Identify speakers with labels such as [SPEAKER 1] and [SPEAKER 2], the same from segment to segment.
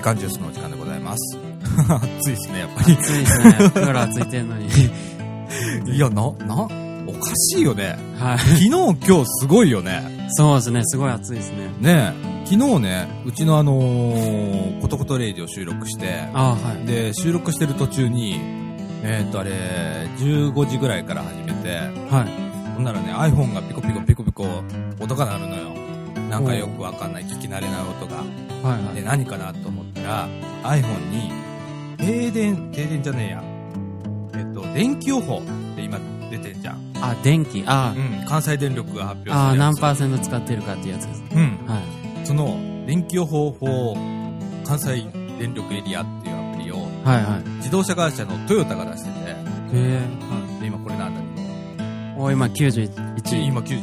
[SPEAKER 1] 間ジュースのお時間でございます。 暑いですね、やっぱ
[SPEAKER 2] 暑いですね。クーラーついてん のに。
[SPEAKER 1] り。いや、な、な、おかしいよね。
[SPEAKER 2] はい。
[SPEAKER 1] 昨日、今日すごいよね。
[SPEAKER 2] そうですね、すごい暑いですね。
[SPEAKER 1] ねえ昨日ね、うちのあのー、コトコトレイディを収録して、
[SPEAKER 2] あーはい。
[SPEAKER 1] で、収録してる途中に、えっ、と、あれ、15時ぐらいから始めて、
[SPEAKER 2] はい。
[SPEAKER 1] ほんならね、iPhone がピコピコピコピコ音が鳴るのよ。なんかよくわかんない、聞き慣れない音が。
[SPEAKER 2] はいは
[SPEAKER 1] で
[SPEAKER 2] い。
[SPEAKER 1] 何かなと思ったら iPhone に停電停電じゃねえやえっと電気予報って今出てんじゃん、
[SPEAKER 2] あ、電気。あ
[SPEAKER 1] う
[SPEAKER 2] ー
[SPEAKER 1] ん、関西電力が発表するや
[SPEAKER 2] あ
[SPEAKER 1] つ
[SPEAKER 2] ー、何パーセント使ってるかっていうやつです。
[SPEAKER 1] うん
[SPEAKER 2] はい。
[SPEAKER 1] その電気予報法関西電力エリアっていうアプリを
[SPEAKER 2] はいはい。
[SPEAKER 1] 自動車会社のトヨタが出してて
[SPEAKER 2] へえ。
[SPEAKER 1] で今これなんだけど
[SPEAKER 2] おー今91。
[SPEAKER 1] 今91%で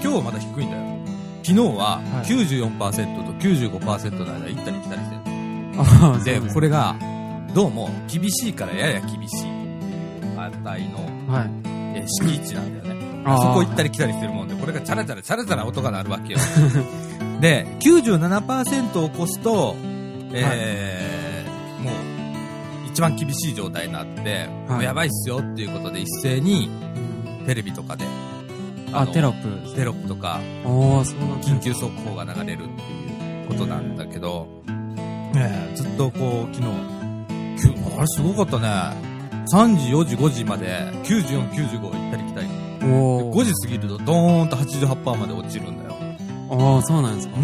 [SPEAKER 1] 今日はまだ低いんだよ昨日は
[SPEAKER 2] はい
[SPEAKER 1] 94%と95%の間行ったり来たりしてる
[SPEAKER 2] あー
[SPEAKER 1] で、こ
[SPEAKER 2] れ。
[SPEAKER 1] れが、どうも、厳しいからやや厳しいっていう値の、
[SPEAKER 2] はい。
[SPEAKER 1] えー敷地なんだよね。
[SPEAKER 2] あー
[SPEAKER 1] そこ行ったり来たりするもんで、これがチャラチャラチャラチャラ音が鳴るわけよ。 で、97%を越すと、えーもう、一番厳しい状態になって、
[SPEAKER 2] い
[SPEAKER 1] もうやばいっすよっていうことで一斉に、テレビとかで、
[SPEAKER 2] あ、
[SPEAKER 1] の
[SPEAKER 2] テロップですね。
[SPEAKER 1] テロップとか、
[SPEAKER 2] おー、そうなんだ
[SPEAKER 1] 緊急速報が流れるっていうことなんだけど、ねえずっとこう昨日きゅあれすごかったね3時4時5時まで9495行ったり来たり
[SPEAKER 2] お
[SPEAKER 1] 5
[SPEAKER 2] ー。
[SPEAKER 1] 時過ぎるとドーンと88%まで落ちるんだよ
[SPEAKER 2] おー、そうなんですか。
[SPEAKER 1] う。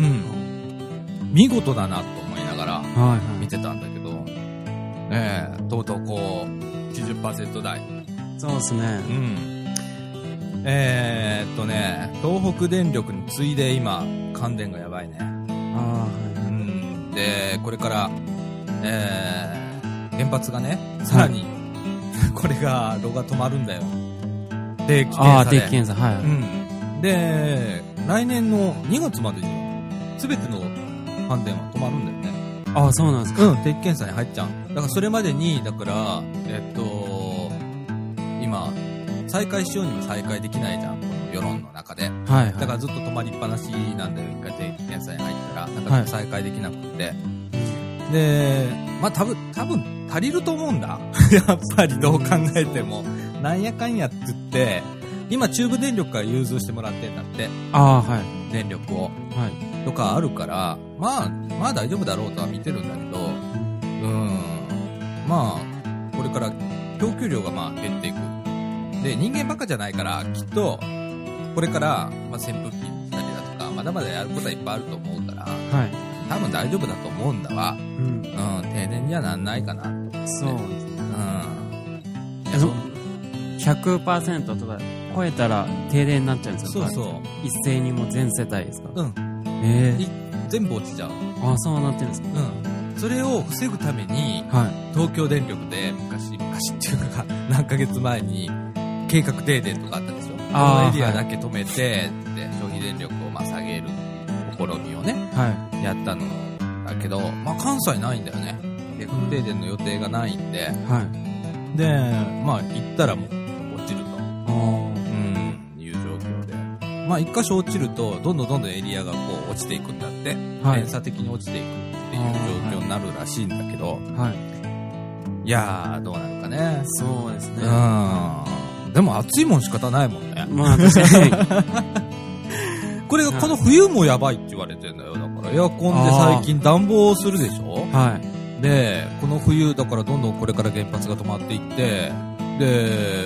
[SPEAKER 1] 見事だなと思いながら
[SPEAKER 2] はいは
[SPEAKER 1] 見てたんだけどねえとうとうこう90%台
[SPEAKER 2] い。そうですね。
[SPEAKER 1] うんえー、っとね東北電力に次いで今関電がやばいね
[SPEAKER 2] あーはいはい。
[SPEAKER 1] うんで、これから、えー原発がね、さらに、 これが、炉が止まるんだよ。で、規定
[SPEAKER 2] ああ、
[SPEAKER 1] さ
[SPEAKER 2] 定
[SPEAKER 1] れ
[SPEAKER 2] 期検査、はい。
[SPEAKER 1] うん。で、来年の2月までに、すべての関電は止まるんだよね。
[SPEAKER 2] ああ、そうなんですか。
[SPEAKER 1] うん、定期検査に入っちゃう。だからそれまでに、だから、えっと、今、再開しようにも再開できないじゃん、この世論の中で。
[SPEAKER 2] はいはい。
[SPEAKER 1] だからずっと止まりっぱなしなんだよ、一回定期検査に入ったら。なかな
[SPEAKER 2] は
[SPEAKER 1] か
[SPEAKER 2] い
[SPEAKER 1] 再開できなくて。で、まあ多分、多分足りると思うんだ。 やっぱりどう考えても。なんやかんやって言って、今中部電力から融通してもらってんだって、
[SPEAKER 2] ああー、はい。
[SPEAKER 1] 電力を。
[SPEAKER 2] はい。
[SPEAKER 1] とかあるから、まあ、まあ大丈夫だろうとは見てるんだけど、うん。まあ、これから供給量がまあ減っていく。で、人間バカじゃないから、きっと、これから、まあ扇風機したりだとか、まだまだやることはいっぱいあると思うから、
[SPEAKER 2] はい。
[SPEAKER 1] 多分大丈夫だと思うんだわ。
[SPEAKER 2] うん。
[SPEAKER 1] うん、停電にはなんないかな。うん。
[SPEAKER 2] そうですね。
[SPEAKER 1] い
[SPEAKER 2] え
[SPEAKER 1] や
[SPEAKER 2] そ100%とか超えたら停電になっちゃうんです
[SPEAKER 1] そ
[SPEAKER 2] よ。
[SPEAKER 1] うそう。
[SPEAKER 2] う。一斉にもう全世帯ですか
[SPEAKER 1] うん。
[SPEAKER 2] ええ
[SPEAKER 1] い全部落ちちゃう。う
[SPEAKER 2] あ、そうなってるんですか
[SPEAKER 1] ん。それを防ぐために、
[SPEAKER 2] はい。
[SPEAKER 1] 東京電力で昔、昔っていうか、何ヶ月前に、計画停電とかあったでしょ。この
[SPEAKER 2] あー
[SPEAKER 1] エリアだけ止めて、で消費電力をまあ下げる試みをね、
[SPEAKER 2] はい。
[SPEAKER 1] やったのだけど、まあ関西ないんだよね。計画停電の予定がないんで、
[SPEAKER 2] はい。
[SPEAKER 1] で、まあ行ったらもう落ちると。
[SPEAKER 2] おー
[SPEAKER 1] うん、いう状況で。まあ一箇所落ちると、どんどんどんどんエリアがこう落ちていくんだって、
[SPEAKER 2] はい。
[SPEAKER 1] 連鎖的に落ちていくっていう状況になるらしいんだけど、
[SPEAKER 2] はい。
[SPEAKER 1] いやー、どうなるかね。
[SPEAKER 2] そうですね。
[SPEAKER 1] うん。でも暑いもん仕方ないもんね。
[SPEAKER 2] まあ確かに。
[SPEAKER 1] これがこの冬もやばいって言われてんだよ。だからエアコンで最近暖房をするでしょ
[SPEAKER 2] はい。
[SPEAKER 1] で、この冬だからどんどんこれから原発が止まっていって、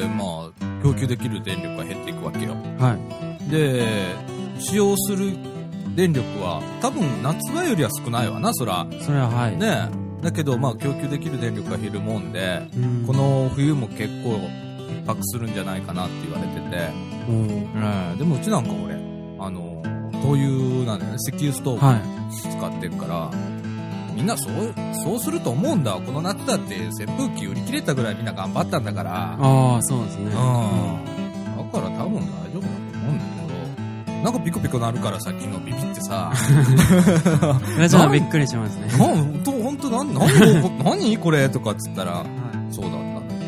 [SPEAKER 1] で、まあ、供給できる電力が減っていくわけよ。
[SPEAKER 2] はい。
[SPEAKER 1] で使用する電力は多分夏場よりは少ないわなそら
[SPEAKER 2] それははい。
[SPEAKER 1] ねだけどまあ供給できる電力が減るもんで
[SPEAKER 2] うん。
[SPEAKER 1] この冬も結構逼迫するんじゃないかなって言われてて、
[SPEAKER 2] おー
[SPEAKER 1] でもうちなんか俺あの灯油なんだよね石油ストー
[SPEAKER 2] は
[SPEAKER 1] ブ使ってるから、みんなそうそうすると思うんだこの夏だって扇風機売り切れたぐらいみんな頑張ったんだから
[SPEAKER 2] ああ、そうですね。
[SPEAKER 1] うん。だから多分大丈夫だと思うんだけど、なんかピコピコ鳴るからさ、昨日ビビって さ、
[SPEAKER 2] 私はびっくりしますね。
[SPEAKER 1] なん、ほんと、ほんと、なん、なんこ、 何これとかっつったら、
[SPEAKER 2] は
[SPEAKER 1] そうだったんだけどね。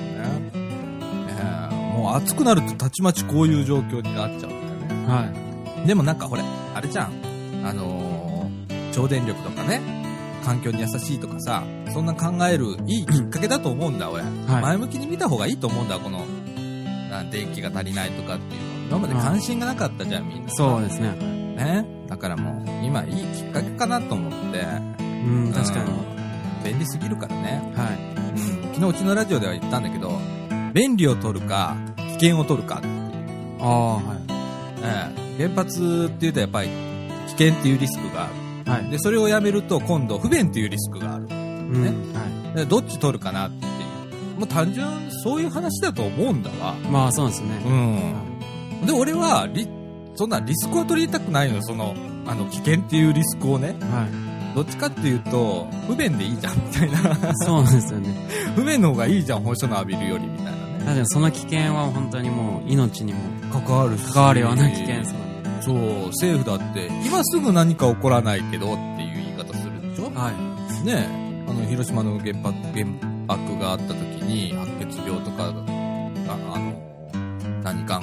[SPEAKER 1] えーもう暑くなるとたちまちこういう状況になっちゃうんだよ
[SPEAKER 2] い。
[SPEAKER 1] ね。
[SPEAKER 2] はい。
[SPEAKER 1] でもなんかほれ、あれじゃん。あのー、超電力とかね、環境に優しいとかさ、そんな考えるいいきっかけだと思うんだ、俺。前向きに見た方がいいと思うんだ、この、な電気が足りないとかっていうの。今まで関心がなかったじゃん、みんな。
[SPEAKER 2] そうですね。
[SPEAKER 1] ね。だからもう、今いいきっかけかなと思って。
[SPEAKER 2] うん、確かに。
[SPEAKER 1] うん便利すぎるからね。
[SPEAKER 2] は
[SPEAKER 1] うん。昨日うちのラジオでは言ったんだけど、便利を取るか、危険を取るか。
[SPEAKER 2] い。ああ、は
[SPEAKER 1] ええ原発っていうとやっぱり、危険っていうリスクがある。
[SPEAKER 2] い。はい。
[SPEAKER 1] で、それをやめると今度不便っていうリスクがある。
[SPEAKER 2] うん
[SPEAKER 1] ね
[SPEAKER 2] は
[SPEAKER 1] でどっち取るかなっていう。もう単純、そういう話だと思うんだわ。
[SPEAKER 2] い。まあ、そうですね。
[SPEAKER 1] ん。で、俺は、リそんなリスクを取りたくないのよ、その、あの、危険っていうリスクをね。
[SPEAKER 2] は
[SPEAKER 1] どっちかっていうと、不便でいいじゃん、みたいな。
[SPEAKER 2] い。そうなんですよね。
[SPEAKER 1] 不便の方がいいじゃん、放射能浴びるより、みたいなね。
[SPEAKER 2] 確かにその危険は本当にもう命にも
[SPEAKER 1] 関わる
[SPEAKER 2] 関わるような危険さ。
[SPEAKER 1] そう、政府だって、今すぐ何か起こらないけどっていう言い方するでしょ
[SPEAKER 2] はい。
[SPEAKER 1] ねえあの、広島の原爆、原爆があった時に、白血病とかが、ああの、何かんがとか、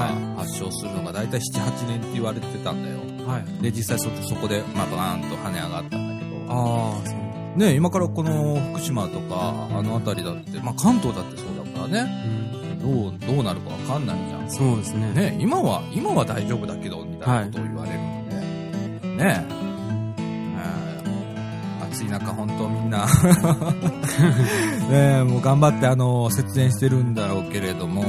[SPEAKER 2] は
[SPEAKER 1] 発症するのが大体7、8年って言われてたんだよ。
[SPEAKER 2] はい。
[SPEAKER 1] で、実際そ、そこで、まあ、バーンと跳ね上がったんだけど。
[SPEAKER 2] ああ、そう。
[SPEAKER 1] ね今からこの福島とか、あの辺りだって、まあ関東だってそうだからね、
[SPEAKER 2] う
[SPEAKER 1] ど
[SPEAKER 2] ん
[SPEAKER 1] う、どうなるかわかんないじゃん。
[SPEAKER 2] そうですね。
[SPEAKER 1] ね今は、今は大丈夫だけど、みたいなことを言われるんで、ねえー暑い中、本当みんな、 ねえもう頑張って、あの、節電してるんだろうけれども、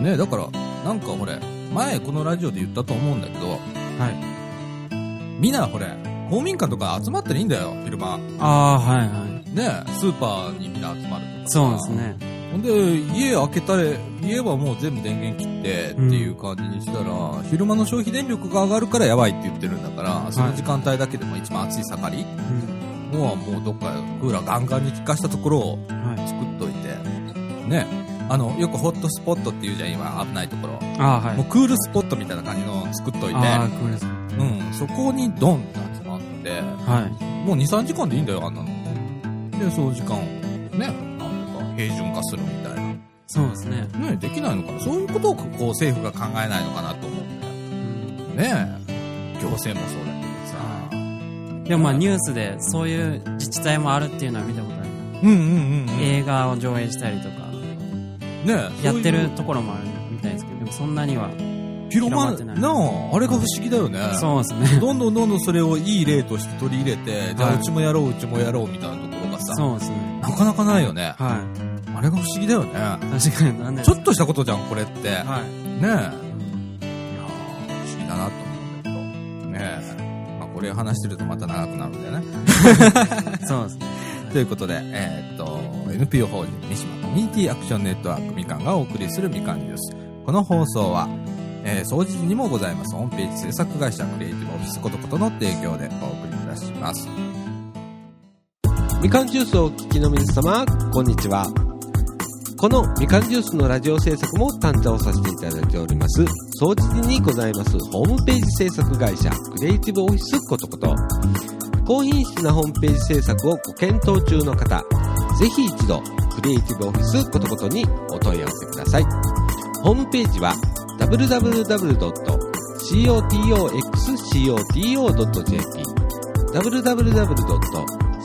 [SPEAKER 1] ねえだから、なんかほれ、前このラジオで言ったと思うんだけど、
[SPEAKER 2] はい。
[SPEAKER 1] みんなほれ、公民館とか集まったらいいんだよ、昼間。
[SPEAKER 2] ああー、はいはい。
[SPEAKER 1] ねえスーパーにみんな集まるとか
[SPEAKER 2] そうですね。
[SPEAKER 1] ほんで、家開けたら、家はもう全部電源切ってっていう感じにしたら、昼間の消費電力が上がるからやばいって言ってるんだから、その時間帯だけでも一番暑い盛り
[SPEAKER 2] うん
[SPEAKER 1] もうもうどっかクーラーガンガンに効かしたところを
[SPEAKER 2] はい。
[SPEAKER 1] 作っといて、ね。あの、よくホットスポットって言うじゃん、今危ないところ。
[SPEAKER 2] ああー、はい
[SPEAKER 1] もう。クールスポットみたいな感じの作っといて、
[SPEAKER 2] ああ、ごめんなさい。
[SPEAKER 1] うん、そこにドンって集まって、
[SPEAKER 2] はい。
[SPEAKER 1] もう2、3時間でいいんだよ、あんなの。で、その時間をね、なんとか平準化するみたいな。
[SPEAKER 2] そうですね。
[SPEAKER 1] ね、できないのかなそういうことをこう政府が考えないのかなと思うんだよ
[SPEAKER 2] う
[SPEAKER 1] ね
[SPEAKER 2] ん
[SPEAKER 1] え行政もそうだけどさ
[SPEAKER 2] でもまあニュースでそういう自治体もあるっていうのは見たことある。
[SPEAKER 1] うんうんうん、うんね
[SPEAKER 2] 映画を上映したりとか、
[SPEAKER 1] え
[SPEAKER 2] やっ
[SPEAKER 1] そういう
[SPEAKER 2] てるところもあるみたいですけど、でもそんなには。
[SPEAKER 1] 広ま
[SPEAKER 2] 広まってない
[SPEAKER 1] なああれが不思議だよね
[SPEAKER 2] そうですね。
[SPEAKER 1] どんどんどんどんそれをいい例として取り入れてじゃ
[SPEAKER 2] は
[SPEAKER 1] あ
[SPEAKER 2] いう
[SPEAKER 1] ちもやろううちもやろうみたいなところがさ
[SPEAKER 2] そうですね。
[SPEAKER 1] なかなかないよね
[SPEAKER 2] は
[SPEAKER 1] あれが不思議だよね
[SPEAKER 2] い。確かになんで。
[SPEAKER 1] ちょっとしたことじゃんこれってね
[SPEAKER 2] はい。
[SPEAKER 1] えいや不思議だなと思うんだけどねえ、まあ、これ話してるとまた長くなるんだよね
[SPEAKER 2] そうですね。
[SPEAKER 1] ということで、えーっと、NPO 法人三島コミュニティアクションネットワークみかんがお送りするみかんニュース。この放送は、えー、総除時にもございます、ホームページ制作会社クリエイティブオフィスことことの提供でお送りいたします。
[SPEAKER 3] みかんジュースをお聞きの皆様こんにちはこのみかんジュースのラジオ制作も担当させていただいております総知事にございますホームページ制作会社クリエイティブオフィスことこと高品質なホームページ制作をご検討中の方ぜひ一度クリエイティブオフィスことことにお問い合わせくださいホームページは www.cotoxcoto.jp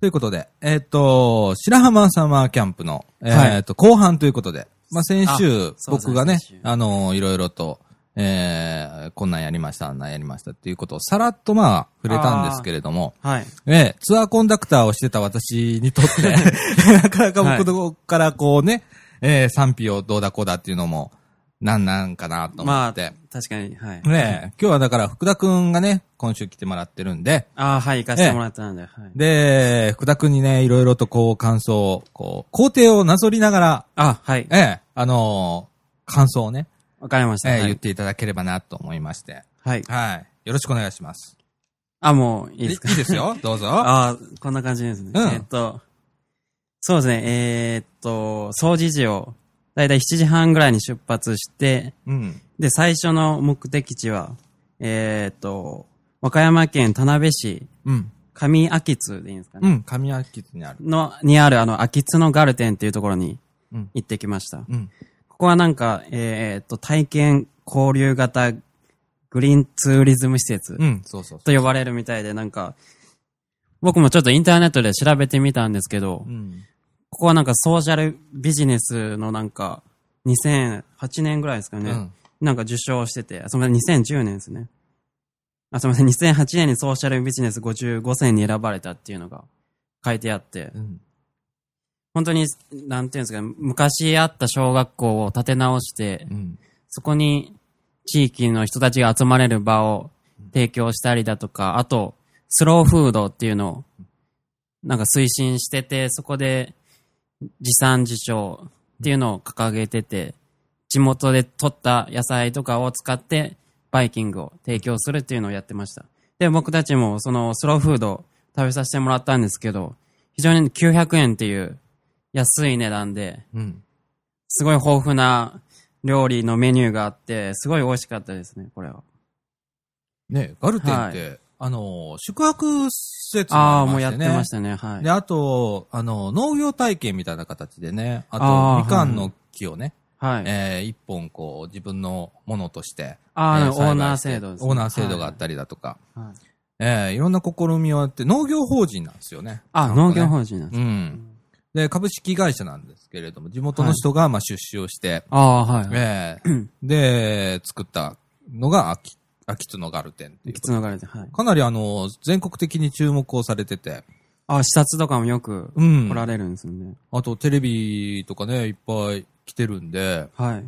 [SPEAKER 1] ということで、えーっと、白浜サマーキャンプの、えーっと、後半ということで、まあ、先週
[SPEAKER 2] あ、そうですね
[SPEAKER 1] 僕がね
[SPEAKER 2] 先週、
[SPEAKER 1] あのーいろいろと、えー、こんなんやりました、あんなんやりましたっていうことをさらっとまあ、触れたんですけれども、
[SPEAKER 2] はい。
[SPEAKER 1] ええ、ツアーコンダクターをしてた私にと って、なかなか僕のからこうね、ええ賛否をどうだこうだっていうのも、なんなんかなと思
[SPEAKER 2] まあ、
[SPEAKER 1] って。
[SPEAKER 2] 確かに、はい。
[SPEAKER 1] ねえ、今日はだから福田くんがね、今週来てもらってるんで、
[SPEAKER 2] ああ、はい、行かせてもらったんで、はい。
[SPEAKER 1] で、福田くんにね、いろいろとこう感想を、こう、工程をなぞりながら、
[SPEAKER 2] あ、はい。
[SPEAKER 1] ええ、あのー感想をね、
[SPEAKER 2] わかりました。
[SPEAKER 1] ええ
[SPEAKER 2] は
[SPEAKER 1] 言っ
[SPEAKER 2] い。
[SPEAKER 1] ていただければなと思いまして。
[SPEAKER 2] はい。
[SPEAKER 1] はい。よろしくお願いします。
[SPEAKER 2] あ、もういいですか
[SPEAKER 1] いいですよ。どうぞ。
[SPEAKER 2] ああ、こんな感じですね。
[SPEAKER 1] うん
[SPEAKER 2] えーっと、そうですね、えーっと、掃除時を、だいたい7時半ぐらいに出発して、
[SPEAKER 1] うん。
[SPEAKER 2] で、最初の目的地は、えーっと、和歌山県田辺市
[SPEAKER 1] うん。
[SPEAKER 2] 上秋津でいいんですか
[SPEAKER 1] う
[SPEAKER 2] ね。
[SPEAKER 1] ん。神秋津にある。
[SPEAKER 2] の、にあるあの、秋津のガルテンっていうところに
[SPEAKER 1] うん
[SPEAKER 2] 行ってきました。
[SPEAKER 1] うん。
[SPEAKER 2] ここはなんか、えーっと、体験交流型グリーンツーリズム施設
[SPEAKER 1] うん。そうそうそ
[SPEAKER 2] と呼ばれるみたいで、なんか、僕もちょっとインターネットで調べてみたんですけど
[SPEAKER 1] う。う、ん。
[SPEAKER 2] ここはなんかソーシャルビジネスのなんか、2008年ぐらいですか
[SPEAKER 1] う
[SPEAKER 2] ね。
[SPEAKER 1] ん。
[SPEAKER 2] なんか受賞してて、あすみません、2010年ですね。あ、すみません、2008年にソーシャルビジネス55選に選ばれたっていうのが書いてあって、
[SPEAKER 1] うん。
[SPEAKER 2] 本当に、なんていうんですかね、昔あった小学校を建て直して、
[SPEAKER 1] うん。
[SPEAKER 2] そこに地域の人たちが集まれる場を提供したりだとか、あと、スローフードっていうのを、なんか推進してて、そこで持産自消っていうのを掲げてて、地元で取った野菜とかを使ってバイキングを提供するっていうのをやってました。で、僕たちもそのスローフードを食べさせてもらったんですけど、非常に900円っていう安い値段で、
[SPEAKER 1] うん。
[SPEAKER 2] すごい豊富な料理のメニューがあって、すごい美味しかったですね、これは。
[SPEAKER 1] ね、ガルテンって、あの、宿泊施設
[SPEAKER 2] ああ、
[SPEAKER 1] り
[SPEAKER 2] もうや
[SPEAKER 1] し
[SPEAKER 2] ってて
[SPEAKER 1] ね
[SPEAKER 2] ましたね、はい
[SPEAKER 1] で、。あと、あの、農業体験みたいな形でね、あ
[SPEAKER 2] あ
[SPEAKER 1] と、
[SPEAKER 2] ー
[SPEAKER 1] みかんの木をね、
[SPEAKER 2] はい。
[SPEAKER 1] えー一本こう、自分のものとして、
[SPEAKER 2] あ
[SPEAKER 1] えー
[SPEAKER 2] あ、オ
[SPEAKER 1] 栽培
[SPEAKER 2] ーナー
[SPEAKER 1] して
[SPEAKER 2] 制度ですね。
[SPEAKER 1] オーナー制度があったりだとか、
[SPEAKER 2] はい。はい
[SPEAKER 1] えーいろんな試みをやって、農業法人なんですよね。
[SPEAKER 2] あ、
[SPEAKER 1] なんかね
[SPEAKER 2] 農業法人なんです
[SPEAKER 1] う
[SPEAKER 2] ね。
[SPEAKER 1] ん。で、株式会社なんですけれども、地元の人が、まあ、出資をして、
[SPEAKER 2] ああ、はいはい。
[SPEAKER 1] えーで、作ったのが秋、秋津のガルテンっていう
[SPEAKER 2] き
[SPEAKER 1] こ
[SPEAKER 2] つ
[SPEAKER 1] と。
[SPEAKER 2] のがれて、はい。
[SPEAKER 1] かなりあの、全国的に注目をされてて、
[SPEAKER 2] あ、視察とかもよく
[SPEAKER 1] うん
[SPEAKER 2] 来。られるんですよね。
[SPEAKER 1] あと、テレビとかね、いっぱい来てるんで、
[SPEAKER 2] はい。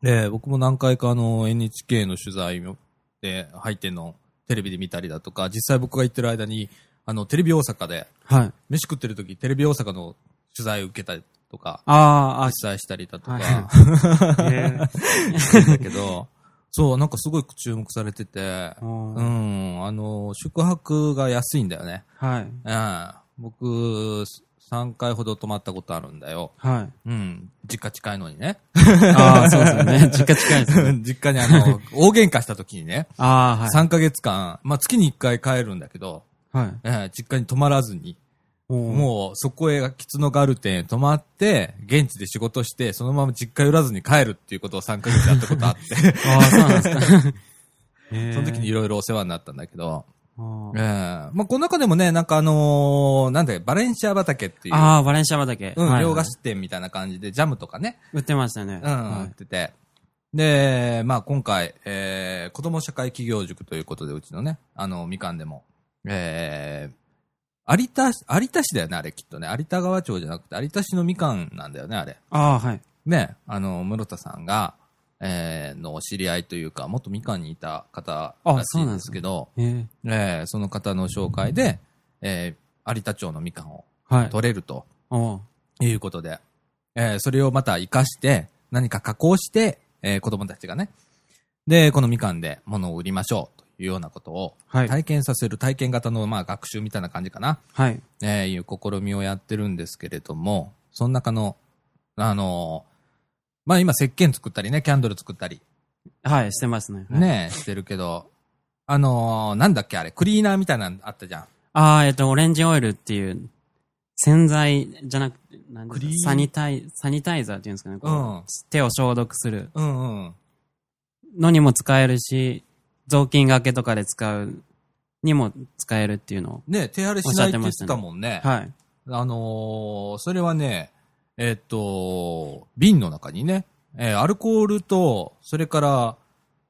[SPEAKER 1] で、僕も何回かあの、NHK の取材で入ってんの、テレビで見たりだとか、実際僕が行ってる間に、あの、テレビ大阪で、
[SPEAKER 2] はい。
[SPEAKER 1] 飯食ってる時、テレビ大阪の取材受けたりとか、
[SPEAKER 2] あ
[SPEAKER 1] 実際したりだとか、
[SPEAKER 2] はあ、あ、 え
[SPEAKER 1] してんだけど、そう、なんかすごい注目されてて、
[SPEAKER 2] ー
[SPEAKER 1] う
[SPEAKER 2] おー
[SPEAKER 1] ん、あの、宿泊が安いんだよね。
[SPEAKER 2] は
[SPEAKER 1] う
[SPEAKER 2] い。
[SPEAKER 1] ん。僕、3回ほど泊まったことあるんだよ。
[SPEAKER 2] はい。
[SPEAKER 1] うん。実家近いのにね。
[SPEAKER 2] ああ、そうですよね。実家近いですね。
[SPEAKER 1] 実家にあ の、大喧嘩した時にね、
[SPEAKER 2] ああ、
[SPEAKER 1] 3ヶ月間、まあ月に1回帰るんだけど、
[SPEAKER 2] はい。はい。
[SPEAKER 1] えー実家に泊まらずに、
[SPEAKER 2] も
[SPEAKER 1] もうそこへキツノガルテンへ泊まって、現地で仕事して、そのまま実家寄らずに帰るっていうことを3ヶ月やったこと あって、
[SPEAKER 2] う、ああ、そうなんで すか。
[SPEAKER 1] そ
[SPEAKER 2] そ
[SPEAKER 1] の時にいろいろお世話になったんだけど、
[SPEAKER 2] あ
[SPEAKER 1] ええまあ、この中でもね、なんかあのーなんだっけ、バレンシア畑っていう、
[SPEAKER 2] あー、バレンシア畑。
[SPEAKER 1] う
[SPEAKER 2] はいは
[SPEAKER 1] ん、
[SPEAKER 2] い
[SPEAKER 1] 洋菓子店みたいな感じで、ジャムとかね、
[SPEAKER 2] 売ってましたね。
[SPEAKER 1] うん、
[SPEAKER 2] は
[SPEAKER 1] 売ってて。で、まあ、今回、えー、子供社会企業塾ということで、うちのね、あの、みかんでも、えー、有田市、有田市だよね、あれ、きっとね。有田川町じゃなくて、有田市のみかんなんだよね、あれ。
[SPEAKER 2] ああ、はい。
[SPEAKER 1] ね、あの、室田さんが、えー、のお知り合いというか、元みかんにいた方らしいんですけど、
[SPEAKER 2] ええ
[SPEAKER 1] えーその方の紹介で、えー有田町のみかんを
[SPEAKER 2] はい。
[SPEAKER 1] 取れると
[SPEAKER 2] おう
[SPEAKER 1] いうことで、えーそれをまた活かして、何か加工して、えー子供たちがね、で、このみかんで物を売りましょうというようなことを
[SPEAKER 2] はい。
[SPEAKER 1] 体験させる体験型の、まあ、学習みたいな感じかな、
[SPEAKER 2] はい。
[SPEAKER 1] えーいう試みをやってるんですけれども、その中の、あのーまあ今、石鹸作ったりね、キャンドル作ったり、
[SPEAKER 2] はい、してますね。はい。
[SPEAKER 1] ね、してるけど、あのーなんだっけあれ、クリーナーみたいなのあったじゃん。
[SPEAKER 2] ああ、えっと、オレンジオイルっていう、洗剤じゃなくて、なん
[SPEAKER 1] クリーン
[SPEAKER 2] サニタイ、サニタイザーっていうんですかね。こ
[SPEAKER 1] うん
[SPEAKER 2] 手を消毒する
[SPEAKER 1] うんうん。
[SPEAKER 2] のにも使えるし、雑巾がけとかで使うにも使えるっていうのを。
[SPEAKER 1] ね、手荒れしないって言ってたもんね。
[SPEAKER 2] はい。
[SPEAKER 1] あのーそれはね、えっと、瓶の中にね、えーアルコールと、それから、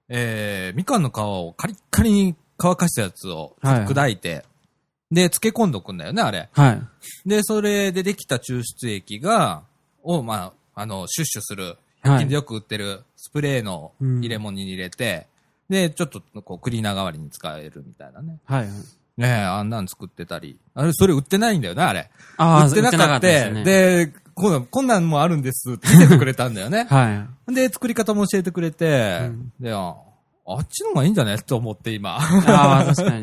[SPEAKER 1] えー、みかんの皮をカリッカリに乾かしたやつを
[SPEAKER 2] はいはい
[SPEAKER 1] 砕いて、で、漬け込んどくんだよね、あれ。
[SPEAKER 2] はい。
[SPEAKER 1] で、それでできた抽出液が、を、まあ、あの、シュッシュする、
[SPEAKER 2] は
[SPEAKER 1] 100均で
[SPEAKER 2] い。
[SPEAKER 1] よく売ってるスプレーの
[SPEAKER 2] うん
[SPEAKER 1] 入れ物に入れて、で、ちょっとこう、クリーナー代わりに使えるみたいなね。
[SPEAKER 2] はい。
[SPEAKER 1] ねえ、あんなん作ってたり。あれ、それ売ってないんだよね、あれ。
[SPEAKER 2] ああ、
[SPEAKER 1] 売ってなかった。で
[SPEAKER 2] ね。
[SPEAKER 1] こん、こんなんもあるんですって見せてくれたんだよ ね。
[SPEAKER 2] は
[SPEAKER 1] で、作り方も教えてくれて、
[SPEAKER 2] うん
[SPEAKER 1] で、ああっちの方がいいんじゃないと思って今。
[SPEAKER 2] い。ああ、確か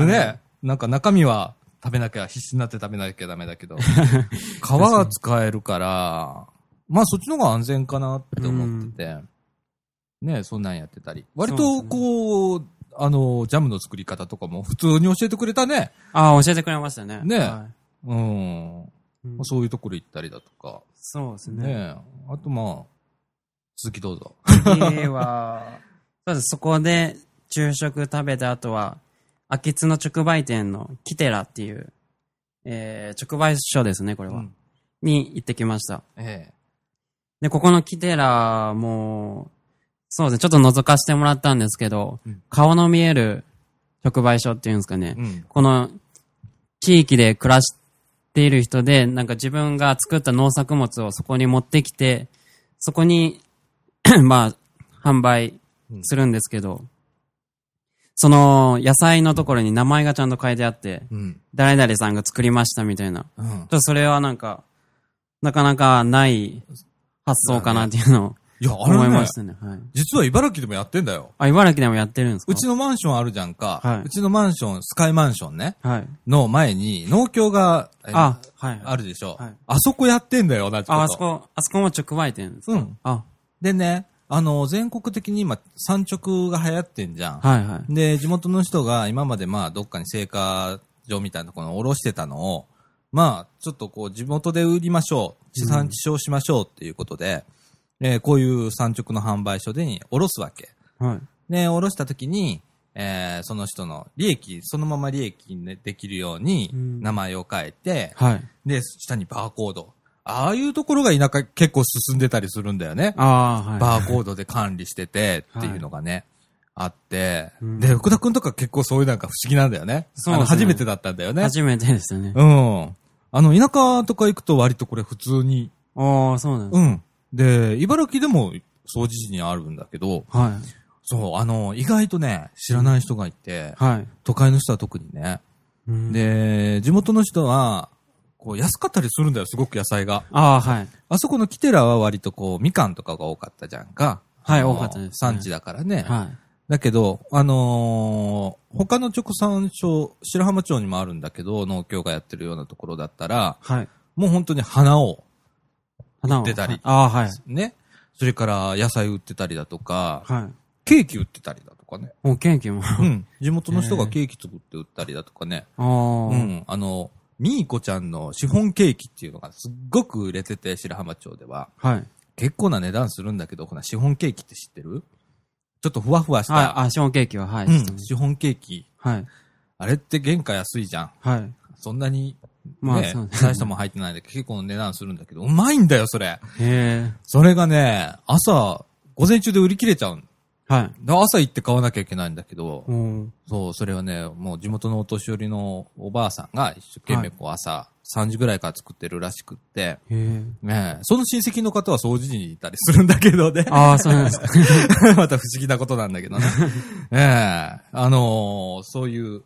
[SPEAKER 2] に。
[SPEAKER 1] ね、なんか中身は食べなきゃ、必死になって食べなきゃダメだけ ど、皮は使えるから、まあそっちの方が安全かなって思ってて、ね、そんなんやってたり。割とこう、あの、ジャムの作り方とかも普通に教えてくれたね。
[SPEAKER 2] ああ、教えてくれましたね。
[SPEAKER 1] ね
[SPEAKER 2] は
[SPEAKER 1] うん。
[SPEAKER 2] いうん
[SPEAKER 1] そういうところ行ったりだとか。
[SPEAKER 2] そうですね。
[SPEAKER 1] ねあとまあ、続きどうぞ。
[SPEAKER 2] 次は、まず そこで昼食食べた後は、秋津の直売店のキテラっていう、えー、直売所ですね、これは。
[SPEAKER 1] うん
[SPEAKER 2] に行ってきました。
[SPEAKER 1] ええ。
[SPEAKER 2] で、ここのキテラも、そうですね、ちょっと覗かせてもらったんですけど、
[SPEAKER 1] うん
[SPEAKER 2] 顔の見える直売所っていうんですかね。
[SPEAKER 1] うん。
[SPEAKER 2] この地域で暮らしている人で、なんか自分が作った農作物をそこに持ってきて、そこに、 まあ、販売するんですけど、その野菜のところに名前がちゃんと書いてあって、
[SPEAKER 1] うん。
[SPEAKER 2] 誰々さんが作りましたみたいな。ちょ
[SPEAKER 1] うん
[SPEAKER 2] っ。とそれはなんか、なかなかない発想かなっていうのを
[SPEAKER 1] いや、あ
[SPEAKER 2] 思い
[SPEAKER 1] れね
[SPEAKER 2] まし、たね。はい。
[SPEAKER 1] 実は茨城でもやってんだよ。
[SPEAKER 2] あ、茨城でもやってるんですか
[SPEAKER 1] うちのマンションあるじゃんか。
[SPEAKER 2] はいう
[SPEAKER 1] ちのマンション、スカイマンションね。
[SPEAKER 2] はい。
[SPEAKER 1] の前に、農協が、え
[SPEAKER 2] あ、はい。
[SPEAKER 1] あるでしょ、
[SPEAKER 2] はい
[SPEAKER 1] あそこやってんだよ、同じこと。
[SPEAKER 2] あ、あそこ、あそこも直売店ですか
[SPEAKER 1] うん。
[SPEAKER 2] あ、
[SPEAKER 1] でね、あの、全国的に今、産直が流行ってんじゃん。
[SPEAKER 2] はいはい。
[SPEAKER 1] で、地元の人が今までまあ、どっかに製菓場みたいなところに卸してたのを、まあ、ちょっとこう、地元で売りましょう。地産地消しましょうっていうことで、えーこういう産直の販売所でに卸すわけ。
[SPEAKER 2] はい。
[SPEAKER 1] で、下ろした時に、えーその人の利益、そのまま利益にできるように
[SPEAKER 2] うん
[SPEAKER 1] 名前を変えて、
[SPEAKER 2] はい。
[SPEAKER 1] で、下にバーコード。ああいうところが田舎結構進んでたりするんだよね。
[SPEAKER 2] ああ、はい。
[SPEAKER 1] バーコードで管理しててっていうのがね、あって、
[SPEAKER 2] うん
[SPEAKER 1] で、福田くんとか結構そういうなんか不思議なんだよね。
[SPEAKER 2] そうですね
[SPEAKER 1] あの初めてだったんだよね。
[SPEAKER 2] 初めてでしたね。
[SPEAKER 1] うん。あの、田舎とか行くと割とこれ普通に、
[SPEAKER 2] ああ、そうなんで
[SPEAKER 1] うん。で、茨城でも掃除時にあるんだけど、
[SPEAKER 2] す。は
[SPEAKER 1] そう、あの、意外とね、知らない人がいて
[SPEAKER 2] い。、はい。
[SPEAKER 1] 都会の人は特にね。
[SPEAKER 2] うん、
[SPEAKER 1] で、地元の人は、こう、安かったりするんだよ、すごく野菜が。
[SPEAKER 2] ああ、はい。
[SPEAKER 1] あそこのキテラは割とこう、みかんとかが多かったじゃんか。
[SPEAKER 2] はい
[SPEAKER 1] あの
[SPEAKER 2] 多かったですね
[SPEAKER 1] 産地だからね。
[SPEAKER 2] はい。
[SPEAKER 1] だけど、あのー他の直産所、白浜町にもあるんだけど、農協がやってるようなところだったら、
[SPEAKER 2] はい。
[SPEAKER 1] もう本当に花を、
[SPEAKER 2] 花を。
[SPEAKER 1] 出たり
[SPEAKER 2] ああ、はい。
[SPEAKER 1] ね。それから野菜売ってたりだとか、
[SPEAKER 2] はい。
[SPEAKER 1] ケーキ売ってたりだとかね。
[SPEAKER 2] お、ケーキも。あ
[SPEAKER 1] うん。地元の人がケーキ作って売ったりだとかね。
[SPEAKER 2] あ、
[SPEAKER 1] うん、あの、ミーコちゃんのシフォンケーキっていうのがすっごく売れてて、白浜町では。
[SPEAKER 2] はい。
[SPEAKER 1] 結構な値段するんだけど、ほな、シフォンケーキって知ってるちょっとふわふわした、
[SPEAKER 2] はい。あ、ショーンケーキは、はい。
[SPEAKER 1] うん、シフォンケーキ。
[SPEAKER 2] はい。
[SPEAKER 1] あれって原価安いじゃん。
[SPEAKER 2] はい。
[SPEAKER 1] そんなに、
[SPEAKER 2] まあ
[SPEAKER 1] ね
[SPEAKER 2] そうね
[SPEAKER 1] 大したもん入ってないんだけど、結構な値段するんだけど、うまいんだよ、それ。
[SPEAKER 2] へ
[SPEAKER 1] それがね、朝、午前中で売り切れちゃうん。
[SPEAKER 2] え。はい。
[SPEAKER 1] で朝行って買わなきゃいけないんだけど、
[SPEAKER 2] うん。
[SPEAKER 1] そう、それはね、もう地元のお年寄りのおばあさんが一生懸命こう朝3時ぐらいから作ってるらしくって、
[SPEAKER 2] へえ。
[SPEAKER 1] ねえ、その親戚の方は掃除時にいたりするんだけどね。
[SPEAKER 2] ああ、そうなんですか。
[SPEAKER 1] また不思議なことなんだけ どね。ええあのーそういう、
[SPEAKER 2] う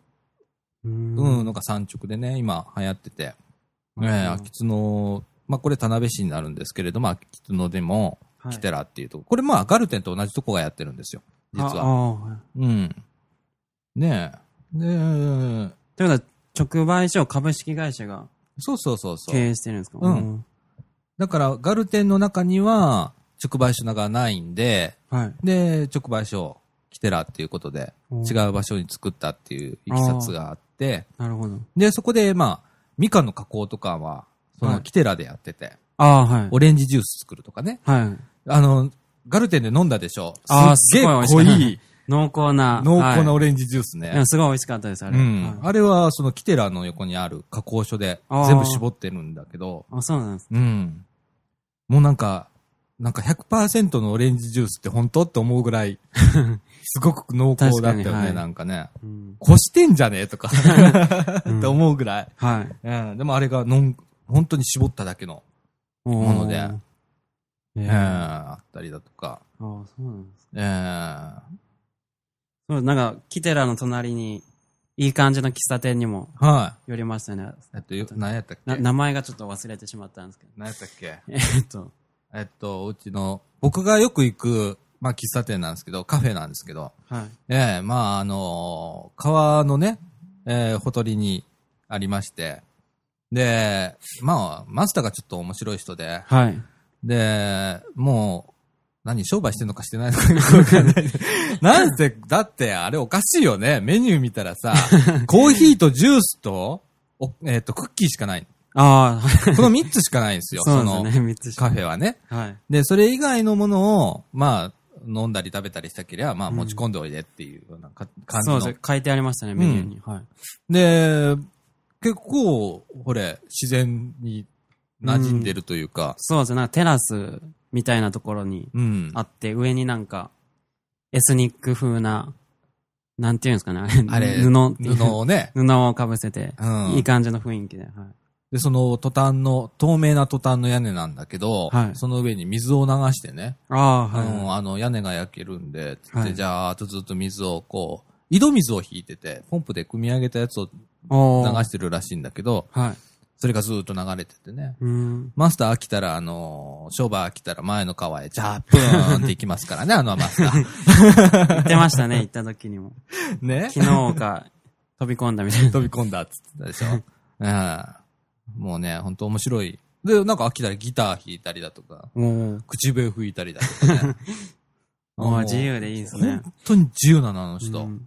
[SPEAKER 1] うん、
[SPEAKER 2] ん。
[SPEAKER 1] のが産直でね、今流行ってて。
[SPEAKER 2] うん
[SPEAKER 1] ええ秋津の、まあ、これ田辺市になるんですけれども、秋津のでも、
[SPEAKER 2] はい
[SPEAKER 1] キテラっていうとこ。これまあ、ガルテンと同じとこがやってるんですよ。実
[SPEAKER 2] ああ
[SPEAKER 1] は。
[SPEAKER 2] あ、はい。
[SPEAKER 1] うん。ねえ。で、
[SPEAKER 2] ということは、直売所株式会社が
[SPEAKER 1] そうそうそうそう。
[SPEAKER 2] 経営してるんですか
[SPEAKER 1] うん
[SPEAKER 2] ん。
[SPEAKER 1] だから、ガルテンの中には、直売所がないんで、
[SPEAKER 2] はい。
[SPEAKER 1] で、直売所を、キテラっていうことで、
[SPEAKER 2] うん
[SPEAKER 1] 違う場所に作ったっていういきさつがあって、
[SPEAKER 2] なるほど。
[SPEAKER 1] で、そこで、まあ、みかんの加工とかは、そ
[SPEAKER 2] は
[SPEAKER 1] の
[SPEAKER 2] い
[SPEAKER 1] キテラでやってて、
[SPEAKER 2] ああ、はい。
[SPEAKER 1] オレンジジュース作るとかね。
[SPEAKER 2] はい。
[SPEAKER 1] あの、ガルテンで飲んだでしょ。
[SPEAKER 2] あー
[SPEAKER 1] すっげえ
[SPEAKER 2] す
[SPEAKER 1] 濃
[SPEAKER 2] ごい美味しかった
[SPEAKER 1] い、
[SPEAKER 2] 濃厚な。
[SPEAKER 1] 濃厚な
[SPEAKER 2] は
[SPEAKER 1] オレンジジュース
[SPEAKER 2] い
[SPEAKER 1] ね。
[SPEAKER 2] でもすごい美味しかったです、あ
[SPEAKER 1] う
[SPEAKER 2] れ。
[SPEAKER 1] ん。
[SPEAKER 2] はい
[SPEAKER 1] あれは、そのキテラの横にある加工所で
[SPEAKER 2] あー
[SPEAKER 1] 全部絞ってるんだけど、
[SPEAKER 2] あ、そうなんです。
[SPEAKER 1] うん。もうなんか、なんか100%のオレンジジュースって本当って思うぐら い、すごく濃厚だったよね、
[SPEAKER 2] 確かにはい
[SPEAKER 1] なんかね。
[SPEAKER 2] うん
[SPEAKER 1] こしてんじゃねえとか、 って思うぐらい。
[SPEAKER 2] はい。
[SPEAKER 1] うん、でもあれがのん、本当に絞っただけの、
[SPEAKER 2] も
[SPEAKER 1] ので
[SPEAKER 2] ええ
[SPEAKER 1] うん、あったりだとか。
[SPEAKER 2] ああ、そうなんですか。
[SPEAKER 1] えー
[SPEAKER 2] そう、なんか、キテラの隣に、いい感じの喫茶店にも
[SPEAKER 1] は
[SPEAKER 2] 寄りましたね。
[SPEAKER 1] い。えっとよ、何やったっけ
[SPEAKER 2] な名前がちょっと忘れてしまったんですけど。
[SPEAKER 1] 何やったっけ
[SPEAKER 2] えっと、
[SPEAKER 1] えっと、うちの、僕がよく行く、まあ、喫茶店なんですけど、カフェなんですけど、
[SPEAKER 2] はい。
[SPEAKER 1] ええまあ、あの川のね、ええほとりにありまして、で、まあ、マスターがちょっと面白い人で、
[SPEAKER 2] はい。
[SPEAKER 1] で、もう、何、商売してんのかしてないのかよくわかん ない。なんせ、だって、あれおかしいよね。メニュー見たらさ、コーヒーとジュースと、おえっ、と、クッキーしかない。
[SPEAKER 2] ああ、
[SPEAKER 1] この3つしかないん ですよ。
[SPEAKER 2] そう
[SPEAKER 1] の
[SPEAKER 2] ですね、三つしか。
[SPEAKER 1] カフェはね。
[SPEAKER 2] はい。
[SPEAKER 1] で、それ以外のものを、まあ、飲んだり食べたりしたけりゃ、まあ持ち込んでおいでっていうようなか感じ
[SPEAKER 2] そ
[SPEAKER 1] の。
[SPEAKER 2] うですね、書いてありましたね、メニューに。はい。
[SPEAKER 1] で、結構、ほれ、自然に馴染んでるというか、
[SPEAKER 2] そうですね、なんかテラスみたいなところに
[SPEAKER 1] うん。
[SPEAKER 2] あって、上になんか、エスニック風な、なんていうんですかね、あれ、
[SPEAKER 1] あれ、
[SPEAKER 2] 布っていう
[SPEAKER 1] 布をね、
[SPEAKER 2] 布をかぶせて、
[SPEAKER 1] うん
[SPEAKER 2] いい感じの雰囲気で、はい。
[SPEAKER 1] で、そのトタンの、透明なトタンの屋根なんだけど、
[SPEAKER 2] はい
[SPEAKER 1] その上に水を流してね、
[SPEAKER 2] ああ、
[SPEAKER 1] あの、
[SPEAKER 2] は
[SPEAKER 1] あの屋根が焼けるんで、つって、
[SPEAKER 2] はい
[SPEAKER 1] じゃーっとずっと水をこう、井戸水を引いてて、ポンプで汲み上げたやつを
[SPEAKER 2] い。お
[SPEAKER 1] 流
[SPEAKER 2] ー
[SPEAKER 1] してるらしいんだけど、
[SPEAKER 2] はい。
[SPEAKER 1] それがずーっと流れててね。
[SPEAKER 2] うん。
[SPEAKER 1] マスター飽きたら、あのー、ショーバー飽きたら前の川へ、ジャープーンって行きますからね、あのマスタ ー。
[SPEAKER 2] 行ってましたね、行った時 にも。
[SPEAKER 1] ね
[SPEAKER 2] 昨日か、飛び込んだみたいな。
[SPEAKER 1] 飛び込んだっつってたでしょ。うん。もうね、ほんと面白い。で、なんか飽きたらギター弾いたりだとか、
[SPEAKER 2] お
[SPEAKER 1] 口笛吹いたりだとかね。
[SPEAKER 2] お
[SPEAKER 1] もう
[SPEAKER 2] 自由でいいですね。
[SPEAKER 1] 本当に自由なの、あの人。う
[SPEAKER 2] う
[SPEAKER 1] ん
[SPEAKER 2] ん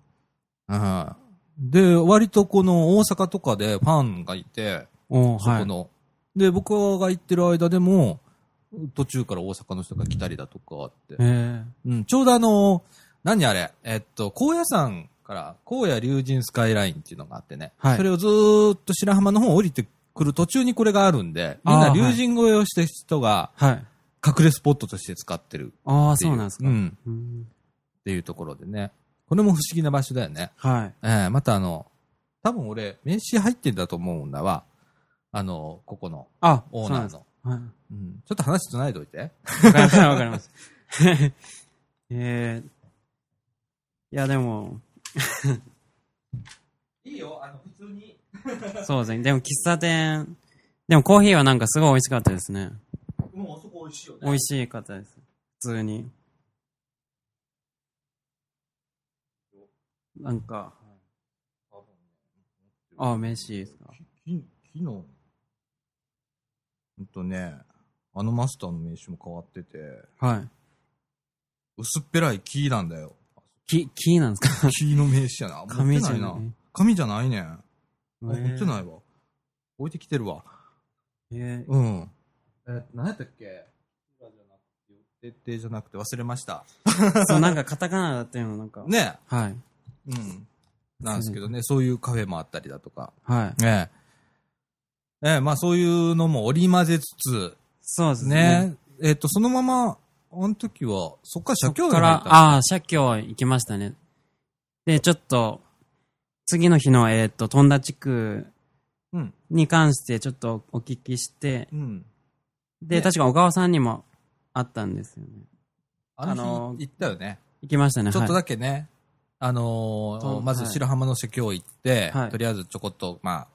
[SPEAKER 1] で、割とこの大阪とかでファンがいて、
[SPEAKER 2] お
[SPEAKER 1] そ
[SPEAKER 2] ーは
[SPEAKER 1] こ
[SPEAKER 2] い。
[SPEAKER 1] の。で、僕が行ってる間でも、途中から大阪の人が来たりだとかって。
[SPEAKER 2] え
[SPEAKER 1] うん、ちょうどあの、何あれ、えっと、高野山から、高野竜神スカイラインっていうのがあってね、
[SPEAKER 2] はい
[SPEAKER 1] それをずーっと白浜の方降りてくる途中にこれがあるんで、みん
[SPEAKER 2] あ
[SPEAKER 1] な
[SPEAKER 2] ー
[SPEAKER 1] 竜神越えをしてる人が
[SPEAKER 2] えはい。
[SPEAKER 1] 隠れスポットとして使ってるっていう。
[SPEAKER 2] ああ、そうなんですか。
[SPEAKER 1] うん、
[SPEAKER 2] うん
[SPEAKER 1] っていうところでね。これも不思議な場所だよね。
[SPEAKER 2] はい。
[SPEAKER 1] ええまたあの、多分俺、名刺入ってんだと思うんだわ。あの、ここの
[SPEAKER 2] あ、
[SPEAKER 1] オー
[SPEAKER 2] そうな
[SPEAKER 1] ナ
[SPEAKER 2] ん
[SPEAKER 1] ー
[SPEAKER 2] です
[SPEAKER 1] の。
[SPEAKER 2] はい。
[SPEAKER 1] うん、ちょっと話つないでおいて。
[SPEAKER 2] わかりました、わかり ました。えー、いや、でも、
[SPEAKER 1] いいよ、あの、普通に。
[SPEAKER 2] そうですね。でも、喫茶店、でもコーヒーはなんかすごい美味しかったですね。
[SPEAKER 1] もうあそこ美味しいよね
[SPEAKER 2] 美味しかったです。普通に。なんか、ああ、名刺いいですか。
[SPEAKER 1] き昨日うんとねあのマスターの名刺も変わってて
[SPEAKER 2] はい。
[SPEAKER 1] 薄っぺらい木なんだ よ
[SPEAKER 2] キ、キーなんで すか
[SPEAKER 1] 木の名刺やな持
[SPEAKER 2] 紙
[SPEAKER 1] って
[SPEAKER 2] じゃ
[SPEAKER 1] ない
[SPEAKER 2] な。
[SPEAKER 1] ない紙じゃないねん、あ
[SPEAKER 2] え
[SPEAKER 1] 持ってないわ置いてきてるわ
[SPEAKER 2] えー
[SPEAKER 1] うんえ何やったっけ設定じゃなくて忘れました
[SPEAKER 2] そう、なんかカタカナだったような、なんか。
[SPEAKER 1] ね
[SPEAKER 2] はい。
[SPEAKER 1] うんなんですけどねそういうカフェもあったりだとか
[SPEAKER 2] はい。
[SPEAKER 1] ねえええまあそういうのも織り交ぜつつ
[SPEAKER 2] そうですね。
[SPEAKER 1] ね。えっ、と、そのまま、あの時は、そっから
[SPEAKER 2] そ
[SPEAKER 1] 社
[SPEAKER 2] っ
[SPEAKER 1] 協に
[SPEAKER 2] か
[SPEAKER 1] 入っ
[SPEAKER 2] ら、
[SPEAKER 1] たの
[SPEAKER 2] ああ、社協行きましたね。で、ちょっと、次の日の、えっ、と、飛んだ地区
[SPEAKER 1] うん。
[SPEAKER 2] に関してちょっとお聞きして、
[SPEAKER 1] うん。
[SPEAKER 2] で、
[SPEAKER 1] ね
[SPEAKER 2] 確か小川さんにもあったんですよね。
[SPEAKER 1] あ
[SPEAKER 2] あ
[SPEAKER 1] の
[SPEAKER 2] の
[SPEAKER 1] 日、行ったよね。
[SPEAKER 2] 行きましたね。
[SPEAKER 1] ちょっと
[SPEAKER 2] はい
[SPEAKER 1] だけね。あのー
[SPEAKER 2] と
[SPEAKER 1] まず白浜の社協行って、
[SPEAKER 2] はい
[SPEAKER 1] とりあえずちょこっと、まあ、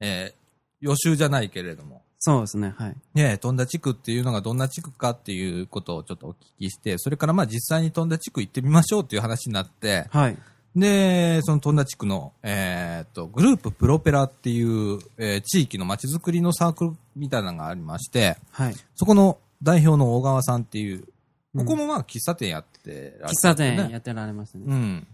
[SPEAKER 1] えー予習じゃないけれども、
[SPEAKER 2] そうですね、はい。
[SPEAKER 1] ねえ、飛んだ地区っていうのがどんな地区かっていうことをちょっとお聞きして、それからまあ実際に飛んだ地区行ってみましょうっていう話になって、
[SPEAKER 2] はい。
[SPEAKER 1] で、そのトンダ地区の、えーっと、グループプロペラっていう、えー地域の街づくりのサークルみたいなのがありまして、
[SPEAKER 2] はい。
[SPEAKER 1] そこの代表の大川さんっていう、
[SPEAKER 2] う
[SPEAKER 1] こ
[SPEAKER 2] ん
[SPEAKER 1] こもまあ喫茶店やってらっ
[SPEAKER 2] 喫
[SPEAKER 1] しゃ
[SPEAKER 2] 茶
[SPEAKER 1] って、ね。
[SPEAKER 2] 店やってられましたね。
[SPEAKER 1] うん。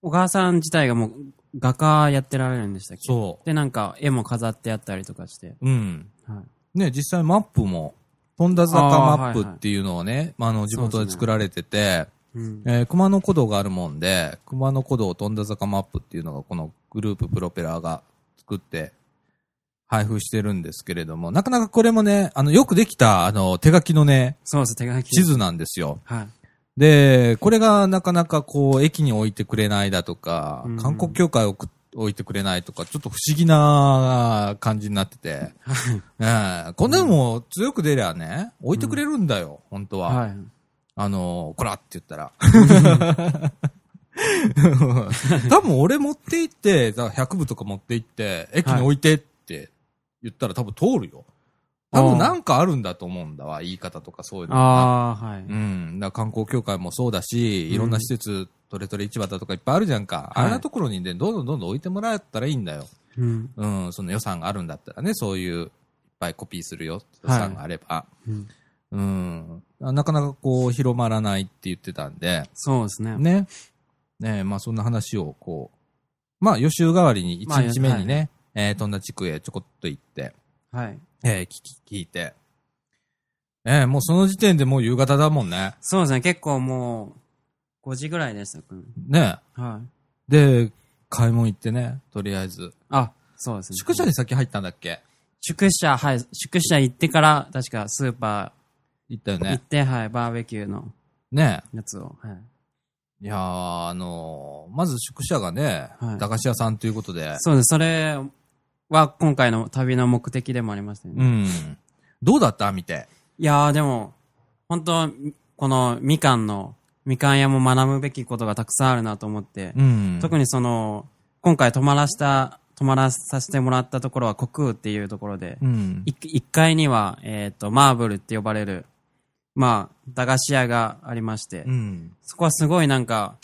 [SPEAKER 2] 小川さん自体がもう画家やってられるんでしたっけ
[SPEAKER 1] そ
[SPEAKER 2] で、なんか絵も飾ってあったりとかして。
[SPEAKER 1] う。うん。
[SPEAKER 2] はい。
[SPEAKER 1] ね、実際マップも、トンダ坂マップっていうのをね、まあ、あの、地
[SPEAKER 2] そう
[SPEAKER 1] 元
[SPEAKER 2] で
[SPEAKER 1] です
[SPEAKER 2] ね
[SPEAKER 1] 作られてて、
[SPEAKER 2] うん。
[SPEAKER 1] えー熊野古道があるもんで、熊野古道飛んだ坂マップっていうのがこのグループプロペラが作って、配布してるんですけれども、なかなかこれもね、あの、よくできた、あの、手書きのね、
[SPEAKER 2] そうです、手書き。
[SPEAKER 1] 地。図なんですよ。
[SPEAKER 2] はい。
[SPEAKER 1] で、これがなかなかこう、駅に置いてくれないだとか
[SPEAKER 2] うん、
[SPEAKER 1] 韓国協会を置く置いてくれないとか、ちょっと不思議な感じになってて、ええこんなのも強く出りゃね、置いてくれるんだよ、本当は。
[SPEAKER 2] はい。
[SPEAKER 1] あの、こらって言った ら。多分俺持って行って、だから100部とか持って行って、駅に置いてって言ったら多分通るよ。多分なんかあるんだと思うんだわ、言い方とかそういうのが
[SPEAKER 2] ああ、はい。
[SPEAKER 1] うん。だから観光協会もそうだし、いろんな施設、トレトレ市場だとかいっぱいあるじゃんか。
[SPEAKER 2] はい
[SPEAKER 1] あんなところにね、どんどんどんどん置いてもらえたらいいんだよ。
[SPEAKER 2] うん。
[SPEAKER 1] うん、その予算があるんだったらね、そういう、いっぱいコピーするよ、予算があれば。
[SPEAKER 2] うん
[SPEAKER 1] うん。なかなかこう、広まらないって言ってたんで、
[SPEAKER 2] そうですね。
[SPEAKER 1] ね。ねまあそんな話をこう、まあ予習代わりに
[SPEAKER 2] まあ
[SPEAKER 1] 1日目にね、えー、飛んだ地区へちょこっと行って、
[SPEAKER 2] はい。
[SPEAKER 1] えー、聞き、聞いて。えー、もうその時点でもう夕方だもんね。
[SPEAKER 2] そうですね、結構もう、5時ぐらいでした。うん
[SPEAKER 1] ね
[SPEAKER 2] はい。
[SPEAKER 1] で、買い物行ってね、とりあえず。
[SPEAKER 2] あ、そうですね。
[SPEAKER 1] 宿舎に先入ったんだっけ
[SPEAKER 2] 宿舎、はい。宿舎行ってから、確かスーパ
[SPEAKER 1] 行ったよ
[SPEAKER 2] ー行っ
[SPEAKER 1] ね。
[SPEAKER 2] て、はい、バーベキューの
[SPEAKER 1] ね
[SPEAKER 2] やつを。はい。
[SPEAKER 1] いやー、あのーまず宿舎がね、
[SPEAKER 2] はい
[SPEAKER 1] 駄菓子屋さんということで。
[SPEAKER 2] そうです。それは今回の旅の目的でもありましたよね。
[SPEAKER 1] うん。どうだった見て。
[SPEAKER 2] いやーでも、本当このみかんの、みかん屋も学ぶべきことがたくさんあるなと思って、
[SPEAKER 1] うん。
[SPEAKER 2] 特にその、今回泊まらした、泊まらさせてもらったところはコクーっていうところで、
[SPEAKER 1] うん。
[SPEAKER 2] い一階には、えっ、と、マーブルって呼ばれる、まあ、駄菓子屋がありまして、
[SPEAKER 1] うん。
[SPEAKER 2] そこはすごいなんか、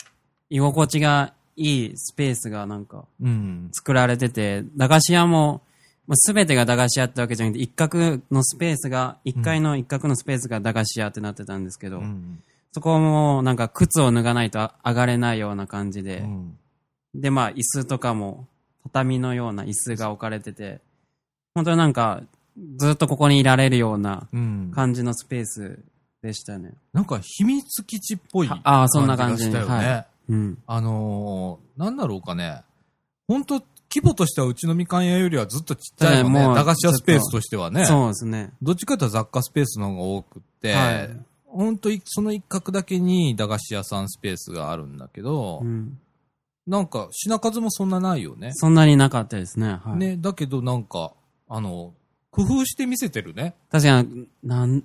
[SPEAKER 2] 居心地がいいスペースがなんか、
[SPEAKER 1] うん。
[SPEAKER 2] 作られてて、駄菓子屋も、まあ、全てが駄菓子屋ってわけじゃなくて、一角のスペースが、一階の一角のスペースが駄菓子屋ってなってたんですけど、
[SPEAKER 1] うん
[SPEAKER 2] そこもなんか靴を脱がないとあ上がれないような感じ
[SPEAKER 1] う
[SPEAKER 2] で、
[SPEAKER 1] ん
[SPEAKER 2] でまあ椅子とかも畳のような椅子が置かれてて、本当になんかずっとここにいられるような
[SPEAKER 1] うん。
[SPEAKER 2] 感じのスペースでしたね。
[SPEAKER 1] なんか秘密基地っぽい
[SPEAKER 2] ああー、そんな感
[SPEAKER 1] が
[SPEAKER 2] じ
[SPEAKER 1] したよね。
[SPEAKER 2] はい。うん。
[SPEAKER 1] あのー、なんだろうかね。本当規模としてはうちのみかん屋よりはずっとちっちゃいもん
[SPEAKER 2] ね
[SPEAKER 1] ね。
[SPEAKER 2] もう
[SPEAKER 1] 駄菓子屋スペースとしてはね。
[SPEAKER 2] そうですね。
[SPEAKER 1] どっちかというと雑貨スペースの方が多くって、
[SPEAKER 2] はい
[SPEAKER 1] ほんといその一角だけに駄菓子屋さんスペースがあるんだけど、
[SPEAKER 2] うん。
[SPEAKER 1] なんか品数もそんなないよね。
[SPEAKER 2] そんなになかったですね。はい。
[SPEAKER 1] ね、だけどなんか、あの、工夫して見せてるね。
[SPEAKER 2] 確かに、なん、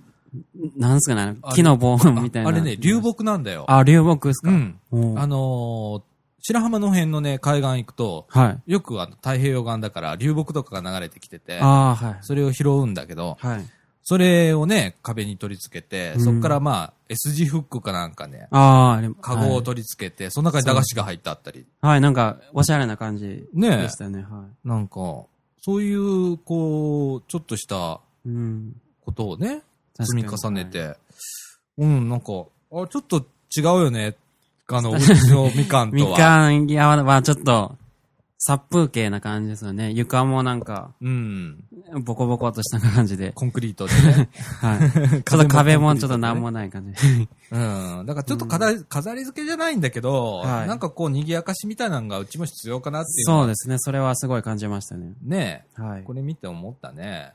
[SPEAKER 2] なんすかね
[SPEAKER 1] あ、れ
[SPEAKER 2] 木の棒
[SPEAKER 1] あ
[SPEAKER 2] みたいな。
[SPEAKER 1] あれね、流。木なんだよ。
[SPEAKER 2] あ、流木です
[SPEAKER 1] う
[SPEAKER 2] か。
[SPEAKER 1] ん。
[SPEAKER 2] うん
[SPEAKER 1] あのー白浜の辺のね、海岸行くと、
[SPEAKER 2] はい。
[SPEAKER 1] よくあの太平洋岸だから流木とかが流れてきてて、
[SPEAKER 2] ああ、はい。
[SPEAKER 1] それを拾うんだけど、
[SPEAKER 2] はい。
[SPEAKER 1] それをね、壁に取り付けて、
[SPEAKER 2] うん
[SPEAKER 1] そっからまあ、S 字フックかなんかね、
[SPEAKER 2] ああ、あれ
[SPEAKER 1] カゴ
[SPEAKER 2] は
[SPEAKER 1] を取り付けて、その中に駄菓子が入ってあったり、
[SPEAKER 2] い。はい、なんか、おしゃれな感じ
[SPEAKER 1] ねえ
[SPEAKER 2] でしたね。は
[SPEAKER 1] なんか、そういう、こう、ちょっとした
[SPEAKER 2] い。うん。
[SPEAKER 1] ことをね、
[SPEAKER 2] 確か
[SPEAKER 1] 積
[SPEAKER 2] に
[SPEAKER 1] み重ね。て、うん、なんか、あ、ちょっと違うよね、あ の、うちのみかんと
[SPEAKER 2] み
[SPEAKER 1] は。
[SPEAKER 2] かん屋はちょっと、殺風景な感じですよね。床もなんか、
[SPEAKER 1] うん、
[SPEAKER 2] ボコボコとした感じで。
[SPEAKER 1] コンクリートで ね。
[SPEAKER 2] はい。ちょっと壁もちょっとなんもない感じ。
[SPEAKER 1] うん。だからちょっと飾り,、飾り付けじゃないんだけど、
[SPEAKER 2] はい
[SPEAKER 1] なんかこう賑やかしみたいなのがうちも必要かなっていうの
[SPEAKER 2] そ
[SPEAKER 1] は
[SPEAKER 2] うですね。それはすごい感じましたね。
[SPEAKER 1] ね
[SPEAKER 2] はい。
[SPEAKER 1] これ見て思ったね。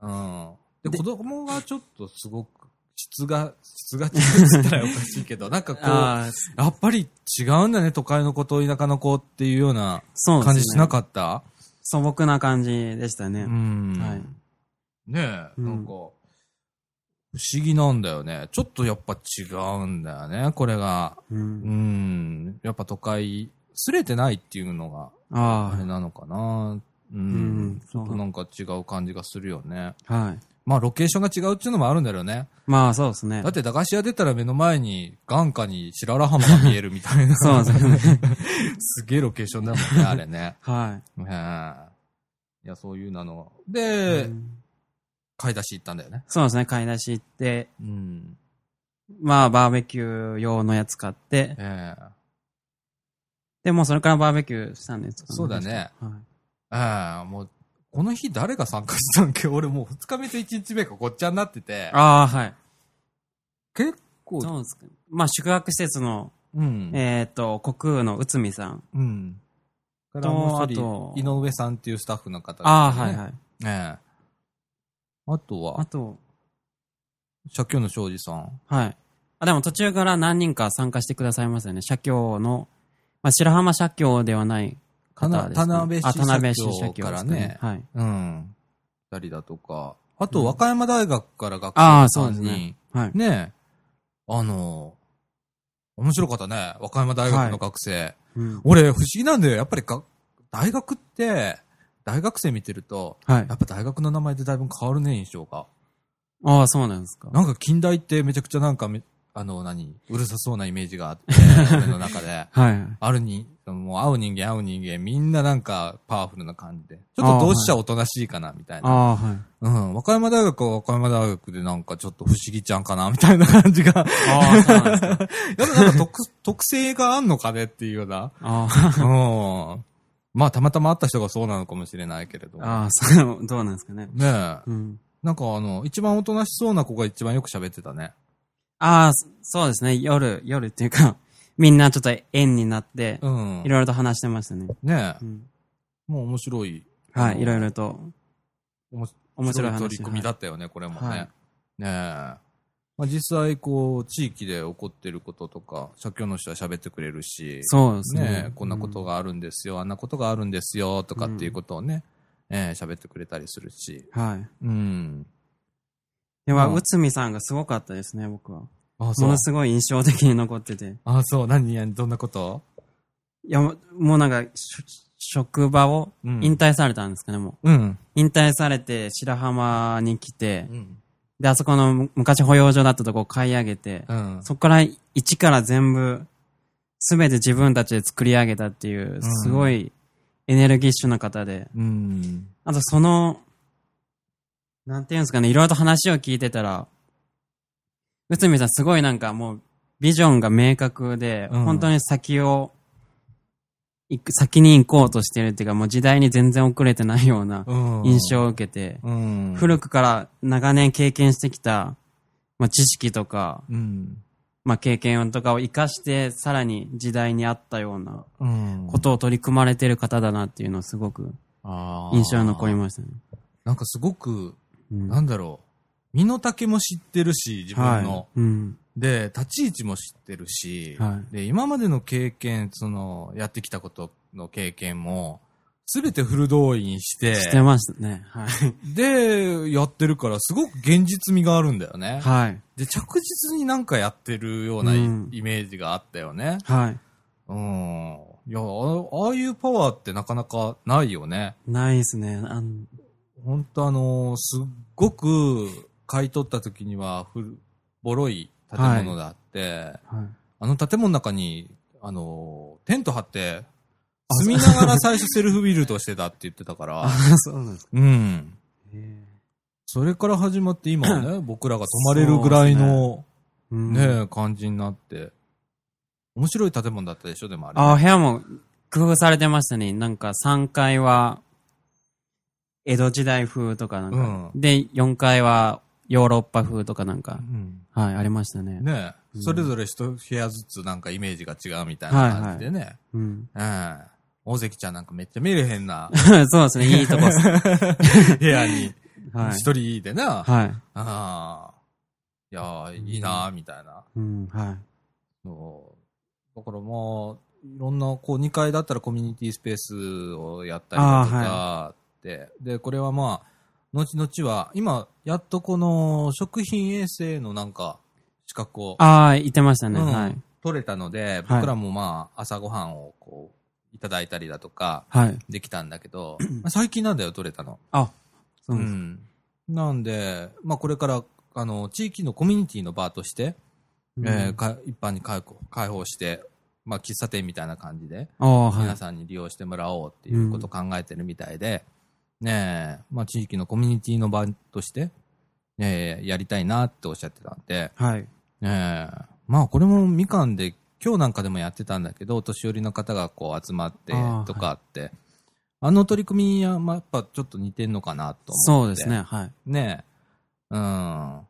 [SPEAKER 1] うん。で、子供がちょっとすごく、質が、質が違うって言ったらおかしいけど、 なんかこう、や
[SPEAKER 2] ああ、
[SPEAKER 1] っぱり違うんだね、都会の子と田舎の子っていうような
[SPEAKER 2] そうですね。
[SPEAKER 1] 感じしなかった
[SPEAKER 2] 素朴な感じでしたね。
[SPEAKER 1] う,、ん。
[SPEAKER 2] はい
[SPEAKER 1] ねえ、
[SPEAKER 2] うん
[SPEAKER 1] なんか、不思議なんだよね。ちょっとやっぱ違うんだよね、これが。
[SPEAKER 2] う。
[SPEAKER 1] うんん。やっぱ都会、すれてないっていうのが、あれ
[SPEAKER 2] あ
[SPEAKER 1] なのかな。うん。
[SPEAKER 2] うん
[SPEAKER 1] ちょっとなんか違う感じがするよね。
[SPEAKER 2] あ。はい。
[SPEAKER 1] まあ、ロケーションが違うっていうのもあるんだろうね。
[SPEAKER 2] まあそうですね
[SPEAKER 1] だっ。て、駄菓子屋出たら目の前に、眼下に白良浜が見えるみたいな。
[SPEAKER 2] そうですね。
[SPEAKER 1] すげえロケーションだもんね、あれね。
[SPEAKER 2] は
[SPEAKER 1] ねえいや、そういうなの。
[SPEAKER 2] い。
[SPEAKER 1] で、
[SPEAKER 2] うん
[SPEAKER 1] 買い出し行ったんだよね。
[SPEAKER 2] そうですね。買い出し行って、
[SPEAKER 1] うん。
[SPEAKER 2] まあバーベキュー用のやつ買って、
[SPEAKER 1] ええ
[SPEAKER 2] で、もうそれからバーベキューしたんですか
[SPEAKER 1] そうだ。ね。
[SPEAKER 2] はい。
[SPEAKER 1] ええもう、この日誰が参加したんけ俺もう2日目と1日目がごっちゃになってて。
[SPEAKER 2] ああ、はい。
[SPEAKER 1] 結構、
[SPEAKER 2] そうですか。まあ宿泊施設の、
[SPEAKER 1] うん。
[SPEAKER 2] えっと、国空の内海さん。
[SPEAKER 1] うん。から
[SPEAKER 2] と
[SPEAKER 1] もう一
[SPEAKER 2] あと
[SPEAKER 1] 人、井上さんっていうスタッフの方、
[SPEAKER 2] ああ、はいはい。
[SPEAKER 1] ええあと
[SPEAKER 2] あ
[SPEAKER 1] は、
[SPEAKER 2] と、
[SPEAKER 1] 社協の庄司さん。
[SPEAKER 2] はい。あ、でも途中から何人か参加してくださいますよね。社協の、まあ、白浜社協ではない
[SPEAKER 1] 田
[SPEAKER 2] 方
[SPEAKER 1] な
[SPEAKER 2] です、ね。
[SPEAKER 1] 田辺
[SPEAKER 2] あ田
[SPEAKER 1] 市
[SPEAKER 2] 辺市
[SPEAKER 1] 社
[SPEAKER 2] 社
[SPEAKER 1] 協
[SPEAKER 2] 協
[SPEAKER 1] から
[SPEAKER 2] です
[SPEAKER 1] ね、
[SPEAKER 2] はい。
[SPEAKER 1] うん。二人だとか、あ
[SPEAKER 2] う
[SPEAKER 1] と、
[SPEAKER 2] ん
[SPEAKER 1] 和歌山大学から学
[SPEAKER 2] ああ
[SPEAKER 1] 生
[SPEAKER 2] そ
[SPEAKER 1] さ
[SPEAKER 2] うです
[SPEAKER 1] んに
[SPEAKER 2] ね、はい。
[SPEAKER 1] ねえ、あの、面白かったね。和歌山大学の学生。
[SPEAKER 2] うん
[SPEAKER 1] 俺、不思議なんだよ。やっぱりが、大学って、大学生見てると、
[SPEAKER 2] はい
[SPEAKER 1] や。っぱ大学の名前でだいぶ変わるね、印象が。
[SPEAKER 2] ああ、そうなんですか。
[SPEAKER 1] なんか近代ってめちゃくちゃなんかめ、あの、何、うるさそうなイメージがあって、俺の中で。
[SPEAKER 2] はい。
[SPEAKER 1] あるに、もう会う人間会う人間、みんななんかパワフルな感じで。ちょっと同志社おとなしいかな、みたい
[SPEAKER 2] あ
[SPEAKER 1] な。
[SPEAKER 2] あ、はい。
[SPEAKER 1] うん。和歌山大学は和歌山大学でなんかちょっと不思議ちゃんかな、みたいな感じが。
[SPEAKER 2] ああ、そうなんです か。
[SPEAKER 1] やっぱなんか特、特性があんのかねっていうよう な。
[SPEAKER 2] ああ、
[SPEAKER 1] うん。まあ、たまたま会った人がそうなのかもしれないけれど。ね
[SPEAKER 2] ああそう、どうなんですかね。
[SPEAKER 1] え。
[SPEAKER 2] うん。
[SPEAKER 1] なんかあの、一番おとなしそうな子が一番よく喋ってたね。
[SPEAKER 2] ああ、そそうですね。夜、夜っていうか、みんなちょっと円になって、
[SPEAKER 1] うん
[SPEAKER 2] い。ろいろと話してましたね。
[SPEAKER 1] ねえ
[SPEAKER 2] う。ん、
[SPEAKER 1] もう面白い。
[SPEAKER 2] は
[SPEAKER 1] あの
[SPEAKER 2] い、いろいろと。
[SPEAKER 1] おも
[SPEAKER 2] 面白い話
[SPEAKER 1] 取り組みだったよね、これもね。
[SPEAKER 2] はい
[SPEAKER 1] ねえ。まあ、実際、こう、地域で起こってることとか、社協の人は喋ってくれるし、
[SPEAKER 2] そうですね。
[SPEAKER 1] ねえ、こんなことがあるんですよ、あんなことがあるんですよ、とかっていうことをね、ええ喋ってくれたりするし。
[SPEAKER 2] うん。はい。
[SPEAKER 1] うん。
[SPEAKER 2] では、
[SPEAKER 1] うん
[SPEAKER 2] 内海さんがすごかったですね、僕は。
[SPEAKER 1] あ、
[SPEAKER 2] も
[SPEAKER 1] そう
[SPEAKER 2] の。すごい印象的に残ってて。
[SPEAKER 1] あ、そう。何何どんなこと
[SPEAKER 2] いや、ももうなんか、し職場を
[SPEAKER 1] うん
[SPEAKER 2] 引退されたんですかね、もう。
[SPEAKER 1] うん。
[SPEAKER 2] 引退されて、白浜に来て、
[SPEAKER 1] うん。
[SPEAKER 2] で、あそこのむ昔保養所だったとこを買い上げて、
[SPEAKER 1] うん。
[SPEAKER 2] そこから一から全部、すべて自分たちで作り上げたっていう、
[SPEAKER 1] ん
[SPEAKER 2] すごいエネルギッシュな方で、
[SPEAKER 1] うん。
[SPEAKER 2] あとその、なんていうんですかね、いろいろと話を聞いてたら、内海さんすごいなんかもう、ビジョンが明確で、
[SPEAKER 1] うん
[SPEAKER 2] 本当に先を、行く、先に行こうとしてるっていうか、もう時代に全然遅れてないような
[SPEAKER 1] うん
[SPEAKER 2] 印象を受けて、
[SPEAKER 1] うん。
[SPEAKER 2] 古くから長年経験してきた、まあ、知識とか、
[SPEAKER 1] うん。
[SPEAKER 2] まあ、経験とかを活かして、さらに時代に合ったような
[SPEAKER 1] うん。
[SPEAKER 2] ことを取り組まれてる方だなっていうのをすごく
[SPEAKER 1] あー
[SPEAKER 2] 印象に残りましたね。
[SPEAKER 1] なんかすごく、
[SPEAKER 2] うん
[SPEAKER 1] なんだろう。身の丈も知ってるし、自分の。
[SPEAKER 2] はい、うん。
[SPEAKER 1] で、立ち位置も知ってるし、
[SPEAKER 2] は
[SPEAKER 1] で、今までの経験、その、やってきたことの経験も、すべてフル動員して、
[SPEAKER 2] してましたね。 はい。
[SPEAKER 1] で、やってるから、すごく現実味があるんだよね。
[SPEAKER 2] はい。
[SPEAKER 1] で、着実になんかやってるようなイ,、
[SPEAKER 2] うん
[SPEAKER 1] メージがあったよね。
[SPEAKER 2] はい。
[SPEAKER 1] うん。いや、あああいうパワーってなかなかないよね。
[SPEAKER 2] ないですね。あの、
[SPEAKER 1] 本当あのーすっごく買い取った時には古ボロい建物だって、
[SPEAKER 2] はい。
[SPEAKER 1] あの建物の中に、あのーテント張って、住みながら最初セルフビルドしてたって言ってたか
[SPEAKER 2] あ
[SPEAKER 1] ら、、
[SPEAKER 2] そうなんですか。
[SPEAKER 1] うん。
[SPEAKER 2] へ
[SPEAKER 1] それから始まって今は ね、僕らが泊まれるぐらいの
[SPEAKER 2] えうん
[SPEAKER 1] ね、感じになって、面白い建物だったでしょ、でもあれ。
[SPEAKER 2] あ、部屋も工夫されてましたね。なんか3階は、江戸時代風とかなんか、
[SPEAKER 1] う
[SPEAKER 2] で、4階はヨーロッパ風とかなんか
[SPEAKER 1] う、ん
[SPEAKER 2] はい、ありましたね。
[SPEAKER 1] ね、
[SPEAKER 2] うん
[SPEAKER 1] それぞれ一部屋ずつなんかイメージが違うみたいな感じでね。
[SPEAKER 2] うん。
[SPEAKER 1] うん。大関ちゃんなんかめっちゃメルヘンな
[SPEAKER 2] そうですね、いいとこ っす。
[SPEAKER 1] 部屋に
[SPEAKER 2] はい。
[SPEAKER 1] 一人でな、
[SPEAKER 2] はい。
[SPEAKER 1] ああ、いやー、いいなーみたいな。
[SPEAKER 2] うん、はい。
[SPEAKER 1] そうだからもう、いろんな、こう、2階だったらコミュニティスペースをやったりだとかって、で、これはまあ、後々は、今、やっとこの食品衛生のなんか、資格を
[SPEAKER 2] ああ、いてましたね、
[SPEAKER 1] うん
[SPEAKER 2] はい。
[SPEAKER 1] 取れたので、僕らもまあ、朝ごはんをこう、いただいたりだとか、
[SPEAKER 2] はい。
[SPEAKER 1] できたんだけ ど、まあ最近なんだよ、取れたの。
[SPEAKER 2] あ、そう
[SPEAKER 1] う
[SPEAKER 2] なんです。
[SPEAKER 1] ん、なんで、まあ、これからあの地域のコミュニティのバーとして、
[SPEAKER 2] うん
[SPEAKER 1] えーか一般に開放開放して、まあ、喫茶店みたいな感じで、
[SPEAKER 2] ああ、はい
[SPEAKER 1] 皆。さんに利用してもらおうっていうことを考えてるみたいで、ねえまあ、地域のコミュニティの場として、ねえやりたいなっておっしゃってたんで、
[SPEAKER 2] はい。
[SPEAKER 1] ねえまあ、これもみかんで、今日なんかでもやってたんだけど、お年寄りの方がこう集まって
[SPEAKER 2] あー
[SPEAKER 1] とかあって、あの取り組みは、まあ、やっぱちょっと似てんのかなと
[SPEAKER 2] そう
[SPEAKER 1] 思
[SPEAKER 2] で
[SPEAKER 1] って。
[SPEAKER 2] すね、はい。
[SPEAKER 1] ねえ。うん。あ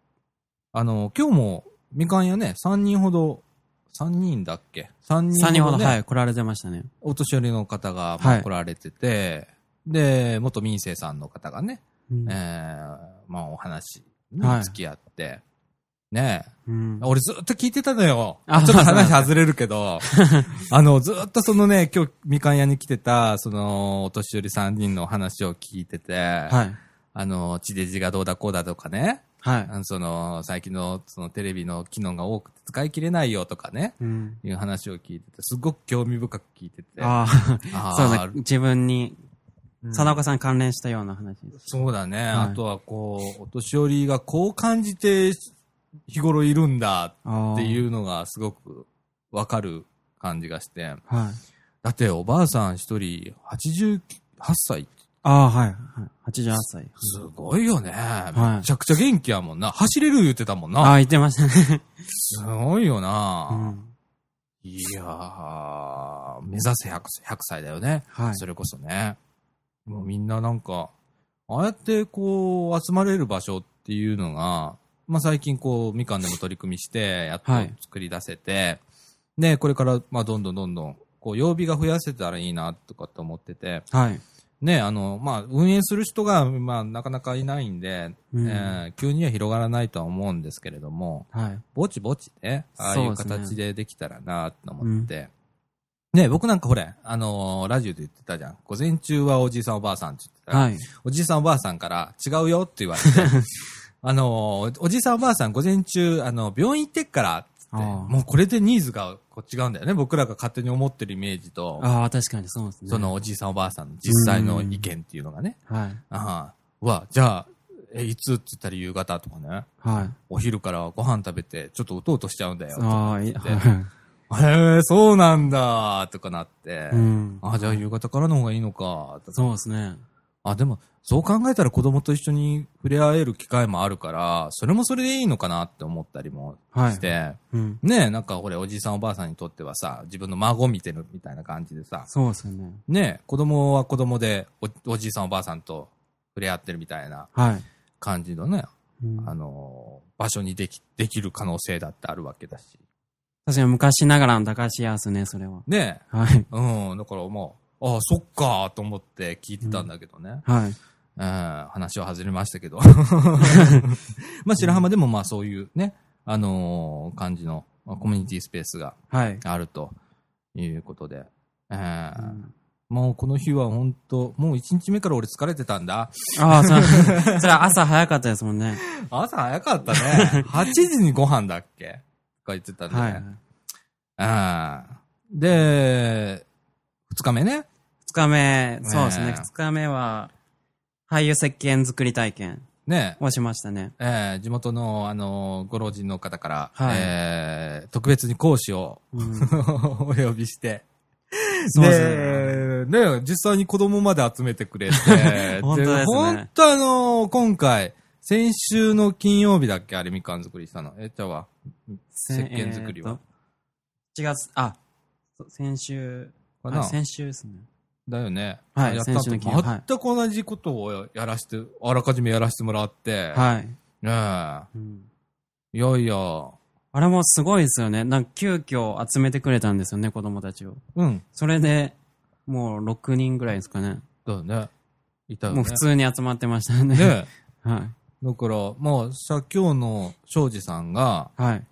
[SPEAKER 1] の、今日も、みかん屋ね、3人ほど、3人だっけ ?3 人
[SPEAKER 2] 3人ほど、
[SPEAKER 1] ね
[SPEAKER 2] はい、来られてましたね。
[SPEAKER 1] お年寄りの方がまあ
[SPEAKER 2] はい
[SPEAKER 1] 来られてて、で、元民生さんの方がね、
[SPEAKER 2] うん
[SPEAKER 1] えーまあ、お話に
[SPEAKER 2] はい
[SPEAKER 1] 付き合って、ねえ
[SPEAKER 2] うん
[SPEAKER 1] 俺ずっと聞いてたのよ。ちょ
[SPEAKER 2] あ
[SPEAKER 1] っと
[SPEAKER 2] そうなん
[SPEAKER 1] 話
[SPEAKER 2] だ
[SPEAKER 1] 外れるけ ど、あの、ずっとそのね、今日、みかん屋に来てた、その、お年寄り3人の話を聞いてて、
[SPEAKER 2] はい。
[SPEAKER 1] あの、地デジがどうだこうだとかね、
[SPEAKER 2] はい
[SPEAKER 1] あ。のその、最近の、そのテレビの機能が多くて使い切れないよとかね、
[SPEAKER 2] うん。
[SPEAKER 1] いう話を聞いてて、すごく興味深く聞いてて。
[SPEAKER 2] ああ。
[SPEAKER 1] あ
[SPEAKER 2] そう
[SPEAKER 1] ー
[SPEAKER 2] だ、自分に、
[SPEAKER 1] うん
[SPEAKER 2] 貞岡さんに関連したような話です。
[SPEAKER 1] そうだね。
[SPEAKER 2] はい
[SPEAKER 1] あとは、こう、お年寄りがこう感じて、日頃いるんだ
[SPEAKER 2] あ。
[SPEAKER 1] っていううのがすごくわかる感じがして。
[SPEAKER 2] はい。
[SPEAKER 1] だって、おばあさん一人88歳って
[SPEAKER 2] ああ、はい。はい88歳。
[SPEAKER 1] すごいよね。
[SPEAKER 2] い
[SPEAKER 1] めちゃくちゃ元気やもんな。走れる言ってたもん
[SPEAKER 2] あ
[SPEAKER 1] な。
[SPEAKER 2] あ、言ってましたね。
[SPEAKER 1] すごいよ
[SPEAKER 2] う
[SPEAKER 1] な。
[SPEAKER 2] ん。
[SPEAKER 1] いやー、目指せ 100, 100歳だよね。
[SPEAKER 2] はい。
[SPEAKER 1] それこそね。もうみんななんか、ああやってこう、集まれる場所っていうのが、まあ最近こう、みかんでも取り組みして、やっと
[SPEAKER 2] はい
[SPEAKER 1] 作り出せて、ね、これから、まあどんどんどんどん、こう、曜日が増やせたらいいな、とかって思ってて、
[SPEAKER 2] はい。
[SPEAKER 1] ね、あの、まあ運営する人が、まあなかなかいないんで、
[SPEAKER 2] うん
[SPEAKER 1] えー急には広がらないとは思うんですけれども、
[SPEAKER 2] はい。
[SPEAKER 1] ぼちぼちね、ああい
[SPEAKER 2] そう
[SPEAKER 1] う
[SPEAKER 2] ですね
[SPEAKER 1] 形でできたらなと思って。ね僕なんかほれ、あのーラジオで言ってたじゃん。午前中はおじいさんおばあさんって言ってた。
[SPEAKER 2] はい。
[SPEAKER 1] おじいさんおばあさんから違うよって言われて。 あのーおじいさんおばあさん午前中、あの、病院行ってっからっつって
[SPEAKER 2] あー
[SPEAKER 1] もうこれでニーズがこう違うんだよね。僕らが勝手に思ってるイメージと、
[SPEAKER 2] ああ、確かにそうですね。
[SPEAKER 1] その、おじいさんおばあさんの実際の意見っていうのがね。
[SPEAKER 2] はい。
[SPEAKER 1] ああ、は、じゃあ、え、いつって言ったら夕方とかね。
[SPEAKER 2] はい。
[SPEAKER 1] お昼からご飯食べて、ちょっとうとうとしちゃうんだよ。
[SPEAKER 2] ああ、いい。
[SPEAKER 1] とかってへえ、そうなんだとかなって。
[SPEAKER 2] うん。
[SPEAKER 1] あ、じゃあ夕方からの方がいいのか。とか
[SPEAKER 2] そうですね。
[SPEAKER 1] あ、でも、そう考えたら子供と一緒に触れ合える機会もあるから、それもそれでいいのかなって思ったりも
[SPEAKER 2] はい
[SPEAKER 1] して。
[SPEAKER 2] うん。
[SPEAKER 1] ねえ、なんかほれ、おじいさんおばあさんにとってはさ、自分の孫見てるみたいな感じでさ、
[SPEAKER 2] そうですよね。
[SPEAKER 1] ねえ、子供は子供でお、おじいさんおばあさんと触れ合ってるみたいな
[SPEAKER 2] はい。
[SPEAKER 1] 感じのね、
[SPEAKER 2] うん
[SPEAKER 1] あのー場所にでき、できる可能性だってあるわけだし。
[SPEAKER 2] 確かに昔ながらの駄菓子屋ですね、それは。
[SPEAKER 1] ねえ、
[SPEAKER 2] はい。
[SPEAKER 1] うん、だからまあ、ああ、そっかーと思って聞いてたんだけどね。
[SPEAKER 2] はい。
[SPEAKER 1] うん、話は外れましたけど。 まあ、白浜でもまあそういうね、あのー感じのまあコミュニティスペースが
[SPEAKER 2] はい。
[SPEAKER 1] あるということで。えー
[SPEAKER 2] うん
[SPEAKER 1] もうこの日は本当もう1日目から俺疲れてたんだ。
[SPEAKER 2] ああ、そう。 それは朝早かったですもんね。
[SPEAKER 1] 朝早かったね。8時 にご飯だっけとか言ってたんで、
[SPEAKER 2] はい。
[SPEAKER 1] うんで、2日目ね。
[SPEAKER 2] 二日目、そうです
[SPEAKER 1] ね
[SPEAKER 2] ね。
[SPEAKER 1] え
[SPEAKER 2] 二日目は、俳優石鹸作り体験
[SPEAKER 1] ね、
[SPEAKER 2] をしましたね。
[SPEAKER 1] えー地元の、あのーご老人の方から、
[SPEAKER 2] はい
[SPEAKER 1] えー特別に講師を
[SPEAKER 2] うん
[SPEAKER 1] お呼びして、
[SPEAKER 2] そうですね。、
[SPEAKER 1] ねね実際に子供まで集めてくれて
[SPEAKER 2] 本当ですね
[SPEAKER 1] 本当あのー今回、先週の金曜日だっけあれ、みかん作りしたの。え、じゃあは、石
[SPEAKER 2] せ
[SPEAKER 1] 鹸作りは。。
[SPEAKER 2] えーと7月、あ、そう先週、
[SPEAKER 1] かな
[SPEAKER 2] あ先週ですね。
[SPEAKER 1] だよね。
[SPEAKER 2] はい
[SPEAKER 1] やった
[SPEAKER 2] 先週の金曜はい
[SPEAKER 1] 全く同じことをやらして、あらかじめやらせてもらって、
[SPEAKER 2] はい。
[SPEAKER 1] ね
[SPEAKER 2] うん
[SPEAKER 1] え、いやいや、
[SPEAKER 2] あれもすごいですよね。なんか急遽集めてくれたんですよね、子供たちを。
[SPEAKER 1] うん、
[SPEAKER 2] それで、もう6人ぐらいですかね。
[SPEAKER 1] だよね。いたよね。
[SPEAKER 2] もう普通に集まってましたね。
[SPEAKER 1] ね
[SPEAKER 2] は
[SPEAKER 1] だから、まあ、社協の庄司さんが、
[SPEAKER 2] い。はい。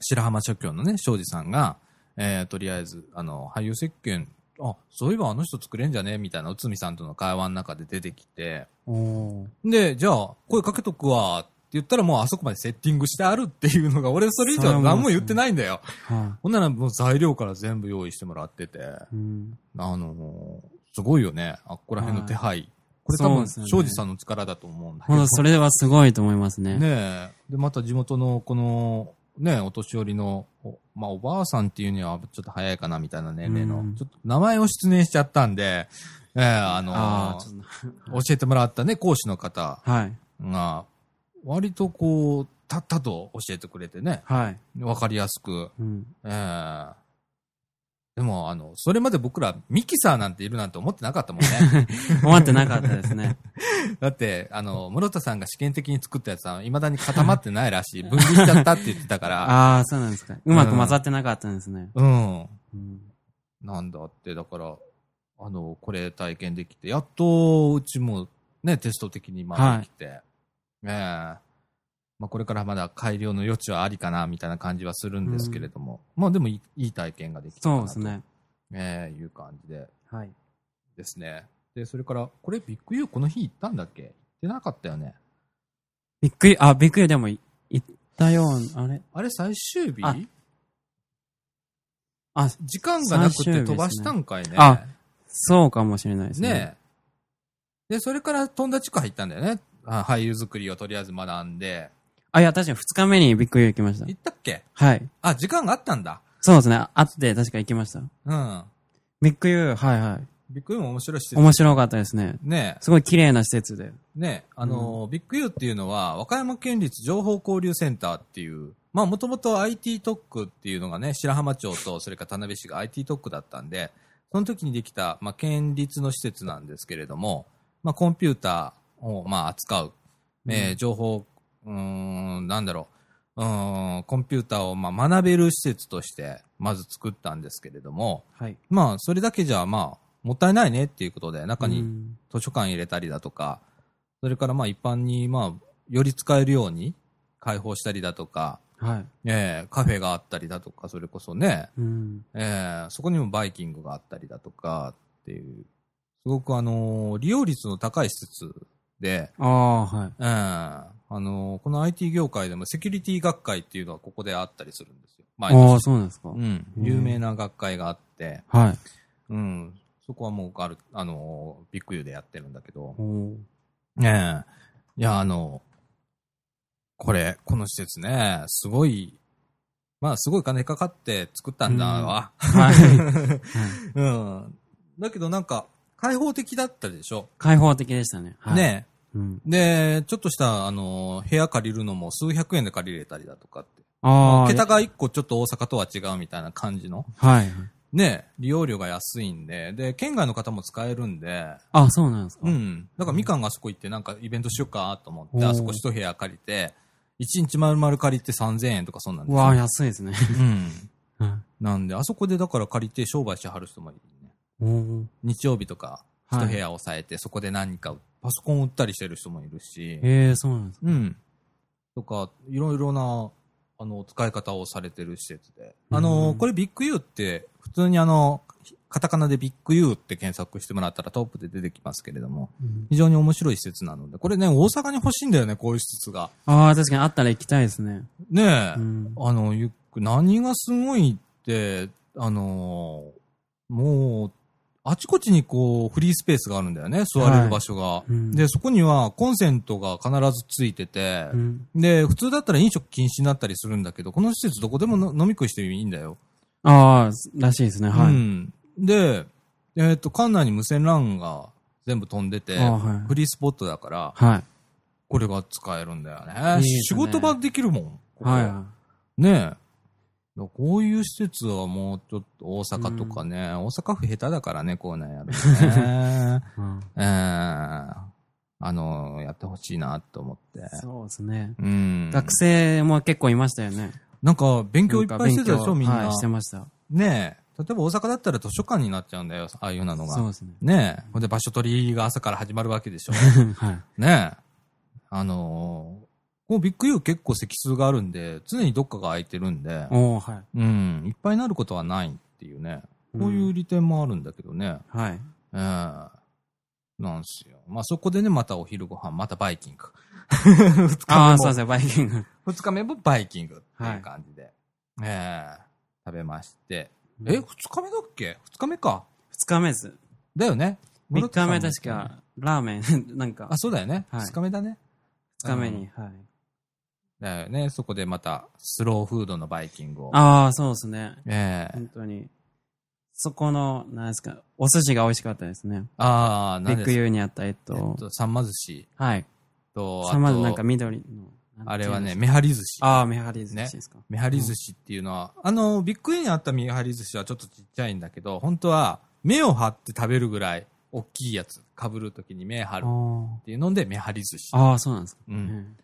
[SPEAKER 1] 白浜社協のね、庄司さんが、えー、とりあえず、あの、俳優石鹸、あ、そういえばあの人作れんじゃねみたいな、内海さんとの会話の中で出てきて、
[SPEAKER 2] おー
[SPEAKER 1] で、じゃあ、声かけとくわ、って言ったらもうあそこまでセッティングしてあるっていうのが、俺それ以上何も言ってないんだよ。
[SPEAKER 2] は
[SPEAKER 1] ほんならもう材料から全部用意してもらってて、
[SPEAKER 2] い。うん。
[SPEAKER 1] あのーすごいよね。あっこら辺の手配。これ多
[SPEAKER 2] そう
[SPEAKER 1] 分、
[SPEAKER 2] ですよね
[SPEAKER 1] 庄司さんの力だと思うんだけ
[SPEAKER 2] ほん
[SPEAKER 1] ど
[SPEAKER 2] と、。それはすごいと思いますね。
[SPEAKER 1] ねえ。で、また地元の、この、ねえ、お年寄りの、おまあ、おばあさんっていうには、ちょっと早いかな、みたいな年齢
[SPEAKER 2] う
[SPEAKER 1] の
[SPEAKER 2] ん、
[SPEAKER 1] ちょっと名前を失念しちゃったんで、ええあの
[SPEAKER 2] ああ、ちょっ
[SPEAKER 1] 教えてもらったね、講師の方
[SPEAKER 2] と。はい。
[SPEAKER 1] が、割とこう、たったと教えてくれてね、
[SPEAKER 2] はい。
[SPEAKER 1] わかりやすく、
[SPEAKER 2] うん。
[SPEAKER 1] ええでも、あの、それまで僕ら、ミキサーなんているなんて思ってなかったもん ね。
[SPEAKER 2] 思ってなかったですね。
[SPEAKER 1] だって、あの、室田さんが試験的に作ったやつは、未だに固まってないらしい。分離しちゃったって言ってたから。
[SPEAKER 2] ああ、そうなんですか。うまく混ざってなかったんですね。
[SPEAKER 1] うん。
[SPEAKER 2] うん。
[SPEAKER 1] なんだって、だから、あの、これ体験できて、やっとうちもね、テスト的に
[SPEAKER 2] は
[SPEAKER 1] ま
[SPEAKER 2] い
[SPEAKER 1] あできて、ええまあ、これからまだ改良の余地はありかなみたいな感じはするんですけれども、まあでもいいいい体験ができたかな
[SPEAKER 2] そう
[SPEAKER 1] と
[SPEAKER 2] ですね。
[SPEAKER 1] ええいう感じで
[SPEAKER 2] はい。
[SPEAKER 1] ですね。で、それから、これビッグユーこの日行ったんだっけ行ってなかったよね。
[SPEAKER 2] びっくり、あ、びっくりでもい行ったような、あれ
[SPEAKER 1] あれ最終日
[SPEAKER 2] ああ、
[SPEAKER 1] 時間がなく
[SPEAKER 2] 最終日
[SPEAKER 1] て
[SPEAKER 2] ですね
[SPEAKER 1] 飛ばしたんかいね。
[SPEAKER 2] あそうかもしれないですね。
[SPEAKER 1] ねえ。で、それから飛んだ地区入ったんだよね。あ俳優作りをとりあえず学んで。
[SPEAKER 2] あ、いや、確かに2日目にびっくり行きました。
[SPEAKER 1] 行ったっけ
[SPEAKER 2] はい。
[SPEAKER 1] あ、時間があったんだ。
[SPEAKER 2] そうですね。あって、確か行きました。
[SPEAKER 1] うん。
[SPEAKER 2] ビッグユー、はいは
[SPEAKER 1] ビッグユーも面白いし
[SPEAKER 2] い。。面白かったですね。
[SPEAKER 1] ね
[SPEAKER 2] すごい綺麗な施設で。
[SPEAKER 1] え、ねえ、あのービッグユーっていうのは、和歌山県立情報交流センターっていう、まあもともと IT 特区っていうのがね、白浜町とそれから田辺市が IT 特区だったんで、その時にできた、まあ県立の施設なんですけれども、まあコンピューターを、まあ扱う、えー情報、うーん、なんだろう、うーん、コンピューターを、まあ学べる施設として、まず作ったんですけれども、
[SPEAKER 2] はい。
[SPEAKER 1] まあそれだけじゃ、まあ、もったいないねっていうことで、中に、
[SPEAKER 2] うん
[SPEAKER 1] 図書館入れたりだとか、それからまあ一般にまあより使えるように開放したりだとか、
[SPEAKER 2] はい。
[SPEAKER 1] ええカフェがあったりだとか、それこそね、
[SPEAKER 2] うん。
[SPEAKER 1] ええそこにもバイキングがあったりだとかっていう、すごくあのー利用率の高い施設で、
[SPEAKER 2] ああ、はい。
[SPEAKER 1] ええあのーこの IT 業界でもセキュリティ学会っていうのはここであったりするんですよ。毎年
[SPEAKER 2] ああ、そうなんですか。
[SPEAKER 1] うん、有名な学会があって、
[SPEAKER 2] はい。
[SPEAKER 1] うん、そこはもうある、あのービッグユーでやってるんだけど、
[SPEAKER 2] お
[SPEAKER 1] ねえ。いや、あの、これ、この施設ね、すごい、まあ、すごい金かかって作ったんだわ。
[SPEAKER 2] はい。
[SPEAKER 1] うん。だけどなんか、開放的だったでしょ、
[SPEAKER 2] 開放的でしたね。はい。。
[SPEAKER 1] ね
[SPEAKER 2] うん。
[SPEAKER 1] え。で、ちょっとした、あの、部屋借りるのも数百円で借りれたりだとかって。
[SPEAKER 2] ああ。
[SPEAKER 1] 桁が一個ちょっと大阪とは違うみたいな感じの。
[SPEAKER 2] はい。
[SPEAKER 1] ねえ、利用料が安いんで、で、県外の方も使えるんで、
[SPEAKER 2] あ、そうなんですか。
[SPEAKER 1] うん。だからみかんがあそこ行ってなんかイベントしようかと思っ
[SPEAKER 2] お
[SPEAKER 1] て、
[SPEAKER 2] ー
[SPEAKER 1] あそこ一部屋借りて、一日丸々借りて3000円とかそんなん
[SPEAKER 2] う
[SPEAKER 1] です
[SPEAKER 2] わあ、
[SPEAKER 1] よ。
[SPEAKER 2] 安いですね。
[SPEAKER 1] うん。
[SPEAKER 2] は
[SPEAKER 1] なんで、あそこでだから借りて商売しはる人もいるね。
[SPEAKER 2] い。お
[SPEAKER 1] 日曜日とか
[SPEAKER 2] は
[SPEAKER 1] 一
[SPEAKER 2] い
[SPEAKER 1] 部屋押さえて、そこで何かパソコン売ったりしてる人もいるし、
[SPEAKER 2] ええ、そうなんですか。
[SPEAKER 1] うん。とか、いろいろな、あの、使い方をされてる施設で。
[SPEAKER 2] うん
[SPEAKER 1] あの、これビッグユーって、普通にあの、カタカナでビッグユーって検索してもらったらトップで出てきますけれども、非常に面白い施設なので、これね、大阪に欲しいんだよね、こういう施設が。
[SPEAKER 2] ああ、確かにあったら行きたいですね。
[SPEAKER 1] ねえ、
[SPEAKER 2] うん。
[SPEAKER 1] あの、ゆっく何がすごいって、あのーもう、あちこちにこう、フリースペースがあるんだよね、座れる場所が。
[SPEAKER 2] うん
[SPEAKER 1] で、そこにはコンセントが必ずついてて、
[SPEAKER 2] うん
[SPEAKER 1] で、普通だったら飲食禁止になったりするんだけど、この施設どこでもの飲み食いしていいんだよ。
[SPEAKER 2] ああ、らしいですね。は
[SPEAKER 1] う
[SPEAKER 2] い。
[SPEAKER 1] ん。で、えっ、と、館内に無線 LAN が全部飛んでて、
[SPEAKER 2] ああはい
[SPEAKER 1] フリースポットだから、
[SPEAKER 2] はい。
[SPEAKER 1] これが使えるんだよね。
[SPEAKER 2] いいですね
[SPEAKER 1] 仕事場できるもん。ここ
[SPEAKER 2] はいは
[SPEAKER 1] ねえ。だからこういう施設はもうちょっと大阪とかね、大阪府下手だからね、こうなんやる ね。
[SPEAKER 2] い。うん
[SPEAKER 1] えーあの、やってほしいなと思って。
[SPEAKER 2] そうですね。
[SPEAKER 1] うん。
[SPEAKER 2] 学生も結構いましたよね。
[SPEAKER 1] なんか勉強いっぱいしてたでし
[SPEAKER 2] 勉強
[SPEAKER 1] ょ、みんな。
[SPEAKER 2] はい、してました。
[SPEAKER 1] ねえ。例えば大阪だったら図書館になっちゃうんだよ、ああいうなの
[SPEAKER 2] そう
[SPEAKER 1] が。
[SPEAKER 2] ですね。
[SPEAKER 1] ねえ。ほんで場所取りが朝から始まるわけでしょ。
[SPEAKER 2] はい。
[SPEAKER 1] ねえ。あのーこのビッグユー結構席数があるんで、常にどっかが空いてるんで、
[SPEAKER 2] おおは
[SPEAKER 1] うん、いっぱいになることはないっていうね。
[SPEAKER 2] い。
[SPEAKER 1] こういう利点もあるんだけどね。
[SPEAKER 2] うん。はい。
[SPEAKER 1] ええなんですよ。まあ、そこでね、またお昼ご飯、またバイキング。 二日
[SPEAKER 2] ああ、そうですね、バイキング。
[SPEAKER 1] 目も、二日目もバイキングっていう感じで。ええ食べまして。え、
[SPEAKER 2] 二
[SPEAKER 1] 二日目だっけ二日目か。
[SPEAKER 2] 日目です。
[SPEAKER 1] だよね。
[SPEAKER 2] 三日目
[SPEAKER 1] 室田
[SPEAKER 2] 確
[SPEAKER 1] さんも
[SPEAKER 2] か、ラーメン、 なんか
[SPEAKER 1] あ、、そうだよね。
[SPEAKER 2] はい
[SPEAKER 1] 二日目だね。
[SPEAKER 2] 二日目に。はい。
[SPEAKER 1] だよね。そこでまた、スローフードのバイキングを。
[SPEAKER 2] ああ、そうですね。
[SPEAKER 1] ええ
[SPEAKER 2] 本当に。そこの、なんですか、お寿司が美味しかったですね。
[SPEAKER 1] ああ、
[SPEAKER 2] ビ
[SPEAKER 1] 何
[SPEAKER 2] ッ
[SPEAKER 1] で
[SPEAKER 2] グ
[SPEAKER 1] すか。
[SPEAKER 2] ユーにあった、えっ
[SPEAKER 1] え
[SPEAKER 2] と
[SPEAKER 1] っ、と、さんま寿司
[SPEAKER 2] はい。
[SPEAKER 1] と、あ
[SPEAKER 2] さ
[SPEAKER 1] と、
[SPEAKER 2] まずなんか緑の。なんて
[SPEAKER 1] あれはね、
[SPEAKER 2] いうんですか、
[SPEAKER 1] めはり寿司。
[SPEAKER 2] ああ、めはり寿司ですか。
[SPEAKER 1] めはり寿司っていうのは、あの、ビッグイにあっためはり寿司はちょっとちっちゃいんだけど、本当は目を張って食べるぐらい大きいやつ、被るときに目張るっていうので、めはり寿司。
[SPEAKER 2] あーあー、そうなんですか。
[SPEAKER 1] う。
[SPEAKER 2] うんん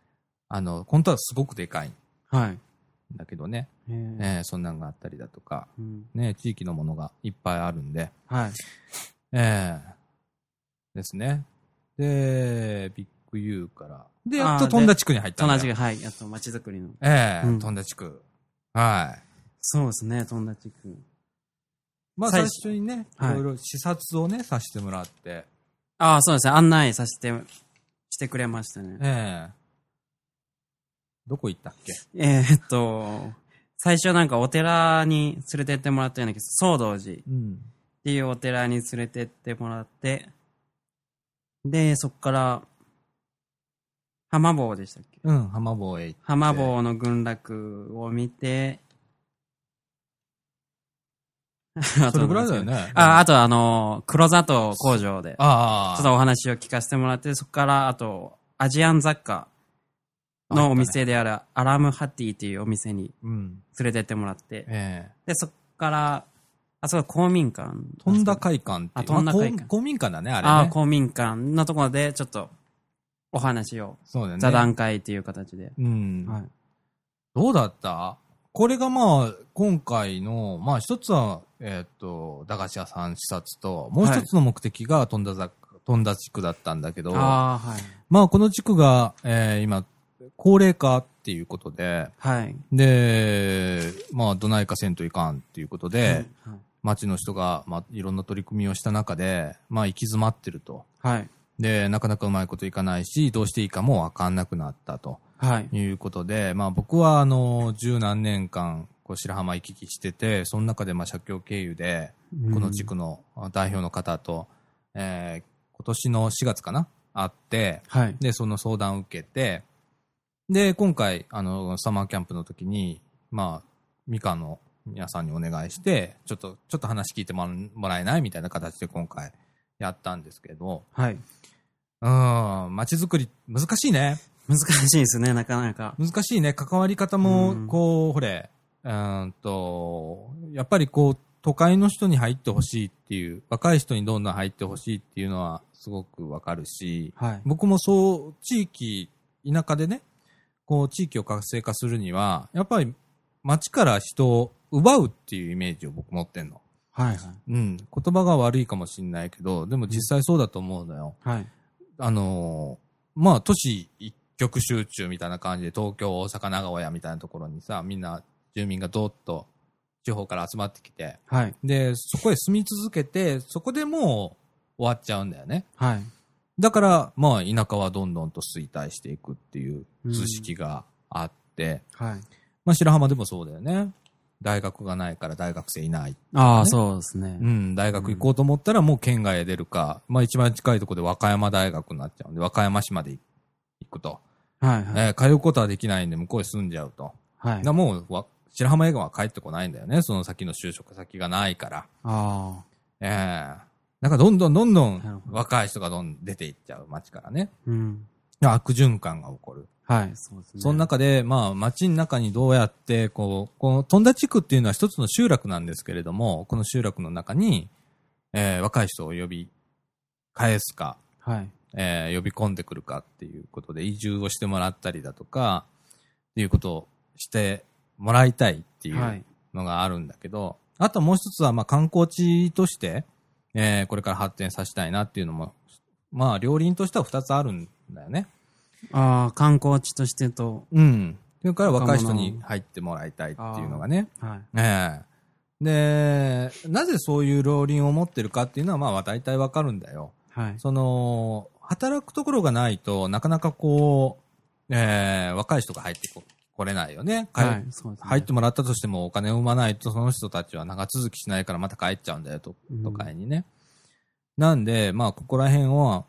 [SPEAKER 1] あの、本当はすごくでかいん
[SPEAKER 2] はい。
[SPEAKER 1] だけどね、
[SPEAKER 2] えー
[SPEAKER 1] ねえそんなんがあったりだとか、
[SPEAKER 2] うん
[SPEAKER 1] ねえ地域のものがいっぱいあるんで、
[SPEAKER 2] はい。
[SPEAKER 1] ええですね。で、ビッグ U から。で、
[SPEAKER 2] あー
[SPEAKER 1] やっと飛んだ地区に入ったん
[SPEAKER 2] 友
[SPEAKER 1] だよ。
[SPEAKER 2] 達が、はい、やっと街づくりの。
[SPEAKER 1] ええ
[SPEAKER 2] うん
[SPEAKER 1] 飛んだ地区。はい。
[SPEAKER 2] そうですね、友達くん。
[SPEAKER 1] まあ
[SPEAKER 2] 最
[SPEAKER 1] 最
[SPEAKER 2] 初
[SPEAKER 1] 初にね、い
[SPEAKER 2] はい
[SPEAKER 1] ろいろ視察をね、させてもらって。
[SPEAKER 2] ああ、そうですね、案内させて、してくれましたね。
[SPEAKER 1] ええどこ行ったっけ
[SPEAKER 2] えーっと、最初なんかお寺に連れてってもらったような気がする。騒動寺っ
[SPEAKER 1] うん。
[SPEAKER 2] ていうお寺に連れてってもらって、で、そっから、浜坊でしたっけ
[SPEAKER 1] うん、浜坊へ行って。
[SPEAKER 2] 浜坊の群落を見て、あ
[SPEAKER 1] それぐらいだよ。ね。
[SPEAKER 2] あ、あとあの、黒砂糖工場で、ちょ
[SPEAKER 1] ああ。
[SPEAKER 2] っとお話を聞かせてもらって、そこからあと、アジアン雑貨のお店であるアラムハティというお店に
[SPEAKER 1] うん。
[SPEAKER 2] 連れてってもらって、
[SPEAKER 1] ええ
[SPEAKER 2] で、そこから、あ、そう、公民館。
[SPEAKER 1] 飛んだ会館っていう。
[SPEAKER 2] あ飛んだ会館
[SPEAKER 1] まあ公公民館だね、あれね。
[SPEAKER 2] あ、公民館のところで、ちょっと、お話を、
[SPEAKER 1] そうだよね。
[SPEAKER 2] 座談会という形で。
[SPEAKER 1] うん。
[SPEAKER 2] はい。
[SPEAKER 1] どうだったこれがまあ、今回の、まあ一つは、えーっ、と、駄菓子屋さん視察と、もう一つの目的が飛んだざ、飛んだ地区だったんだけど、
[SPEAKER 2] ああ、はい。
[SPEAKER 1] まあこの地区が、えー今、高齢化っていうことで、
[SPEAKER 2] はい。
[SPEAKER 1] で、まあどないかせんといかんっていうことで、
[SPEAKER 2] はい
[SPEAKER 1] 町の人が、まあいろんな取り組みをした中で、まあ行き詰まってると。
[SPEAKER 2] はい。
[SPEAKER 1] で、なかなかうまいこといかないし、どうしていいかもわかんなくなったと。
[SPEAKER 2] はい。
[SPEAKER 1] いうことで、まあ僕はあの、十何年間、こう白浜行き来してて、その中でまあ社協経由で、この地
[SPEAKER 2] 区。
[SPEAKER 1] 区のあ代表の方と、えー今年の4月かな会って、
[SPEAKER 2] はい。
[SPEAKER 1] で、その相談を受けて、で、今回、あの、サマーキャンプの時に、まあ、みかんの皆さんにお願いして、ちょっと、ちょっと話聞いてもらもらえないみたいな形で今回やったんですけど、
[SPEAKER 2] はい。
[SPEAKER 1] うん、街づくり難しいね。
[SPEAKER 2] 難しいですね、なかなか。
[SPEAKER 1] 難しいね。関わり方
[SPEAKER 2] う
[SPEAKER 1] も
[SPEAKER 2] ん、
[SPEAKER 1] こう、ほれ、うーんと、やっぱりこう、都会の人に入ってほしいっていう、若い人にどんどん入ってほしいっていうのはすごくわかるし、
[SPEAKER 2] はい。
[SPEAKER 1] 僕もそう、地域、田舎でね、こう、地域を活性化するには、やっぱり街から人を奪うっていうイメージを僕持ってんの。
[SPEAKER 2] はい。
[SPEAKER 1] うん。言葉が悪いかもしんないけど、でも実際そうだと思うのよ。
[SPEAKER 2] はい。
[SPEAKER 1] あのーまあ、都市一極集中みたいな感じで、東京、大阪、名古屋みたいなところにさ、みんな、住民がどーっと地方から集まってきて、
[SPEAKER 2] はい。
[SPEAKER 1] で、そこへ住み続けて、そこでもう終わっちゃうんだよね。
[SPEAKER 2] はい。
[SPEAKER 1] だから、まあ、田舎はどんどんと衰退していくっていう図式があって、
[SPEAKER 2] はい。
[SPEAKER 1] まあ、白浜でもそうだよね。大学がないから大学生いない。
[SPEAKER 2] ああ、
[SPEAKER 1] ね
[SPEAKER 2] そうですね
[SPEAKER 1] う。ん、大学行こうと思ったらもう県外へ出るか、まあ一番近いところで和歌山大学になっちゃうんで、和歌山市まで行くと。
[SPEAKER 2] はい。はい。
[SPEAKER 1] えー通うことはできないんで、向こうへ住んじゃうと。
[SPEAKER 2] はい。
[SPEAKER 1] だもうわ、白浜映画は帰ってこないんだよね。その先の就職先がないから。
[SPEAKER 2] ああ。
[SPEAKER 1] えーなんかどんどんどんど
[SPEAKER 2] なる
[SPEAKER 1] ん
[SPEAKER 2] ほど
[SPEAKER 1] 若い人がどんどん出ていっちゃう街からね。
[SPEAKER 2] うん。
[SPEAKER 1] 悪循環が起こる。
[SPEAKER 2] はい。そうですね。
[SPEAKER 1] その中で、まあ、街の中にどうやって、こう、この飛んだ地区っていうのは一つの集落なんですけれども、この集落の中に、えー若い人を呼び返すか、
[SPEAKER 2] はい。
[SPEAKER 1] えー呼び込んでくるかっていうことで移住をしてもらったりだとか、っていうことをしてもらいたいってい
[SPEAKER 2] は
[SPEAKER 1] う
[SPEAKER 2] い。
[SPEAKER 1] のがあるんだけど、あともう一つはまあ観光地として、えーこれから発展させたいなっていうのも、まあ両輪としては二つあるんだよね。
[SPEAKER 2] ああ、観光地としてと、
[SPEAKER 1] うん。それから若い人に入ってもらいたいっていうのがね。
[SPEAKER 2] はい。
[SPEAKER 1] ええで、なぜそういう両輪を持ってるかっていうのはまあ大体わかるんだよ。
[SPEAKER 2] はい。
[SPEAKER 1] その、働くところがないとなかなかこう、えー若い人が入ってこ来れないよね。帰
[SPEAKER 2] はい。そうですね。
[SPEAKER 1] 入ってもらったとしてもお金を生まないとその人たちは長続きしないからまた帰っちゃうんだよと、
[SPEAKER 2] うん
[SPEAKER 1] 都会にね。なんで、まあ、ここら辺は、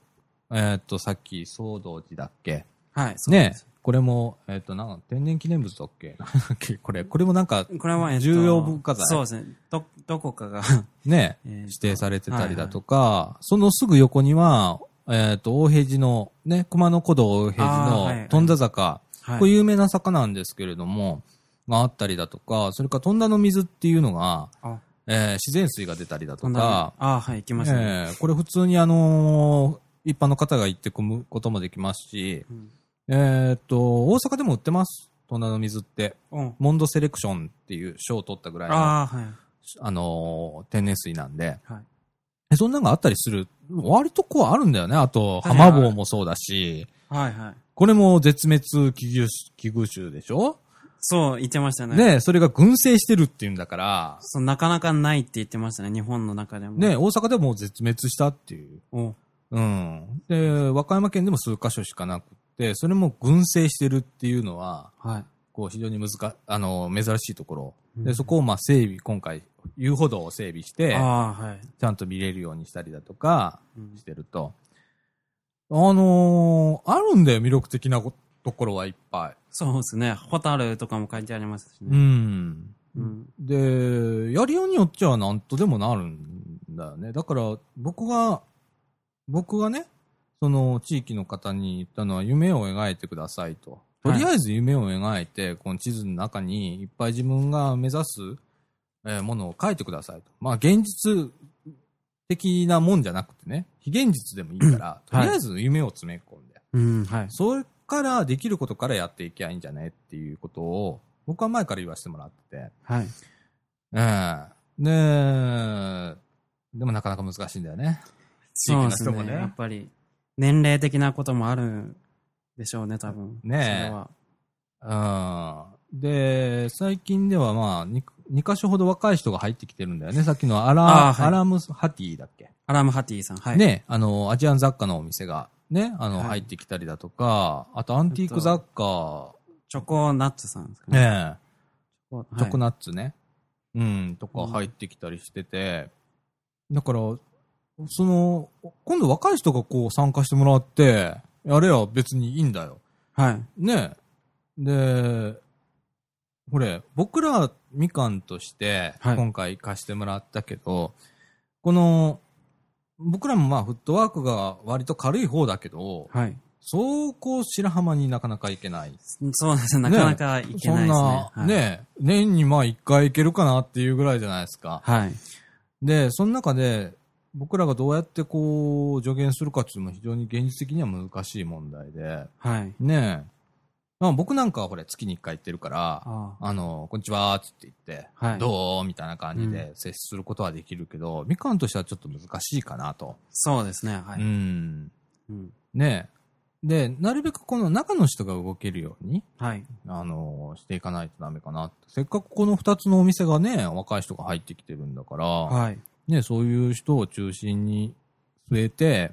[SPEAKER 1] えーっと、さっき、騒動寺だっけ
[SPEAKER 2] はい。そうで
[SPEAKER 1] ね
[SPEAKER 2] す。
[SPEAKER 1] これも、えーっと、なんか、天然記念物だっけ なんだっけこれ、これもなんか、
[SPEAKER 2] これは、えっと
[SPEAKER 1] 重要文化財
[SPEAKER 2] そうですね。ど、どこ かが、
[SPEAKER 1] ね、
[SPEAKER 2] えーと
[SPEAKER 1] 指定されてたりだとか、そのすぐ横には、えっ、と、大平寺の、ね、熊野古道大平
[SPEAKER 2] あーはい
[SPEAKER 1] 寺
[SPEAKER 2] はい
[SPEAKER 1] の富田坂、
[SPEAKER 2] はい。
[SPEAKER 1] これ有名な坂なんですけれども、があったりだとか、それから富田の水っていうのが、
[SPEAKER 2] あ、
[SPEAKER 1] えー自然水が出たりだと
[SPEAKER 2] 飛んだ
[SPEAKER 1] か、
[SPEAKER 2] あはい、行きましたね。
[SPEAKER 1] えーこれ普通にあのー一般の方が行って込むこともできますし、
[SPEAKER 2] うん
[SPEAKER 1] えっ、と、大阪でも売ってます。富田の水って。
[SPEAKER 2] うん。
[SPEAKER 1] モンドセレクションっていう賞を取ったぐらいの、あ
[SPEAKER 2] ああ、はい。
[SPEAKER 1] のー天然水なんで、
[SPEAKER 2] はい。
[SPEAKER 1] えそんなんがあったりする。割とこうあるんだよね。あと、
[SPEAKER 2] はいはい
[SPEAKER 1] 浜坊もそうだし、
[SPEAKER 2] はいはい。
[SPEAKER 1] これも絶滅危惧種危惧種でしょ
[SPEAKER 2] そう、言ってましたね。
[SPEAKER 1] ねそれが群生してるっていうんだから、
[SPEAKER 2] そう、なかなかないって言ってましたね、日本の中でも。
[SPEAKER 1] ね大阪でもう絶滅したっていう。
[SPEAKER 2] お
[SPEAKER 1] うん。で、和歌山県でも数箇所しかなくって、それも群生してるっていうのは、
[SPEAKER 2] はい。
[SPEAKER 1] こう非常に難か、あの、珍しいところ。
[SPEAKER 2] う
[SPEAKER 1] で、
[SPEAKER 2] ん
[SPEAKER 1] そこをまあ整備、今回、遊歩道を整備して、
[SPEAKER 2] ああ、はい。
[SPEAKER 1] ちゃんと見れるようにしたりだとか、
[SPEAKER 2] うん
[SPEAKER 1] してると。あのーあるんだよ、魅力的なこところはいっぱ
[SPEAKER 2] そうですね。ホタルとかも書いてありますし
[SPEAKER 1] い。う
[SPEAKER 2] ね。
[SPEAKER 1] ん。
[SPEAKER 2] うん。
[SPEAKER 1] で、やりようによっちゃなんとでもなるんだよね。だから、僕が、僕がね、その地域の方に言ったのは夢を描いてくださいと。と
[SPEAKER 2] はい
[SPEAKER 1] りあえず夢を描いて、この地図の中にいっぱい自分が目指す、えーものを書いてくださいと。まあ現実的なもんじゃなくてね、非現実でもいいから、と
[SPEAKER 2] はい
[SPEAKER 1] りあえず夢を詰め込んで、
[SPEAKER 2] うん、はい。
[SPEAKER 1] それからできることからやっていきゃいいんじゃねっていうことを、僕は前から言わせてもらってて。
[SPEAKER 2] はい。
[SPEAKER 1] ええ。ねえ。でもなかなか難しいんだよね。地
[SPEAKER 2] そ
[SPEAKER 1] 域
[SPEAKER 2] うで
[SPEAKER 1] の
[SPEAKER 2] す
[SPEAKER 1] 人も
[SPEAKER 2] ね。
[SPEAKER 1] ね
[SPEAKER 2] やっぱり、年齢的なこともあるんでしょうね、多分。
[SPEAKER 1] ねえ
[SPEAKER 2] それは。
[SPEAKER 1] うん。で、最近ではまあ、2, 2箇所ほど若い人が入ってきてるんだよね。さっきのアラ、
[SPEAKER 2] あーはい
[SPEAKER 1] アラムハティだっけ、
[SPEAKER 2] アラムハティさん、はい。
[SPEAKER 1] ね、あの、アジアン雑貨のお店がね、あの、
[SPEAKER 2] はい
[SPEAKER 1] 入ってきたりだとか、あとアンティーク雑貨、
[SPEAKER 2] チョコナッツさんですかね。
[SPEAKER 1] ね
[SPEAKER 2] チョコ
[SPEAKER 1] え、チョコ
[SPEAKER 2] ナッ
[SPEAKER 1] ナッツね、うん、とか入ってきたりしてて、だから、その、今度若い人がこう参加してもらって、やれや別にいいんだよ。
[SPEAKER 2] ツ。はい。
[SPEAKER 1] ねえ。で、これ、僕らみかんとして、
[SPEAKER 2] はい
[SPEAKER 1] 今回貸してもらったけど、この、僕らもまあフットワークが割と軽い方だけど、
[SPEAKER 2] はい。
[SPEAKER 1] そうこう白浜になかなか行けない。
[SPEAKER 2] そうですね、なかなかいけ
[SPEAKER 1] そ
[SPEAKER 2] ない
[SPEAKER 1] ん
[SPEAKER 2] ですね。
[SPEAKER 1] な、
[SPEAKER 2] はい、
[SPEAKER 1] ねえ、年にまあ一回行けるかなっていうぐらいじゃないですか。
[SPEAKER 2] はい。
[SPEAKER 1] で、その中で、僕らがどうやってこう助言するかっていうのも非常に現実的には難しい問題で、
[SPEAKER 2] はい。
[SPEAKER 1] ねえ。まあ僕なんかはほれ月に1回行ってるから、あ
[SPEAKER 2] あ
[SPEAKER 1] の、こんにちはーっつって言って、
[SPEAKER 2] あ。はい。
[SPEAKER 1] どうみたいな感じで接することはできるけど、みかんとしてはちょっと難しいかなと。
[SPEAKER 2] そうですね、は
[SPEAKER 1] う
[SPEAKER 2] い。
[SPEAKER 1] ん。
[SPEAKER 2] うん
[SPEAKER 1] ねえ。で、なるべくこの中の人が動けるように、
[SPEAKER 2] はい。
[SPEAKER 1] あの、していかないとダメかなって。せっかくこの2つのお店がね、若い人が入ってきてるんだから、
[SPEAKER 2] はい。
[SPEAKER 1] ね、そういう人を中心に据えて、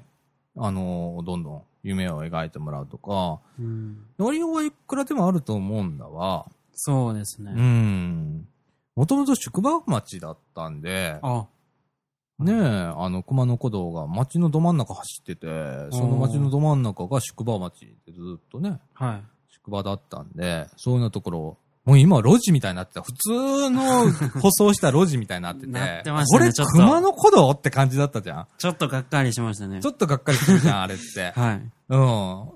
[SPEAKER 1] あの、どんどん夢を描いてもらうとか、
[SPEAKER 2] うん
[SPEAKER 1] やりようはいくらでもあると思うんだわ。
[SPEAKER 2] そうです
[SPEAKER 1] う
[SPEAKER 2] ね。
[SPEAKER 1] ん。もともと宿場町だったんで、
[SPEAKER 2] あ
[SPEAKER 1] ねえ、あの、熊野古道が町のど真ん中走ってて、その町のど真ん中が宿場町でずっとね、
[SPEAKER 2] はい。
[SPEAKER 1] 宿場だったんで、そういうようなところ、もう今路地みたいになってた。普通 の舗装した路地みたいになってて。
[SPEAKER 2] なってましたね
[SPEAKER 1] こ
[SPEAKER 2] ちょ
[SPEAKER 1] れ
[SPEAKER 2] っと
[SPEAKER 1] 熊野古道って感じだったじゃん。
[SPEAKER 2] ちょっとがっかりしましたね
[SPEAKER 1] ち。ょっとがっかりするじゃん、あれって。
[SPEAKER 2] はい。
[SPEAKER 1] う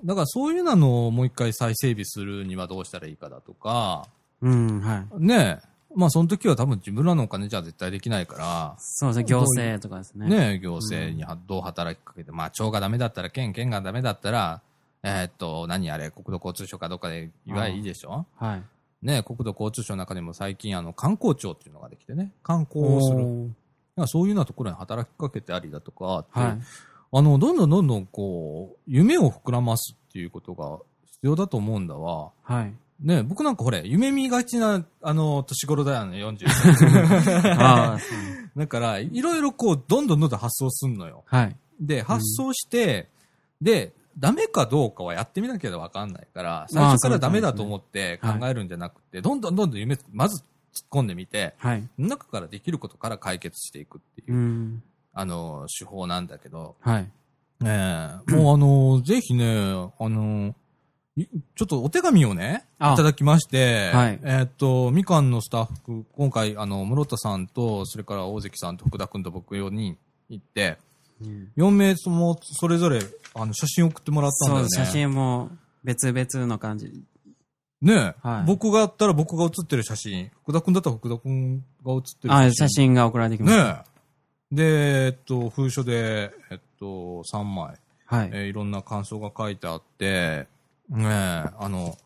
[SPEAKER 1] ん。だからそういうのをもう一回再整備するにはどうしたらいいかだとか、
[SPEAKER 2] うん、はい。
[SPEAKER 1] ねえ。まあその時は多分自分らのお金じゃ絶対できないか
[SPEAKER 2] そうですね、行政とかです
[SPEAKER 1] ら、
[SPEAKER 2] ね。
[SPEAKER 1] ねえ、行政にはどう働きかけて、まあ町がダメだったら県、県がダメだったら、えーっと、何あれ、国土交通省かどっかで言えばいいでしょ
[SPEAKER 2] はい。
[SPEAKER 1] ねえ、国土交通省の中でも最近あの観光庁っていうのができてね、観光をする。だ
[SPEAKER 2] おー
[SPEAKER 1] からそういうようなところに働きかけてありだとかって、
[SPEAKER 2] はい。
[SPEAKER 1] あの、どんどんどんどんこう、夢を膨らますっていうことが必要だと思うんだわ。
[SPEAKER 2] はい。
[SPEAKER 1] ねえ僕なんかほれ、夢見がちな、あの、年頃だよね、40歳。
[SPEAKER 2] ああ、そう
[SPEAKER 1] だから、いろいろこう、どんどんどんどん発想すんのよ。
[SPEAKER 2] はい。
[SPEAKER 1] で、発想して、で、ダメかどうかはやってみなきゃわかんないから、最初からダメだと思って
[SPEAKER 2] そうです
[SPEAKER 1] 考
[SPEAKER 2] ね
[SPEAKER 1] えるんじゃなくて、どんどんどんどん夢、まず突っ込んでみて、
[SPEAKER 2] はい。
[SPEAKER 1] 中からできることから解決していくっていうう、
[SPEAKER 2] ん。
[SPEAKER 1] あの、手法なんだけど、
[SPEAKER 2] はい。
[SPEAKER 1] ねえ、もうあの、ぜひね、あの、いちょっとお手紙をね、
[SPEAKER 2] あ
[SPEAKER 1] いただきまして、
[SPEAKER 2] はい
[SPEAKER 1] えーっと、みかんのスタッフ、今回、あの、室田さんと、それから大関さんと福田くんと僕4人行って、4名ともそれぞれ、あの、写真送ってもらったんだよ
[SPEAKER 2] そう
[SPEAKER 1] ね。、
[SPEAKER 2] 写真も別々の感じ。
[SPEAKER 1] ねえ、
[SPEAKER 2] はい
[SPEAKER 1] 僕がやったら僕が写ってる写真、福田くんだったら福田くんが写ってる
[SPEAKER 2] あ写真が送られてきまし
[SPEAKER 1] ねえ。で、えっと、封書で、えっと、3枚。
[SPEAKER 2] た。はい。
[SPEAKER 1] えーいろんな感想が書いてあって、ねえ、あの、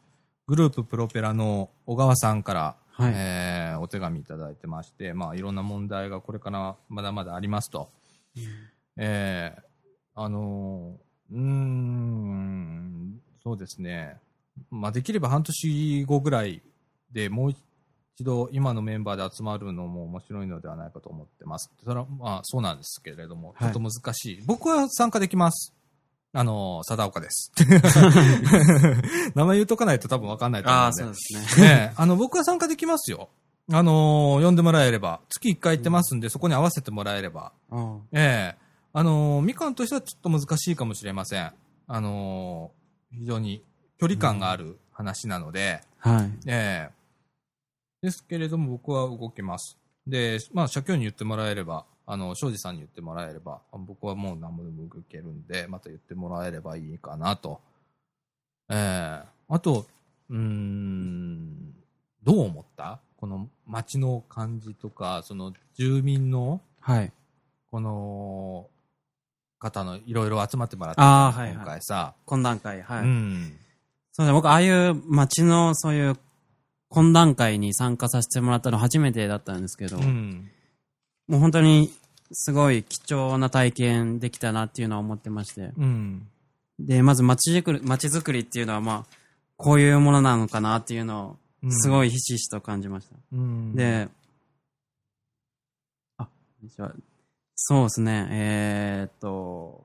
[SPEAKER 1] グループプロペラの小川さんから、
[SPEAKER 2] はい
[SPEAKER 1] えーお手紙いただいてまして、まあ、いろんな問題がこれからまだまだありますと。ええあのーうーん、そうですね。まあ、できれば半年後ぐらいでもう一度今のメンバーで集まるのも面白いのではないかと思ってます。それはまあそうなんですけれども、ちょ
[SPEAKER 3] は
[SPEAKER 1] っ
[SPEAKER 3] い
[SPEAKER 1] と難しい。僕は参加できます。あのー、貞岡 です。名前言っとかないと多分わかんないと思うんで。
[SPEAKER 2] ああ、そうなんですね。
[SPEAKER 1] ねえ、あの、僕は参加できますよ。あのー呼んでもらえれば。月1回行ってますんで、そこに合わせてもらえれば。
[SPEAKER 2] うん
[SPEAKER 1] ええあのーみかんとしてはちょっと難しいかもしれません。あのー非常に距離感がある話なので、
[SPEAKER 2] はい。
[SPEAKER 1] ええですけれども僕は動きます。で、まあ、社協に言ってもらえれば、あの、庄司さんに言ってもらえれば、僕はもう何もでも動けるんで、また言ってもらえればいいかなと。ええあと、うーん、どう思ったこの街の感じとか、その住民の、
[SPEAKER 2] はい。
[SPEAKER 1] この方のいろいろ集まってもらって、
[SPEAKER 2] ああ、はい、
[SPEAKER 1] 今
[SPEAKER 2] はい。
[SPEAKER 1] 回さ、
[SPEAKER 2] 懇談会、はい。
[SPEAKER 1] うん。
[SPEAKER 2] そうね、僕、ああいう街のそういう懇談会に参加させてもらったの初めてだったんですけど、
[SPEAKER 1] うん。
[SPEAKER 2] もう本当にすごい貴重な体験できたなっていうのは思ってまして。
[SPEAKER 1] うん。
[SPEAKER 2] で、まず街づくり、街づくりっていうのはまあ、こういうものなのかなっていうのを、すご
[SPEAKER 1] い。
[SPEAKER 2] いひしひしと感じました。
[SPEAKER 1] うん、
[SPEAKER 2] で、あ、こんにちは。そうですね、えー、っと、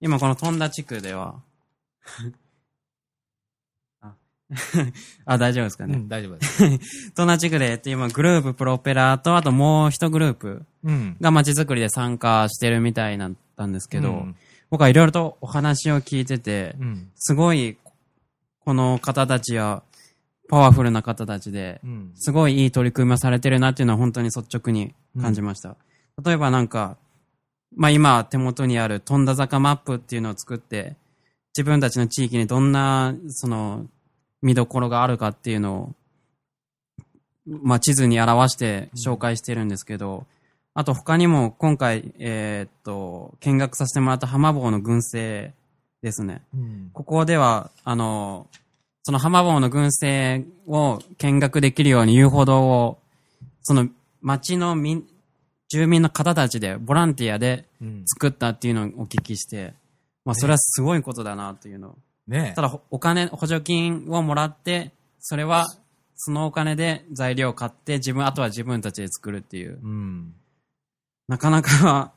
[SPEAKER 2] 今この富田地区 では、ああ、大丈夫ですか
[SPEAKER 1] う
[SPEAKER 2] ね。
[SPEAKER 1] ん、大丈夫です。
[SPEAKER 2] 富田地区で、えっと今グループプロペラと、あともう一グループ
[SPEAKER 1] うん。
[SPEAKER 2] が街づくりで参加してるみたいだったんですけど、
[SPEAKER 1] うん
[SPEAKER 2] 僕はいろいろとお話を聞いてて、
[SPEAKER 1] うん。
[SPEAKER 2] すごい、この方たちは、パワフルな方たちで、
[SPEAKER 1] うん。
[SPEAKER 2] すごいいい取り組みをされてるなっていうのは本当に率直に感じました。例えばなんか、まあ今手元にある飛んだ坂マップっていうのを作って、自分たちの地域にどんな、その、見どころがあるかっていうのを、まあ地図に表して紹介してるんですけど、あと他にも今回、えーっと、見学させてもらった浜坊の群生ですね。
[SPEAKER 1] うん
[SPEAKER 2] ここでは、あの、その浜坊の群生を見学できるように遊歩道を、その町の民、住民の方たちで、ボランティアで
[SPEAKER 1] うん
[SPEAKER 2] 作ったっていうのをお聞きして、まあそれはすごいことだなというの。
[SPEAKER 1] ね
[SPEAKER 2] ただほお金、補助金をもらって、それはそのお金で材料を買って、自分、あとは自分たちで作るっていう、
[SPEAKER 1] うん。
[SPEAKER 2] なかなか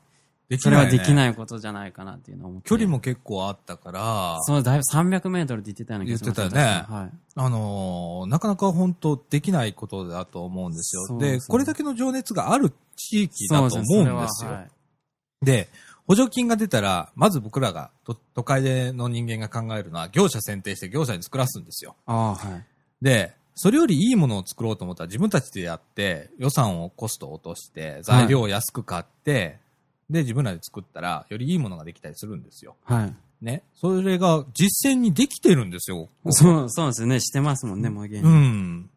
[SPEAKER 1] で
[SPEAKER 2] それはでき
[SPEAKER 1] い。
[SPEAKER 2] ないことじゃないかなっていうのを思って。
[SPEAKER 1] 距離も結構あったから、
[SPEAKER 2] そう、だいぶ300メートルって言ってたような気がします
[SPEAKER 1] 言ってたよね
[SPEAKER 2] 確かにはい。
[SPEAKER 1] あのーなかなか本当できないことだと思うんです
[SPEAKER 2] そ
[SPEAKER 1] よ。
[SPEAKER 2] うそう
[SPEAKER 1] で、これだけの情熱がある地域だと思うんです
[SPEAKER 2] そ
[SPEAKER 1] よ。
[SPEAKER 2] れははい
[SPEAKER 1] で、補助金が出たら、まず僕らが都都会での人間が考えるのは、業者選定して業者に作らすんですよ。
[SPEAKER 2] ああ、はい。
[SPEAKER 1] で、それよりいいものを作ろうと思ったら自分たちでやって、予算をコストを落として、材料を安く買って、で、自分らで作ったら、よりいいものができたりするんですよ。
[SPEAKER 2] はい。
[SPEAKER 1] ね。それが実践にできてるんですよ。
[SPEAKER 2] そう、そうですよね。してますもんね、もう現に
[SPEAKER 1] うん。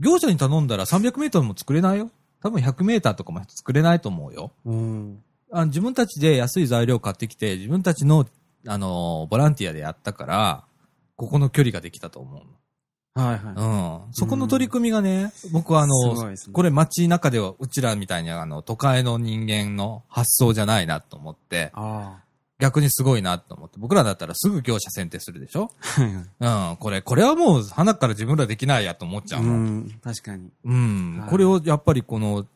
[SPEAKER 1] 業者に頼んだら300メートルも作れないよ。多分100メーターとかも作れないと思うよ。
[SPEAKER 2] うん。
[SPEAKER 1] あの自分たちで安い材料買ってきて、自分たちの、あのーボランティアでやったから、ここの距離ができたと思う
[SPEAKER 2] はいは
[SPEAKER 1] の。うん。そこの取り組みがね、僕はあ
[SPEAKER 2] すごい
[SPEAKER 1] の、
[SPEAKER 2] ですね
[SPEAKER 1] これ街中では、うちらみたいにあの、都会の人間の発想じゃないなと思って、
[SPEAKER 2] あ
[SPEAKER 1] 逆にすごいなと思って、僕らだったらすぐ業者選定するでしょ
[SPEAKER 2] あ。はいはい。
[SPEAKER 1] うん。これ、これはもう、花から自分らできないやと思っちゃう
[SPEAKER 2] う
[SPEAKER 1] もん
[SPEAKER 2] ん、確かに。
[SPEAKER 1] うん、
[SPEAKER 2] はい
[SPEAKER 1] これをやっぱりこの、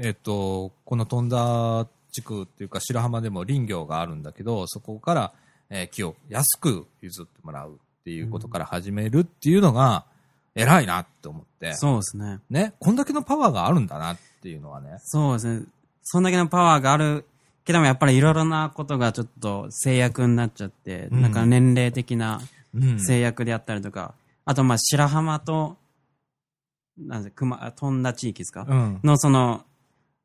[SPEAKER 1] えっと、この富田地区っていうか白浜でも林業があるんだけど、そこから、えー木を安く譲ってもらうっていうことから始めるっていうのが、偉いなって思って、
[SPEAKER 2] そうですね。
[SPEAKER 1] ね、こんだけのパワーがあるんだなっていうのはね、
[SPEAKER 2] そうですね。そんだけのパワーがあるけども、やっぱりいろいろなことがちょっと制約になっちゃって、
[SPEAKER 1] うん
[SPEAKER 2] なんか年齢的な
[SPEAKER 1] うん
[SPEAKER 2] 制約であったりとか、あとまあ白浜と、なんで、熊、あ飛んだ地域ですか、
[SPEAKER 1] うん。
[SPEAKER 2] のその、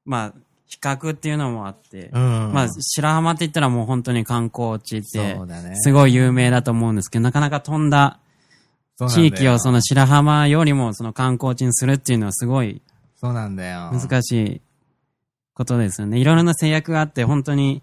[SPEAKER 2] まあ、比較っていうのもあって、
[SPEAKER 1] うん
[SPEAKER 2] まあ、白浜って言ったらもう本当に観光地って
[SPEAKER 1] そう、だね。
[SPEAKER 2] すごい有名だと思うんですけど、なかなか飛んだ
[SPEAKER 1] そうなんだ
[SPEAKER 2] 地
[SPEAKER 1] よ
[SPEAKER 2] 域をその白浜よりもその観光地にするっていうのはすごい
[SPEAKER 1] そうなんだよ。
[SPEAKER 2] 難しいことですよね。いろいろな制約があって、本当に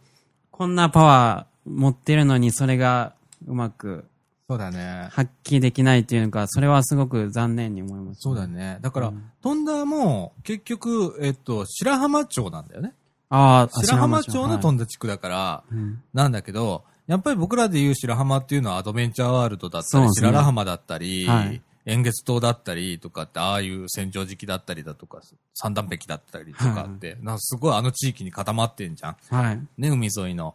[SPEAKER 2] こんなパワー持ってるのにそれがうまく
[SPEAKER 1] そうだね。
[SPEAKER 2] 発揮できないっていうのか、それはすごく残念に思います、
[SPEAKER 1] そうだ。ね。だから、
[SPEAKER 2] うん
[SPEAKER 1] 富田も結局、えっと、白浜町なんだよね。
[SPEAKER 2] ああ、
[SPEAKER 1] 白浜町の
[SPEAKER 2] ん
[SPEAKER 1] 飛んだ地区だから、
[SPEAKER 2] うん
[SPEAKER 1] なんだけど、やっぱり僕らで言う白浜っていうのはアドベンチャーワールドだった
[SPEAKER 2] そう
[SPEAKER 1] り、
[SPEAKER 2] ですね
[SPEAKER 1] 白良浜だったり、
[SPEAKER 2] はい
[SPEAKER 1] 円月島だったりとかって、ああいう戦場敷だったりだとか、三段壁だったりとかって、なんかすごいあの地域に固まってんじゃん。
[SPEAKER 2] はい。
[SPEAKER 1] ね、海沿い の。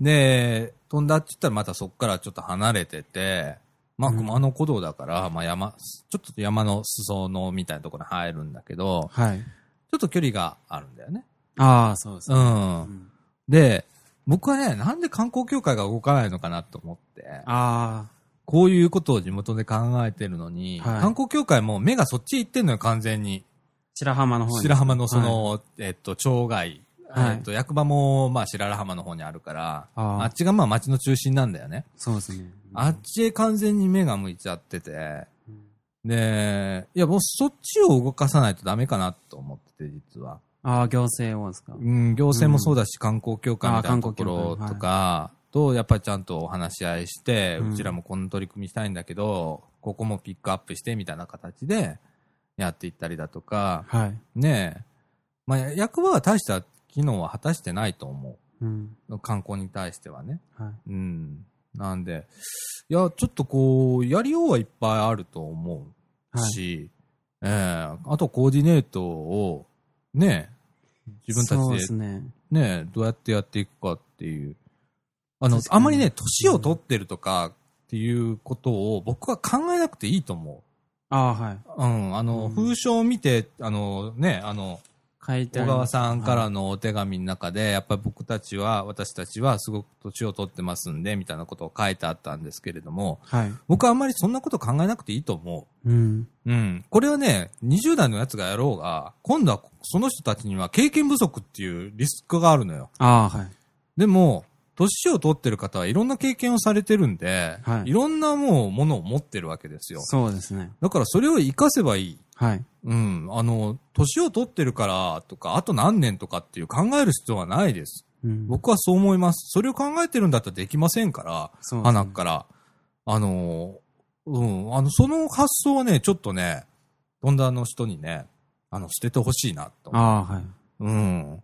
[SPEAKER 1] で、飛んだって言ったらまたそっからちょっと離れてて、まあ
[SPEAKER 2] うん
[SPEAKER 1] 熊野古道だから、まあ山、ちょっと山の裾野みたいなところに入るんだけど、
[SPEAKER 2] はい。
[SPEAKER 1] ちょっと距離があるんだよね。
[SPEAKER 2] ああ、そうです
[SPEAKER 1] う
[SPEAKER 2] ね。
[SPEAKER 1] ん。
[SPEAKER 2] うん
[SPEAKER 1] で、僕はね、なんで観光協会が動かないのかなと思って、
[SPEAKER 2] あ
[SPEAKER 1] こういうことを地元で考えてるのに、
[SPEAKER 2] はい
[SPEAKER 1] 観光協会も目がそっち行ってんのよ、完全に。
[SPEAKER 2] あ、白浜の方に。
[SPEAKER 1] 白浜のその、えっと、町外。
[SPEAKER 2] はい
[SPEAKER 1] えっと、役場も、まあ、白良浜の方にあるから、
[SPEAKER 2] ああ
[SPEAKER 1] あっちがまあ、町の中心なんだよね。
[SPEAKER 2] そうですね。
[SPEAKER 1] あっちへ完全に目が向いちゃってて、で、いや、もうそっちを動かさないとダメかなと思ってて、実は。
[SPEAKER 2] ああ、行政をですか。
[SPEAKER 1] うん、行政もそうだし、観光協会みたい
[SPEAKER 2] あ
[SPEAKER 1] な
[SPEAKER 2] ー
[SPEAKER 1] ところ
[SPEAKER 2] 観光協
[SPEAKER 1] と
[SPEAKER 2] 会
[SPEAKER 1] か、と、やっぱりちゃんとお話し合いして、
[SPEAKER 2] うん
[SPEAKER 1] うちらもこの取り組みしたいんだけど、ここもピックアップして、みたいな形で、やっていったりだとか、
[SPEAKER 2] はい。
[SPEAKER 1] ねえ、まあ、役場は大した機能は果たしてないと思
[SPEAKER 2] うん。
[SPEAKER 1] う。観光に対してはね。
[SPEAKER 2] はい。
[SPEAKER 1] うん。なんで、いや、ちょっとこう、やりようはいっぱいあると思う
[SPEAKER 2] はい。
[SPEAKER 1] し、ええあとコーディネートを、ねえ、自分た
[SPEAKER 2] そ
[SPEAKER 1] ち
[SPEAKER 2] うで
[SPEAKER 1] です
[SPEAKER 2] ね。
[SPEAKER 1] ね、どうやってやっていくかっていう。あの
[SPEAKER 2] 確、か
[SPEAKER 1] あ
[SPEAKER 2] に
[SPEAKER 1] んまりね、年を取ってるとかっていうことを僕は考えなくていいと思
[SPEAKER 2] ああ、はい。
[SPEAKER 1] う。うん、あの、
[SPEAKER 2] うん
[SPEAKER 1] 風潮を見て、あのね、あの、
[SPEAKER 2] 書いてあ
[SPEAKER 1] 小
[SPEAKER 2] り
[SPEAKER 1] 川
[SPEAKER 2] ます
[SPEAKER 1] さんからのお手紙の中で、やっぱり僕たちは、私たちはすごく年を取ってますんで、みたいなことを書いてあったんですけれども、
[SPEAKER 2] はい。
[SPEAKER 1] 僕はあんまりそんなこと考えなくていいと思う。
[SPEAKER 2] うん。
[SPEAKER 1] うん。これはね、20代のやつがやろうが、今度はその人たちには経験不足っていうリスクがあるのよ。
[SPEAKER 2] ああ、はい。
[SPEAKER 1] でも、年を取ってる方はいろんな経験をされてるんで、
[SPEAKER 2] はい
[SPEAKER 1] い、ろんなもうものを持ってるわけですよ。
[SPEAKER 2] そうですね。
[SPEAKER 1] だからそれを活かせばいい。
[SPEAKER 2] はい。
[SPEAKER 1] うん。あの、年を取ってるからとか、あと何年とかっていう考える必要はないです。
[SPEAKER 2] うん、
[SPEAKER 1] 僕はそう思います。それを考えてるんだったらできませんから、
[SPEAKER 2] そうですね
[SPEAKER 1] 花から。あの、うん、あの、その発想はね、ちょっとね、飛んだの人にね、あの、捨ててほしいなと思う
[SPEAKER 2] ああ、はい。
[SPEAKER 1] うん。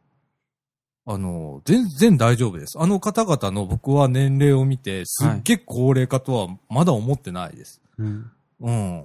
[SPEAKER 1] あの、全然大丈夫です。あの方々の僕は年齢を見て、すっげえ高齢化とはまだ思ってないです。
[SPEAKER 2] うん。
[SPEAKER 1] うん。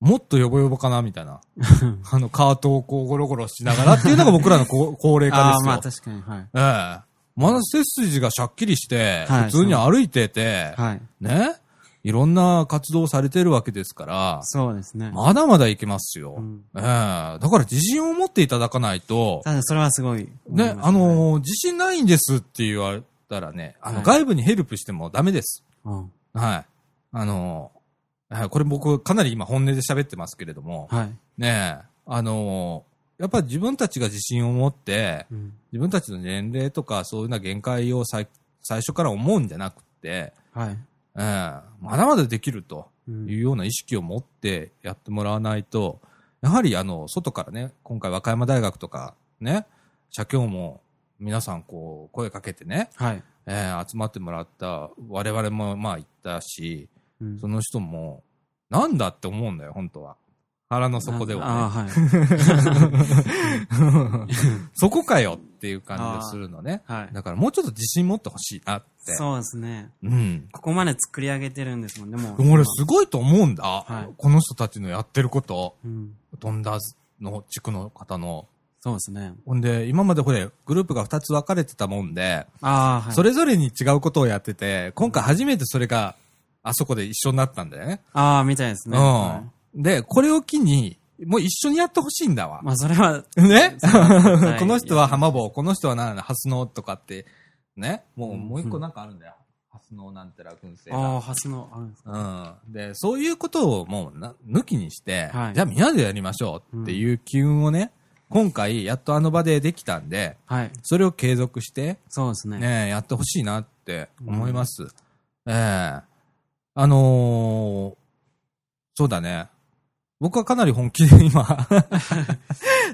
[SPEAKER 1] もっとよぼよぼかな、みたいな。 あの、カートをこうゴロゴロしながらっていうのが僕らの こ高齢化
[SPEAKER 2] あ
[SPEAKER 1] で
[SPEAKER 2] あ、
[SPEAKER 1] すよ。
[SPEAKER 2] まあ確かに、はい。
[SPEAKER 1] ええ。まだ背筋がしゃっきりして、
[SPEAKER 2] はい
[SPEAKER 1] 普通に歩いてて、
[SPEAKER 2] はい。
[SPEAKER 1] ね。いろんな活動をされてるわけですから、
[SPEAKER 2] そうですね。
[SPEAKER 1] まだまだいけますよ。
[SPEAKER 2] うん
[SPEAKER 1] ええ。だから自信を持っていただかないと、
[SPEAKER 2] ただ、それはすごい思い
[SPEAKER 1] ね
[SPEAKER 2] ま、す。
[SPEAKER 1] あのー自信ないんですって言われたらね、あの、
[SPEAKER 2] はい
[SPEAKER 1] 外部にヘルプしてもダメです。
[SPEAKER 2] うん、
[SPEAKER 1] はい。あのーはいこれ僕かなり今本音で喋ってますけれども、
[SPEAKER 2] はい。
[SPEAKER 1] ねえ、あのーやっぱり自分たちが自信を持って、
[SPEAKER 2] うん
[SPEAKER 1] 自分たちの年齢とかそういうような限界を最最初から思うんじゃなくて、
[SPEAKER 2] はい。
[SPEAKER 1] ええまだまだできると
[SPEAKER 2] う
[SPEAKER 1] いうんような意識を持ってやってもらわないと、やはりあの、外からね、今回和歌山大学とかね、社協も皆さんこう声かけてね、
[SPEAKER 2] はい。
[SPEAKER 1] えー集まってもらった、我々もまあ行ったし、
[SPEAKER 2] うん
[SPEAKER 1] その人も、なんだって思うんだよ、本当は。腹の底で
[SPEAKER 2] あ
[SPEAKER 1] は、
[SPEAKER 2] あ、はい。
[SPEAKER 1] ね。そこかよっていう感じがするのね。
[SPEAKER 2] はい。
[SPEAKER 1] だからもうちょっと自信持ってほしいなって。
[SPEAKER 2] そうですね。
[SPEAKER 1] うん。
[SPEAKER 2] ここまで作り上げてるんですもんね、もう。
[SPEAKER 1] 俺すごいと思うんだ、
[SPEAKER 2] はい
[SPEAKER 1] この人たちのやってること。
[SPEAKER 2] うん。
[SPEAKER 1] ドンダーズの地区の方の。
[SPEAKER 2] そうですね。
[SPEAKER 1] ほんで、今までほれ、グループが2つ分かれてたもんで、
[SPEAKER 2] ああ、はい。
[SPEAKER 1] それぞれに違うことをやってて、今回初めてそれが、あそこで一緒になったんだよね。
[SPEAKER 2] ああ、みたいですね。は
[SPEAKER 1] うん。で、これを機に、もう一緒にやってほしいんだわ
[SPEAKER 2] い。まあ、それは、
[SPEAKER 1] ね
[SPEAKER 2] そうなんですは い
[SPEAKER 1] この人は浜坊、この人はなんだ、ハスノとかって、ね。もう、
[SPEAKER 2] うん
[SPEAKER 1] もう一個なんかあるんだよ。ハスノなんてら群生
[SPEAKER 2] あ
[SPEAKER 1] だ。
[SPEAKER 2] あ、ハスの、あるんですか。
[SPEAKER 1] うん。で、そういうことをもうな、抜きにして、
[SPEAKER 2] はい
[SPEAKER 1] じゃあみんなでやりましょうっていう機運をね、今回、やっとあの場でできたんで、
[SPEAKER 2] はい。
[SPEAKER 1] それを継続して、
[SPEAKER 2] そうですね。
[SPEAKER 1] ね、やってほしいなって思います。ええあのーそうだね。僕はかなり本気で 今、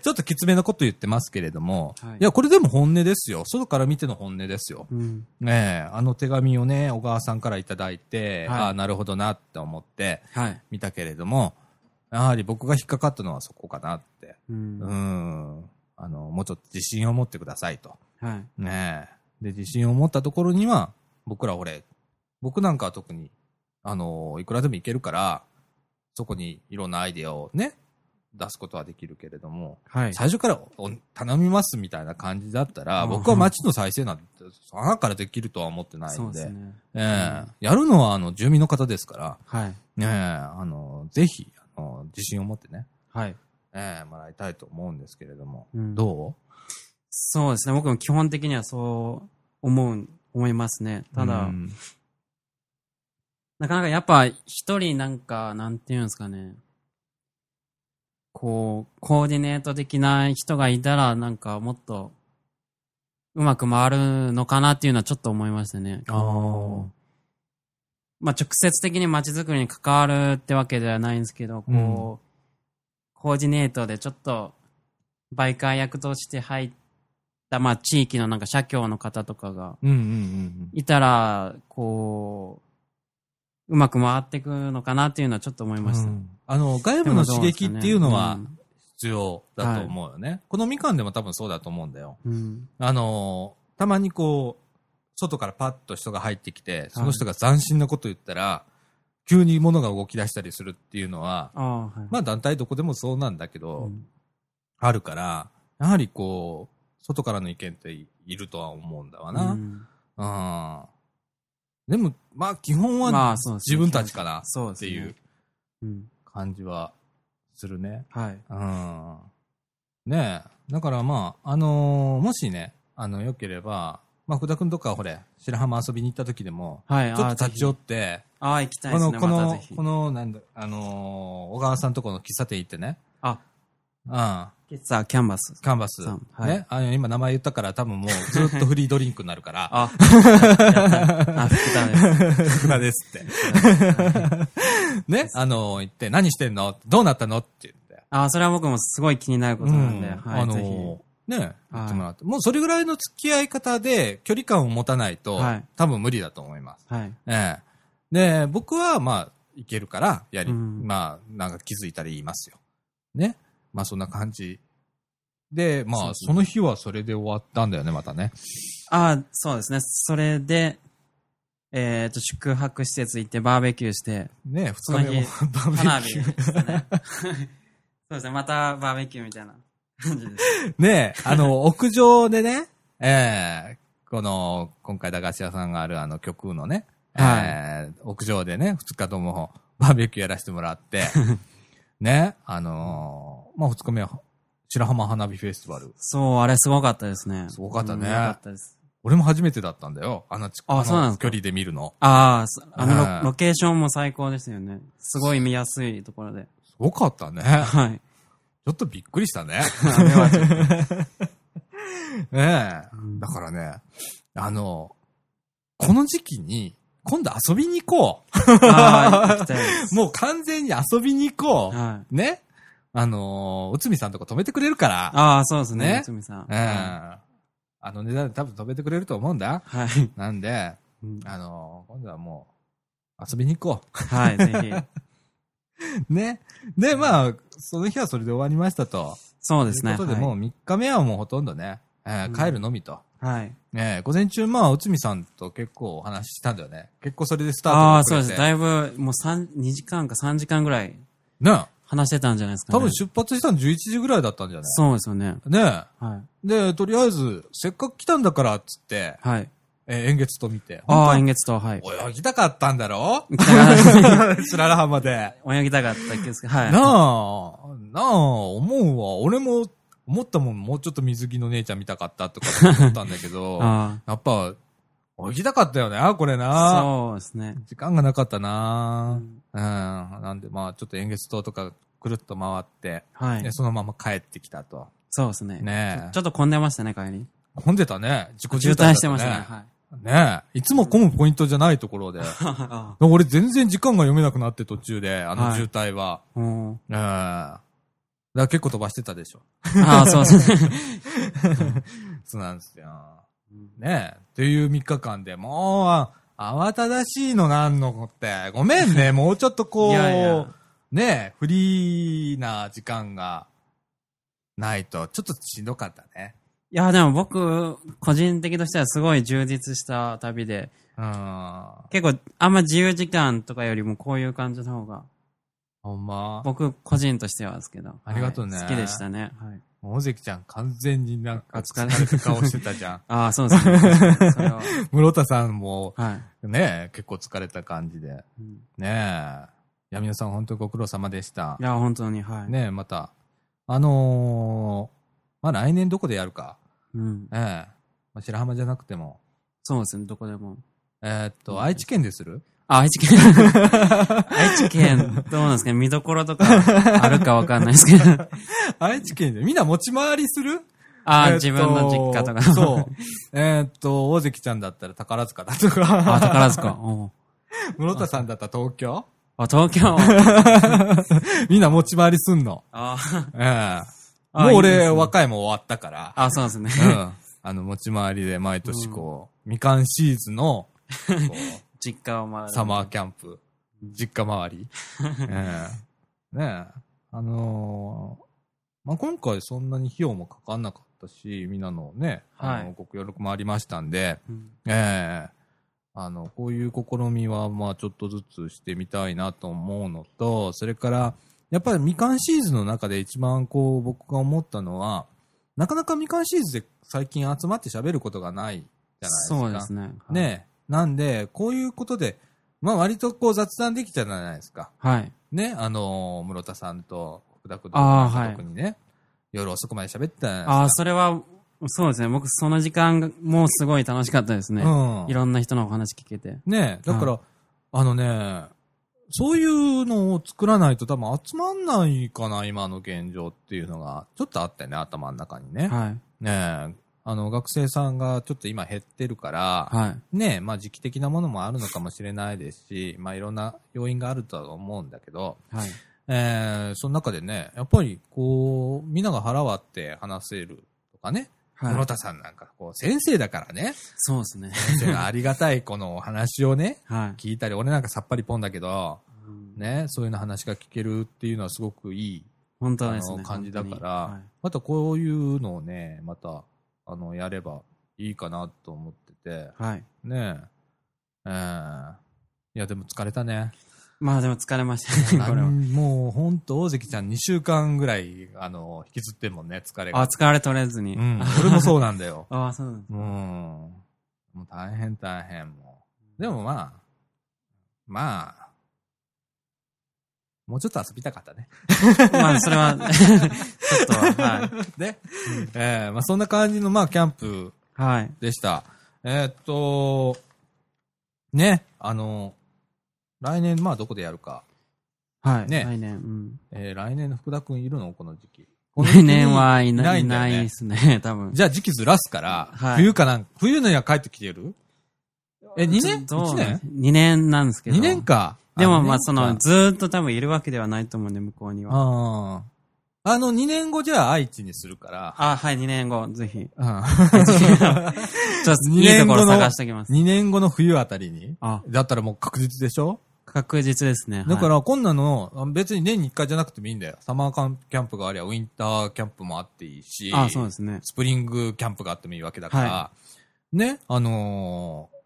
[SPEAKER 1] ちょっときつめなこと言ってますけれども、
[SPEAKER 2] はい
[SPEAKER 1] い、や、これでも本音ですよ。外から見ての本音ですよ。
[SPEAKER 2] うん。
[SPEAKER 1] ねえ、あの手紙をね、小川さんからいただいて、
[SPEAKER 2] はい
[SPEAKER 1] ああ、なるほどなって思って
[SPEAKER 2] はい。
[SPEAKER 1] 見たけれども、やはり僕が引っかかったのはそこかなって。
[SPEAKER 2] うん
[SPEAKER 1] う。ん。あの、もうちょっと自信を持ってくださいと。
[SPEAKER 2] はい。
[SPEAKER 1] ねえ。で、自信を持ったところには、僕ら俺、僕なんかは特に、あのいくらでもいけるから、そこにいろんなアイデアをね、出すことはできるけれども、
[SPEAKER 2] はい。
[SPEAKER 1] 最初からお頼みますみたいな感じだったら、
[SPEAKER 2] うん
[SPEAKER 1] 僕は街の再生なんて、穴からできるとは思ってない
[SPEAKER 2] そ
[SPEAKER 1] ん
[SPEAKER 2] う
[SPEAKER 1] で、
[SPEAKER 2] ですね。
[SPEAKER 1] ええやるのは、あの、住民の方ですから、
[SPEAKER 2] はい。
[SPEAKER 1] ねえ、あの、ぜひ、あの、自信を持ってね、
[SPEAKER 2] はい。
[SPEAKER 1] ええもらいたいと思うんですけれども、
[SPEAKER 2] うん
[SPEAKER 1] ど
[SPEAKER 2] そうですね。僕も基本的にはそう思う、思いますね。
[SPEAKER 1] う
[SPEAKER 2] ただ、
[SPEAKER 1] うん
[SPEAKER 2] なかなかやっぱ一人なんか、なんていうんですかね。こう、コーディネート的な人がいたら、なんかもっと、うまく回るのかなっていうのはちょっと思いましたね。
[SPEAKER 1] あー
[SPEAKER 2] まあ直接的に街づくりに関わるってわけではないんですけど、こう、
[SPEAKER 1] うん
[SPEAKER 2] コーディネートでちょっと、媒介役として入った、まあ地域のなんか社協の方とかが、
[SPEAKER 1] うんうんうん
[SPEAKER 2] いたら、こう、うまく回っていくのかなっていうのはちょっと思い
[SPEAKER 1] うん。
[SPEAKER 2] ました。
[SPEAKER 1] あの、外
[SPEAKER 2] で
[SPEAKER 1] 部
[SPEAKER 2] も
[SPEAKER 1] の
[SPEAKER 2] ど
[SPEAKER 1] 刺
[SPEAKER 2] うですか
[SPEAKER 1] 激
[SPEAKER 2] ね
[SPEAKER 1] っていうのは、必要だと思うよね。このみかんでも多分そうだと思うんだよ。
[SPEAKER 2] うんうん
[SPEAKER 1] あのーたまにこう、外からパッと人が入ってきて、その人が斬新なこと言ったら、急に物が動き出したりするっていうのは、
[SPEAKER 2] ああ、はい。
[SPEAKER 1] まあ団体どこでもそうなんだけど、
[SPEAKER 2] うん
[SPEAKER 1] あるから、やはりこう、外からの意見っているとは思うんだわな。う
[SPEAKER 2] うん
[SPEAKER 1] ん。でも、まあ基本
[SPEAKER 2] ま
[SPEAKER 1] は
[SPEAKER 2] あそうです
[SPEAKER 1] 自
[SPEAKER 2] ね
[SPEAKER 1] 分たちかな
[SPEAKER 2] そうで
[SPEAKER 1] っ
[SPEAKER 2] す
[SPEAKER 1] て
[SPEAKER 2] ね
[SPEAKER 1] いう
[SPEAKER 2] うん
[SPEAKER 1] 感じはするね。
[SPEAKER 2] はい。
[SPEAKER 1] うん。ねえ。だからまあ、あのーもしね、あの、よければ、まあ、福田くんとかほれ、白浜遊びに行った時でも、
[SPEAKER 2] はい。
[SPEAKER 1] ちょっと立ち寄
[SPEAKER 2] っ
[SPEAKER 1] って、
[SPEAKER 2] ああ、行きたい
[SPEAKER 1] こ
[SPEAKER 2] です
[SPEAKER 1] の、
[SPEAKER 2] ね。
[SPEAKER 1] こ
[SPEAKER 2] また
[SPEAKER 1] の
[SPEAKER 2] ぜ、ひ
[SPEAKER 1] この、なんだ、あのー小川さんとこの喫茶店行ってね、
[SPEAKER 2] あ、
[SPEAKER 1] うん、カ
[SPEAKER 2] ケツァーキャンバス。
[SPEAKER 1] ンバス、
[SPEAKER 2] さんはい
[SPEAKER 1] ね、あの、今名前言ったから多分もうずっとフリードリンクになるか ら、
[SPEAKER 2] あ、あ、福田です。
[SPEAKER 1] 福田ですって。 ね、あのー行って、何してんのどうなったのって言って。
[SPEAKER 2] あ、それは僕もすごい気になることなんで、
[SPEAKER 1] うん
[SPEAKER 2] は
[SPEAKER 1] あ
[SPEAKER 2] い、
[SPEAKER 1] の
[SPEAKER 2] ぜ
[SPEAKER 1] ー
[SPEAKER 2] ひ。
[SPEAKER 1] ね、言ってもらって、もうそれぐらいの付き合い方で距離感を持たないと、
[SPEAKER 2] はい
[SPEAKER 1] 多分無理だと思います。
[SPEAKER 2] はい。
[SPEAKER 1] ええで、僕はまあ、いけるから、やり、
[SPEAKER 2] うん
[SPEAKER 1] まあ、なんか気づいたら言いますよ。ね。まあ、そんな感じ。で、まあ、その日はそれで終わったんだよね、またね。
[SPEAKER 2] あ、そうですね。それで、えっと、宿泊施設行ってバーベキューして、
[SPEAKER 1] ね、二日目もバーベ
[SPEAKER 2] 花
[SPEAKER 1] キ
[SPEAKER 2] 火
[SPEAKER 1] ュ
[SPEAKER 2] で
[SPEAKER 1] ー。
[SPEAKER 2] すね。そうですね。またバーベキューみたいな感じです。
[SPEAKER 1] ね、あの、 屋上でね、ええこの、今回駄菓子屋さんがあるあの曲のね、
[SPEAKER 2] はい
[SPEAKER 1] ええ屋上でね、二日ともバーベキューやらせてもら って、ね、あのーまあ、二日目は、白浜花火フェスティバル。
[SPEAKER 2] そう、あれすごかったですね。
[SPEAKER 1] すごかったね
[SPEAKER 2] うんよかったです。
[SPEAKER 1] 俺も初めてだったんだよ。あのち、
[SPEAKER 2] あ
[SPEAKER 1] あ
[SPEAKER 2] そうなん
[SPEAKER 1] の
[SPEAKER 2] です
[SPEAKER 1] 距離で見るの。
[SPEAKER 2] ああ、そあの
[SPEAKER 1] はい
[SPEAKER 2] ロ、ロケーションも最高ですよね。すごい見やすいところで。
[SPEAKER 1] すごかった ね。
[SPEAKER 2] はい。
[SPEAKER 1] ちょっとびっくりした ね。
[SPEAKER 2] あれはちょっと
[SPEAKER 1] ねえ
[SPEAKER 2] うん
[SPEAKER 1] だからね、あの、この時期に、今度遊びに行こ
[SPEAKER 2] ああ、行きたいで す。
[SPEAKER 1] う。もう完全に遊びに行こう。
[SPEAKER 2] はい。
[SPEAKER 1] ね。あのー、内海さんとか止めてくれるから。
[SPEAKER 2] ああ、そうですね
[SPEAKER 1] ね。
[SPEAKER 2] 内海さ
[SPEAKER 1] う
[SPEAKER 2] ん。
[SPEAKER 1] ん。あの値段で多分止めてくれると思うんだ。
[SPEAKER 2] はい。
[SPEAKER 1] なんで、
[SPEAKER 2] うん
[SPEAKER 1] あのー、今度はもう、遊びに行こ
[SPEAKER 2] はい、ぜひ。
[SPEAKER 1] う。 ね。で、まあ、その日はそれで終わりましたと。
[SPEAKER 2] そうですね。
[SPEAKER 1] ということで、もう3日目はもうほとんどね、えー
[SPEAKER 2] うん
[SPEAKER 1] 帰るのみと。
[SPEAKER 2] はい。はい
[SPEAKER 1] えー午前中、まあ、内海さんと結構お話ししたんだよね。結構それでスタート
[SPEAKER 2] ああ、
[SPEAKER 1] 遅
[SPEAKER 2] そう
[SPEAKER 1] れ
[SPEAKER 2] で
[SPEAKER 1] て
[SPEAKER 2] す。だいぶ、もう三2時間か3時間ぐらい
[SPEAKER 1] ね。
[SPEAKER 2] 話してたんじゃないですかね。
[SPEAKER 1] 多分出発したの11時ぐらいだったんじゃない
[SPEAKER 2] そうですよね。
[SPEAKER 1] ね
[SPEAKER 2] は
[SPEAKER 1] で、とりあえず、せっかく来たんだから、っつって、
[SPEAKER 2] い。はい。
[SPEAKER 1] えー、円月と見て。
[SPEAKER 2] ああ、円月と、はい。
[SPEAKER 1] 泳ぎたかったんだろ
[SPEAKER 2] 行きたかった
[SPEAKER 1] 白良浜で。
[SPEAKER 2] 泳ぎたかったですけど、はい。
[SPEAKER 1] なあ、なあ、思うわ。俺も思ったもん、もうちょっと水着の姉ちゃん見たかったとか思ったんだけ ど、
[SPEAKER 2] あ
[SPEAKER 1] やっぱ、泳ぎたかったよね、これ
[SPEAKER 2] あ。
[SPEAKER 1] な。
[SPEAKER 2] そうですね。
[SPEAKER 1] 時間がなかったな
[SPEAKER 2] う。ん
[SPEAKER 1] うん。なんで、まあ、ちょっと円月島とかくるっと回って、
[SPEAKER 2] はい
[SPEAKER 1] で。そのまま帰ってきたと。
[SPEAKER 2] そうですね。
[SPEAKER 1] ね
[SPEAKER 2] ちょっと混んでましたね、帰り。
[SPEAKER 1] 混んでたね。自己渋
[SPEAKER 2] 渋
[SPEAKER 1] 滞だ
[SPEAKER 2] 滞
[SPEAKER 1] っ
[SPEAKER 2] してましたね。はい。
[SPEAKER 1] ねえ。いつも混むポイントじゃないところで。
[SPEAKER 2] あ
[SPEAKER 1] 俺全然時間が読めなくなって途中で、あの
[SPEAKER 2] はい
[SPEAKER 1] 渋滞は。
[SPEAKER 2] あうん
[SPEAKER 1] うん。だから結構飛ばしてたでしょ。
[SPEAKER 2] ああ、そうですね。
[SPEAKER 1] そうなんですよ。ねえ。という3日間でもうあ、慌ただしいのなんのって。ごめん ね。もうちょっとこう、
[SPEAKER 2] いやいや
[SPEAKER 1] ねえ、フリーな時間がないと、ちょっとしんどかったね。
[SPEAKER 2] いや、でも僕、個人的としてはすごい充実した旅で、
[SPEAKER 1] うん。
[SPEAKER 2] 結構、あんま自由時間とかよりもこういう感じの方が、
[SPEAKER 1] ほんま。
[SPEAKER 2] 僕、個人としてはですけど。
[SPEAKER 1] ありがとうね
[SPEAKER 2] はい好きでしたね。はい。
[SPEAKER 1] もぜきちゃん完全になんか
[SPEAKER 2] あ疲
[SPEAKER 1] 疲
[SPEAKER 2] れ。
[SPEAKER 1] れる顔してたじゃん
[SPEAKER 2] ああ、そうですね。確かにそ れは。
[SPEAKER 1] 室田さんも
[SPEAKER 2] はい。
[SPEAKER 1] ね、結構疲れた感じで。
[SPEAKER 2] うん
[SPEAKER 1] ねえ。闇野さん本当にご苦労様でした
[SPEAKER 2] い。や、本当に、はい。
[SPEAKER 1] ねえ、また。あのー、まあ来年どこでやるか。
[SPEAKER 2] うん。
[SPEAKER 1] ええ。まあ、白浜じゃなくても。
[SPEAKER 2] そうですね、どこでも。
[SPEAKER 1] えーっと、
[SPEAKER 2] うん
[SPEAKER 1] 愛知県でする
[SPEAKER 2] あ、愛知 県。愛知県、どうなんですか見どころとかあるかわかんないです けど。
[SPEAKER 1] 愛知県で。みんな持ち回りする
[SPEAKER 2] あ
[SPEAKER 1] え
[SPEAKER 2] あ、
[SPEAKER 1] ーっと
[SPEAKER 2] 自分の実家とか。
[SPEAKER 1] そう。えーっと、大関ちゃんだったら宝塚だと
[SPEAKER 2] あ、
[SPEAKER 1] か、
[SPEAKER 2] 宝塚。おう
[SPEAKER 1] 室田さんだったら東京
[SPEAKER 2] あ、東京。
[SPEAKER 1] みんな持ち回りすんの。
[SPEAKER 2] あ
[SPEAKER 1] ええ
[SPEAKER 2] あ
[SPEAKER 1] もう
[SPEAKER 2] いい
[SPEAKER 1] 俺、
[SPEAKER 2] ですね
[SPEAKER 1] 若いも終わったから。
[SPEAKER 2] あ、そうですね。
[SPEAKER 1] うん。 あの、持ち回りで毎年こう、みかんシーズン の、こう
[SPEAKER 2] 実家を回る。
[SPEAKER 1] サマーキャンプ、実家回 り。ええねえ。あのーまあ、今回そんなに費用もかかんなかったし、みんなのね、あ
[SPEAKER 2] は
[SPEAKER 1] の
[SPEAKER 2] い
[SPEAKER 1] ご協力もありましたんで、
[SPEAKER 2] うん。
[SPEAKER 1] ええあの、こういう試みは、まあ、ちょっとずつしてみたいなと思うのと、それから、やっぱりみかんシーズンの中で一番こう、僕が思ったのは、なかなかみかんシーズンで最近集まって喋ることがないじゃないですか。
[SPEAKER 2] そうですね。はい。
[SPEAKER 1] ねえなんで、こういうことで、まあ、割とこう、雑談できたじゃないですか。
[SPEAKER 2] はい。
[SPEAKER 1] ね、あのー室田さんと福田君
[SPEAKER 2] あ
[SPEAKER 1] と
[SPEAKER 2] ーはい
[SPEAKER 1] 特にね、夜遅くまで喋ってたじゃないですか。
[SPEAKER 2] あ、それは、そうですね。僕、その時間がもうすごい楽しかったですね。
[SPEAKER 1] うん。
[SPEAKER 2] いろんな人のお話聞けて。
[SPEAKER 1] ねえ、だから、あのね、そういうのを作らないと多分集まんないかな、今の現状っていうのが、ちょっとあったよね、頭の中にね。
[SPEAKER 2] はい。
[SPEAKER 1] ねえ、あの、学生さんがちょっと今減ってるから、
[SPEAKER 2] はい。
[SPEAKER 1] ねえ、まあ時期的なものもあるのかもしれないですし、まあいろんな要因があるとは思うんだけど、
[SPEAKER 2] はい。
[SPEAKER 1] えー、その中でね、やっぱりこう、みんなが腹割って話せるとかね、
[SPEAKER 2] は
[SPEAKER 1] 室
[SPEAKER 2] い。
[SPEAKER 1] 田さんなんか、こう、先生だからね、
[SPEAKER 2] そうですね。
[SPEAKER 1] 先生のありがたいこのお話をね、
[SPEAKER 2] はい。
[SPEAKER 1] 聞いたり、俺なんかさっぱりポンだけど、
[SPEAKER 2] うん
[SPEAKER 1] ね、そういうの話が聞けるっていうのはすごくいい、
[SPEAKER 2] 本
[SPEAKER 1] あ
[SPEAKER 2] 当です
[SPEAKER 1] の
[SPEAKER 2] ね。
[SPEAKER 1] 感じだから、
[SPEAKER 2] はい
[SPEAKER 1] またこういうのをね、また、あの、やればいいかなと思ってて、
[SPEAKER 2] はい。
[SPEAKER 1] ねえ、えーいや、でも疲れたね。
[SPEAKER 2] まあでも疲れましたね、これは。
[SPEAKER 1] もうほんと大関ちゃん2週間ぐらい、あの、引きずってんもんね、疲れが。
[SPEAKER 2] あ、疲れ取れずに。
[SPEAKER 1] うん、俺も そうなんだよ。
[SPEAKER 2] ああ、そうなんです。
[SPEAKER 1] うん。もう大変大変もう。でもまあ、まあ、もうちょっと遊びたかった ね。
[SPEAKER 2] まあ、それは、 ちょっと、は
[SPEAKER 1] ね。えーまあそんな感じの、まあキャンプ
[SPEAKER 2] い。はい。
[SPEAKER 1] でした。えーっと、ね、あの、来年、まあどこでやるか。
[SPEAKER 2] はい。
[SPEAKER 1] ね
[SPEAKER 2] 来年、うん。
[SPEAKER 1] えー来年の福田くんいるのこの時期。
[SPEAKER 2] 来年はい
[SPEAKER 1] な
[SPEAKER 2] ないい、
[SPEAKER 1] んだ
[SPEAKER 2] ない
[SPEAKER 1] よね
[SPEAKER 2] ですね、 多分。
[SPEAKER 1] じゃあ時期ずらすから、
[SPEAKER 2] はい
[SPEAKER 1] 冬かなんか、冬のには帰ってきてるえ、2年
[SPEAKER 2] どう
[SPEAKER 1] ?1 年
[SPEAKER 2] ?2 年なんですけど。
[SPEAKER 1] ?2 年か。
[SPEAKER 2] でもまあ、そ
[SPEAKER 1] あ
[SPEAKER 2] の、ずーっと多分いるわけではないと思うんで、向こうには。
[SPEAKER 1] ああ。あの、2年後じゃあ愛知にするから。
[SPEAKER 2] あ、はい、2年後、ぜひ。
[SPEAKER 1] うん。
[SPEAKER 2] ちょっと、いいところ探しておきます。
[SPEAKER 1] 2年後の冬あたりに。
[SPEAKER 2] あ、
[SPEAKER 1] だったらもう確実でしょ、
[SPEAKER 2] 確実ですね。はい
[SPEAKER 1] だか、らこんなの、あ別に年に1回じゃなくてもいいんだよ。サマーキャンプがありゃ、ウィンターキャンプもあっていいし。
[SPEAKER 2] あ、そうですね。
[SPEAKER 1] スプリングキャンプがあってもいいわけだから、
[SPEAKER 2] は
[SPEAKER 1] ね、あのー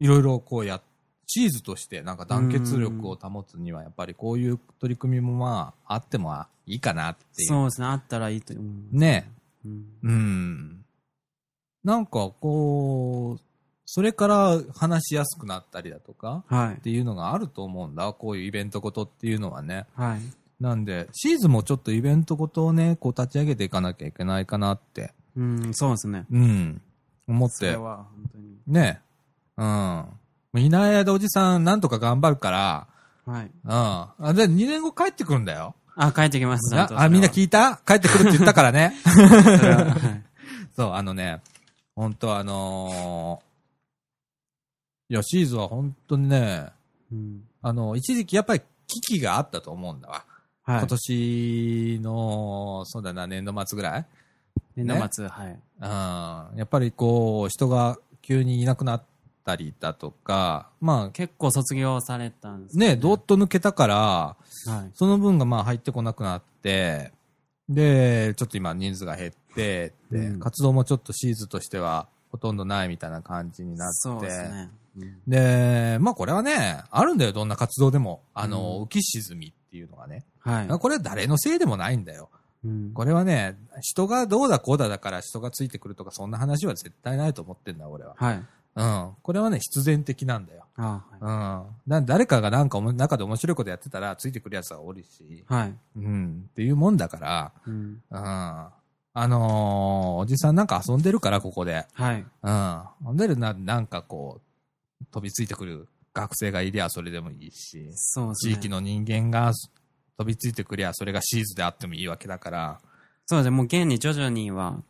[SPEAKER 1] いろいろこうやっ、シーズとしてなんか団結力を保つには、やっぱりこういう取り組みもまあ、あってもいいかなっていう。
[SPEAKER 2] そうですね。あったらいいと思います。
[SPEAKER 1] ね。
[SPEAKER 2] うん
[SPEAKER 1] うん。なんかこう、それから話しやすくなったりだとか、
[SPEAKER 2] はい
[SPEAKER 1] っ。ていうのがあると思うんだ。こういうイベントごとっていうのはね。
[SPEAKER 2] はい。
[SPEAKER 1] なんで、シーズンもちょっとイベントごとをね、こう立ち上げていかなきゃいけないかなって、
[SPEAKER 2] うん、そうですね。
[SPEAKER 1] うん、思っ
[SPEAKER 2] それ
[SPEAKER 1] て。
[SPEAKER 2] は、本当に。
[SPEAKER 1] ねえ。うん。もういない間おじさんなんとか頑張るから、
[SPEAKER 2] はい。
[SPEAKER 1] うん。あ、で、2年後帰ってくるんだよ。
[SPEAKER 2] あ、帰ってきます。ち
[SPEAKER 1] あ
[SPEAKER 2] ゃと、それは
[SPEAKER 1] あみんな聞いた帰ってくるって言ったからね。
[SPEAKER 2] それ ははい
[SPEAKER 1] そう、あのね、ほんとあのーいや、シーズンは本当にね、
[SPEAKER 2] うん
[SPEAKER 1] あの、一時期やっぱり危機があったと思うんだわ。
[SPEAKER 2] は
[SPEAKER 1] 今
[SPEAKER 2] い。
[SPEAKER 1] 年の、そうだな、年度末ぐらい
[SPEAKER 2] 年度末、はい。
[SPEAKER 1] うん。やっぱりこう、人が急にいなくなったりだとか、まあ、
[SPEAKER 2] 結構卒業されたんです
[SPEAKER 1] ね、どー
[SPEAKER 2] う
[SPEAKER 1] っと抜けたから、
[SPEAKER 2] はい。
[SPEAKER 1] その分がまあ入ってこなくなって、で、ちょっと今人数が減って、で
[SPEAKER 3] うん
[SPEAKER 1] 活動もちょっとシーズンとしてはほとんどないみたいな感じになって。
[SPEAKER 2] そうですね。
[SPEAKER 1] で、まあこれはね、あるんだよ、どんな活動でも。あの、浮き沈みっていうのがね。
[SPEAKER 2] はい。
[SPEAKER 1] これは誰のせいでもないんだよ。
[SPEAKER 2] うん
[SPEAKER 1] これはね、人がどうだこうだだから人がついてくるとかそんな話は絶対ないと思ってんだ、俺は。
[SPEAKER 2] はい。
[SPEAKER 1] うん。これはね、必然的なんだよ。
[SPEAKER 2] あ
[SPEAKER 1] うん。だ誰かがなんかおも中で面白いことやってたらついてくるやつはおるし、
[SPEAKER 2] はい。はい。
[SPEAKER 1] うん。っていうもんだから、
[SPEAKER 2] うん
[SPEAKER 1] うん。あのーおじさんなんか遊んでるから、ここで。
[SPEAKER 2] はい。
[SPEAKER 1] うん。遊んでるな、なんかこう、飛びついてくる学生がいりゃそれでもいいし、
[SPEAKER 2] そうです
[SPEAKER 1] 地
[SPEAKER 2] ね。
[SPEAKER 1] 域の人間が飛びついてくりゃそれがシーズであってもいいわけだから、
[SPEAKER 2] そうですね。もう現に徐々には、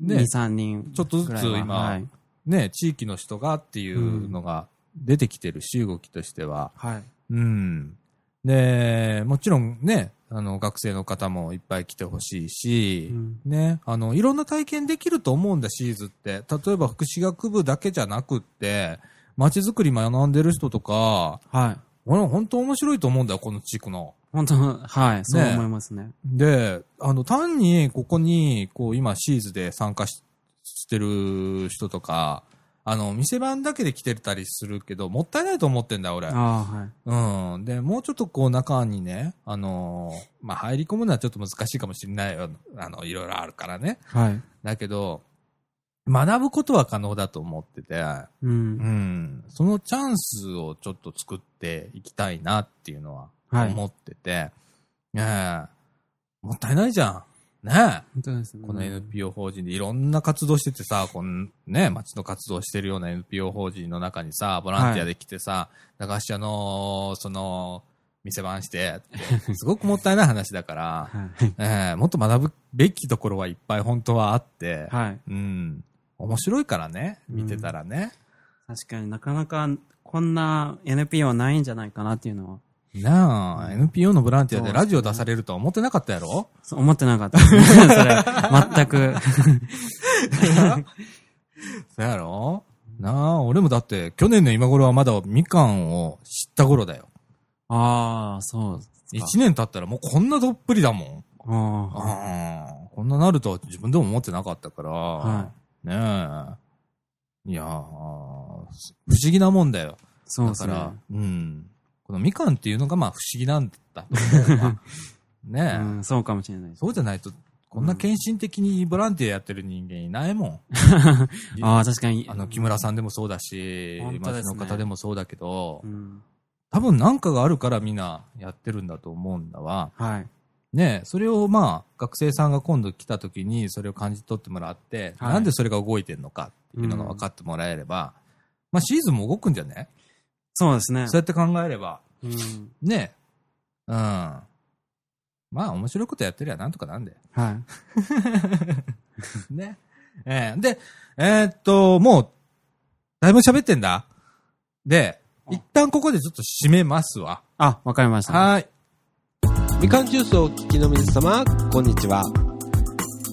[SPEAKER 1] ね
[SPEAKER 2] 2、3人。
[SPEAKER 1] ちょっとずつ今
[SPEAKER 2] はい。
[SPEAKER 1] ね、地域の人がっていうのが出てきてるし、動きとしては。
[SPEAKER 2] はい。
[SPEAKER 1] うん。で、もちろんね、あの、学生の方もいっぱい来てほしいし、
[SPEAKER 2] うん
[SPEAKER 1] ね、あの、いろんな体験できると思うんだ、シーズって。例えば福祉学部だけじゃなくって、街づくり学んでる人とか、
[SPEAKER 2] はい。
[SPEAKER 1] 俺本当面白いと思うんだよ、この地区の。
[SPEAKER 2] 本当はい。そう思いますね。
[SPEAKER 1] で、あの、単にここに、こう、今、シーズで参加ししてる人とか、あの、店番だけで来てたりするけど、もったいないと思ってんだ、俺。
[SPEAKER 2] ああ、はい。
[SPEAKER 1] うん。で、もうちょっとこう、中にね、あのーまあ、入り込むのはちょっと難しいかもしれないよ。あの、いろいろあるからね。
[SPEAKER 2] はい。
[SPEAKER 1] だけど、学ぶことは可能だと思ってて、
[SPEAKER 2] う。
[SPEAKER 1] うんん。そのチャンスをちょっと作っていきたいなっていうのは
[SPEAKER 2] はい。
[SPEAKER 1] 思ってて、ねえもったいないじゃん。ね
[SPEAKER 2] 本当ですね。
[SPEAKER 1] え、この NPO 法人でいろんな活動しててさ、このね、町の活動してるような NPO 法人の中にさ、ボランティアで来てさ、駄菓子屋の、その、店番して、すごくもったいない話だから、
[SPEAKER 2] はい。
[SPEAKER 1] ええもっと学ぶべきところはいっぱい本当はあって、
[SPEAKER 2] はい。
[SPEAKER 1] うん。面白いからね、見てたらね。
[SPEAKER 2] 確かになかなかこんな NPO ないんじゃないかなっていうのは、
[SPEAKER 1] なあ、NPO のボランティア
[SPEAKER 2] そ
[SPEAKER 1] で
[SPEAKER 2] うですね
[SPEAKER 1] ラジオ出されるとは思ってなかったやろ
[SPEAKER 2] そう思ってなかった ですね。それ、全く。
[SPEAKER 1] そうやろなあ、俺もだって、去年の今頃はまだみかんを知った頃だよ。
[SPEAKER 2] ああ、そうですか。
[SPEAKER 1] 一年経ったらもうこんなどっぷりだもん。
[SPEAKER 2] あ
[SPEAKER 1] ああ、こんななるとは自分でも思ってなかったから、
[SPEAKER 2] あはい。
[SPEAKER 1] ねえ。いやあ、不思議なもんだよ。
[SPEAKER 2] そうで
[SPEAKER 1] だ
[SPEAKER 2] す
[SPEAKER 1] か
[SPEAKER 2] ね。
[SPEAKER 1] ら、うん。このみかんっていうのがまあ不思議なんだと思うわ ねえ、
[SPEAKER 2] うん、そうかもしれないです。
[SPEAKER 1] そうじゃないと、こんな献身的にボランティアやってる人間いないもん。
[SPEAKER 2] ああ、確かに。
[SPEAKER 1] あの、木村さんでもそうだし、
[SPEAKER 2] 本当
[SPEAKER 1] 町
[SPEAKER 2] です
[SPEAKER 1] の
[SPEAKER 2] ね
[SPEAKER 1] 方でもそうだけど、
[SPEAKER 2] うん。
[SPEAKER 1] 多分なんかがあるからみんなやってるんだと思うんだわ。
[SPEAKER 2] はい。
[SPEAKER 1] ねえそれをまあ、学生さんが今度来た時にそれを感じ取ってもらって、
[SPEAKER 2] はい
[SPEAKER 1] なんでそれが動いてんのかっていうのが分かってもらえれば、まあシーズンも動くんじゃね
[SPEAKER 2] そうですね
[SPEAKER 1] そう。やって考えれば、
[SPEAKER 2] うん。
[SPEAKER 1] ねえうん。まあ面白いことやってりゃなんとかなんで。
[SPEAKER 2] はい。
[SPEAKER 1] ね。ええで、えーっと、もう、だいぶ喋ってんだ。で、一旦ここでちょっと締めますわ。
[SPEAKER 2] あ、わかりました。
[SPEAKER 1] はい。
[SPEAKER 3] みかんジュースをお聞きの皆様、こんにちは。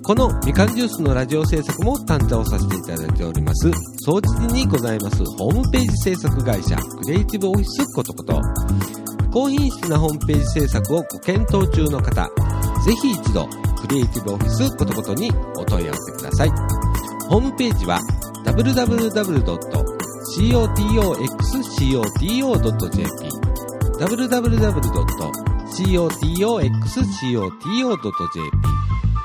[SPEAKER 3] このみかんジュースのラジオ制作も担当させていただいております、総知事にございますホームページ制作会社、クリエイティブオフィスことこと。高品質なホームページ制作をご検討中の方、ぜひ一度、クリエイティブオフィスことことにお問い合わせください。ホームページは www.cotoxcoto.jp www.cotoxcoto.jp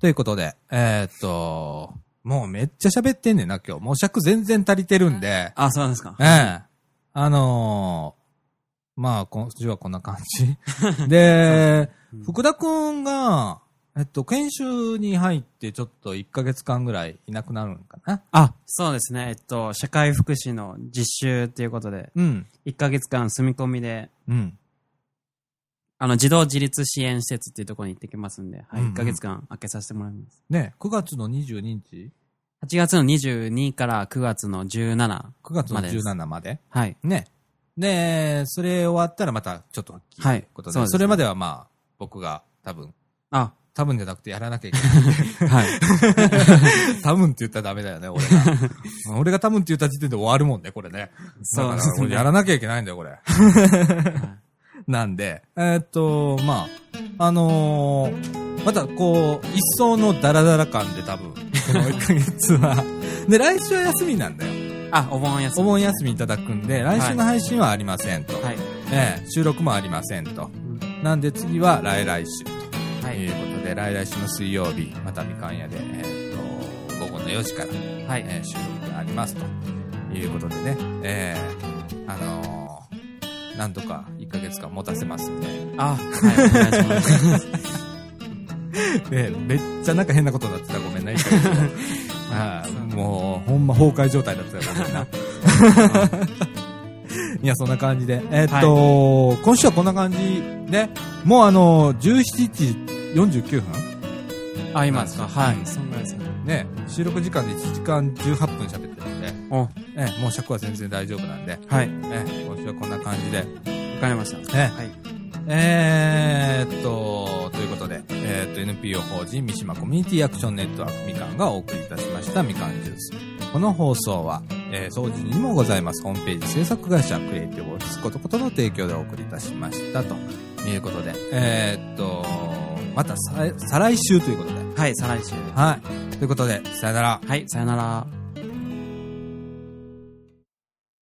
[SPEAKER 1] ということで、えーっと、もうめっちゃ喋ってんねんな、今日。もう尺全然足りてるんで、
[SPEAKER 2] あ、そうなんですか。
[SPEAKER 1] ええあのーまあ、今週はこんな感じ。 で、福田くんが、えっと、研修に入ってちょっと1ヶ月間ぐらいいなくなるんかな。
[SPEAKER 2] あ、そうですね。えっと、社会福祉の実習ということで、
[SPEAKER 1] うん。
[SPEAKER 2] 1ヶ月間住み込みで、
[SPEAKER 1] うん。
[SPEAKER 2] あの、児童自立支援施設っていうところに行ってきますんで、はい、
[SPEAKER 1] うんうん
[SPEAKER 2] 1ヶ月間開けさせてもらいます。
[SPEAKER 1] ね、9月の22日
[SPEAKER 2] 8月の22から9月の17。
[SPEAKER 1] ?9 月の
[SPEAKER 2] までです
[SPEAKER 1] 17まで。
[SPEAKER 2] はい。
[SPEAKER 1] ね。で、それ終わったらまたちょっと復帰と
[SPEAKER 2] はいいう
[SPEAKER 1] ことで、
[SPEAKER 2] そうですね
[SPEAKER 1] それまではまあ、僕が多分、
[SPEAKER 2] あ、
[SPEAKER 1] 多分じゃなくてやらなきゃいけない。
[SPEAKER 2] はい。
[SPEAKER 1] 多分って言ったらダメだよね、俺が。俺が多分って言った時点で終わるもんね、これね。
[SPEAKER 2] そう
[SPEAKER 1] だ
[SPEAKER 2] で
[SPEAKER 1] から
[SPEAKER 2] す
[SPEAKER 1] 俺
[SPEAKER 2] ね。
[SPEAKER 1] や
[SPEAKER 2] は
[SPEAKER 1] らなきゃいけないんだよ、これ。
[SPEAKER 2] い
[SPEAKER 1] なんで、えーっと、まあ、あのーまたこう、一層のダラダラ感で多分、この1ヶ月は。で、来週は休みなんだよ。
[SPEAKER 2] あ、お盆休
[SPEAKER 1] お
[SPEAKER 2] み。
[SPEAKER 1] 盆休みいただくんで、来週の配信はありませんと。
[SPEAKER 2] はい。
[SPEAKER 1] ええ収録もありませんと。
[SPEAKER 2] うん
[SPEAKER 1] なんで次は来々週と
[SPEAKER 2] はいい。
[SPEAKER 1] うことで、来々週の水曜日、またみかん屋で、えーっと、午後の4時から、
[SPEAKER 2] はい。
[SPEAKER 1] えー収録がありますということでね、えーあのーなんとか1ヶ月間持たせますんで、
[SPEAKER 2] あ、はい。お願いします。
[SPEAKER 1] でめっちゃなんか変なことになってたらごめんな、1ヶ月後ああもう、ほんま崩壊状態だったらごめんな。いや、そんな感じで。えーっと、今週はこんな感じで、もうあのー、17時49分
[SPEAKER 2] あ、今ですか。は
[SPEAKER 1] うん
[SPEAKER 2] い。そんぐらいですね。
[SPEAKER 1] ね、収録時間で1時間18分喋ってるんで、
[SPEAKER 2] お、は
[SPEAKER 1] えーもう尺は全然大丈夫なんで、
[SPEAKER 2] い。
[SPEAKER 1] えー今週はこんな感じで、
[SPEAKER 2] わかりました。
[SPEAKER 1] えー
[SPEAKER 2] はい。
[SPEAKER 1] えーっと、ということで、えーっと、NPO 法人三島コミュニティアクションネットワークみかんがお送りいたしましたみかんジュース。この放送は、えー、掃除にもございますホームページ制作会社クリエイティブオフィスことことの提供でお送りいたしましたということで、えーっと、またさ再来週ということで、
[SPEAKER 2] はい、再来週。
[SPEAKER 1] はい。ということで、さよなら。
[SPEAKER 2] はい、さよなら。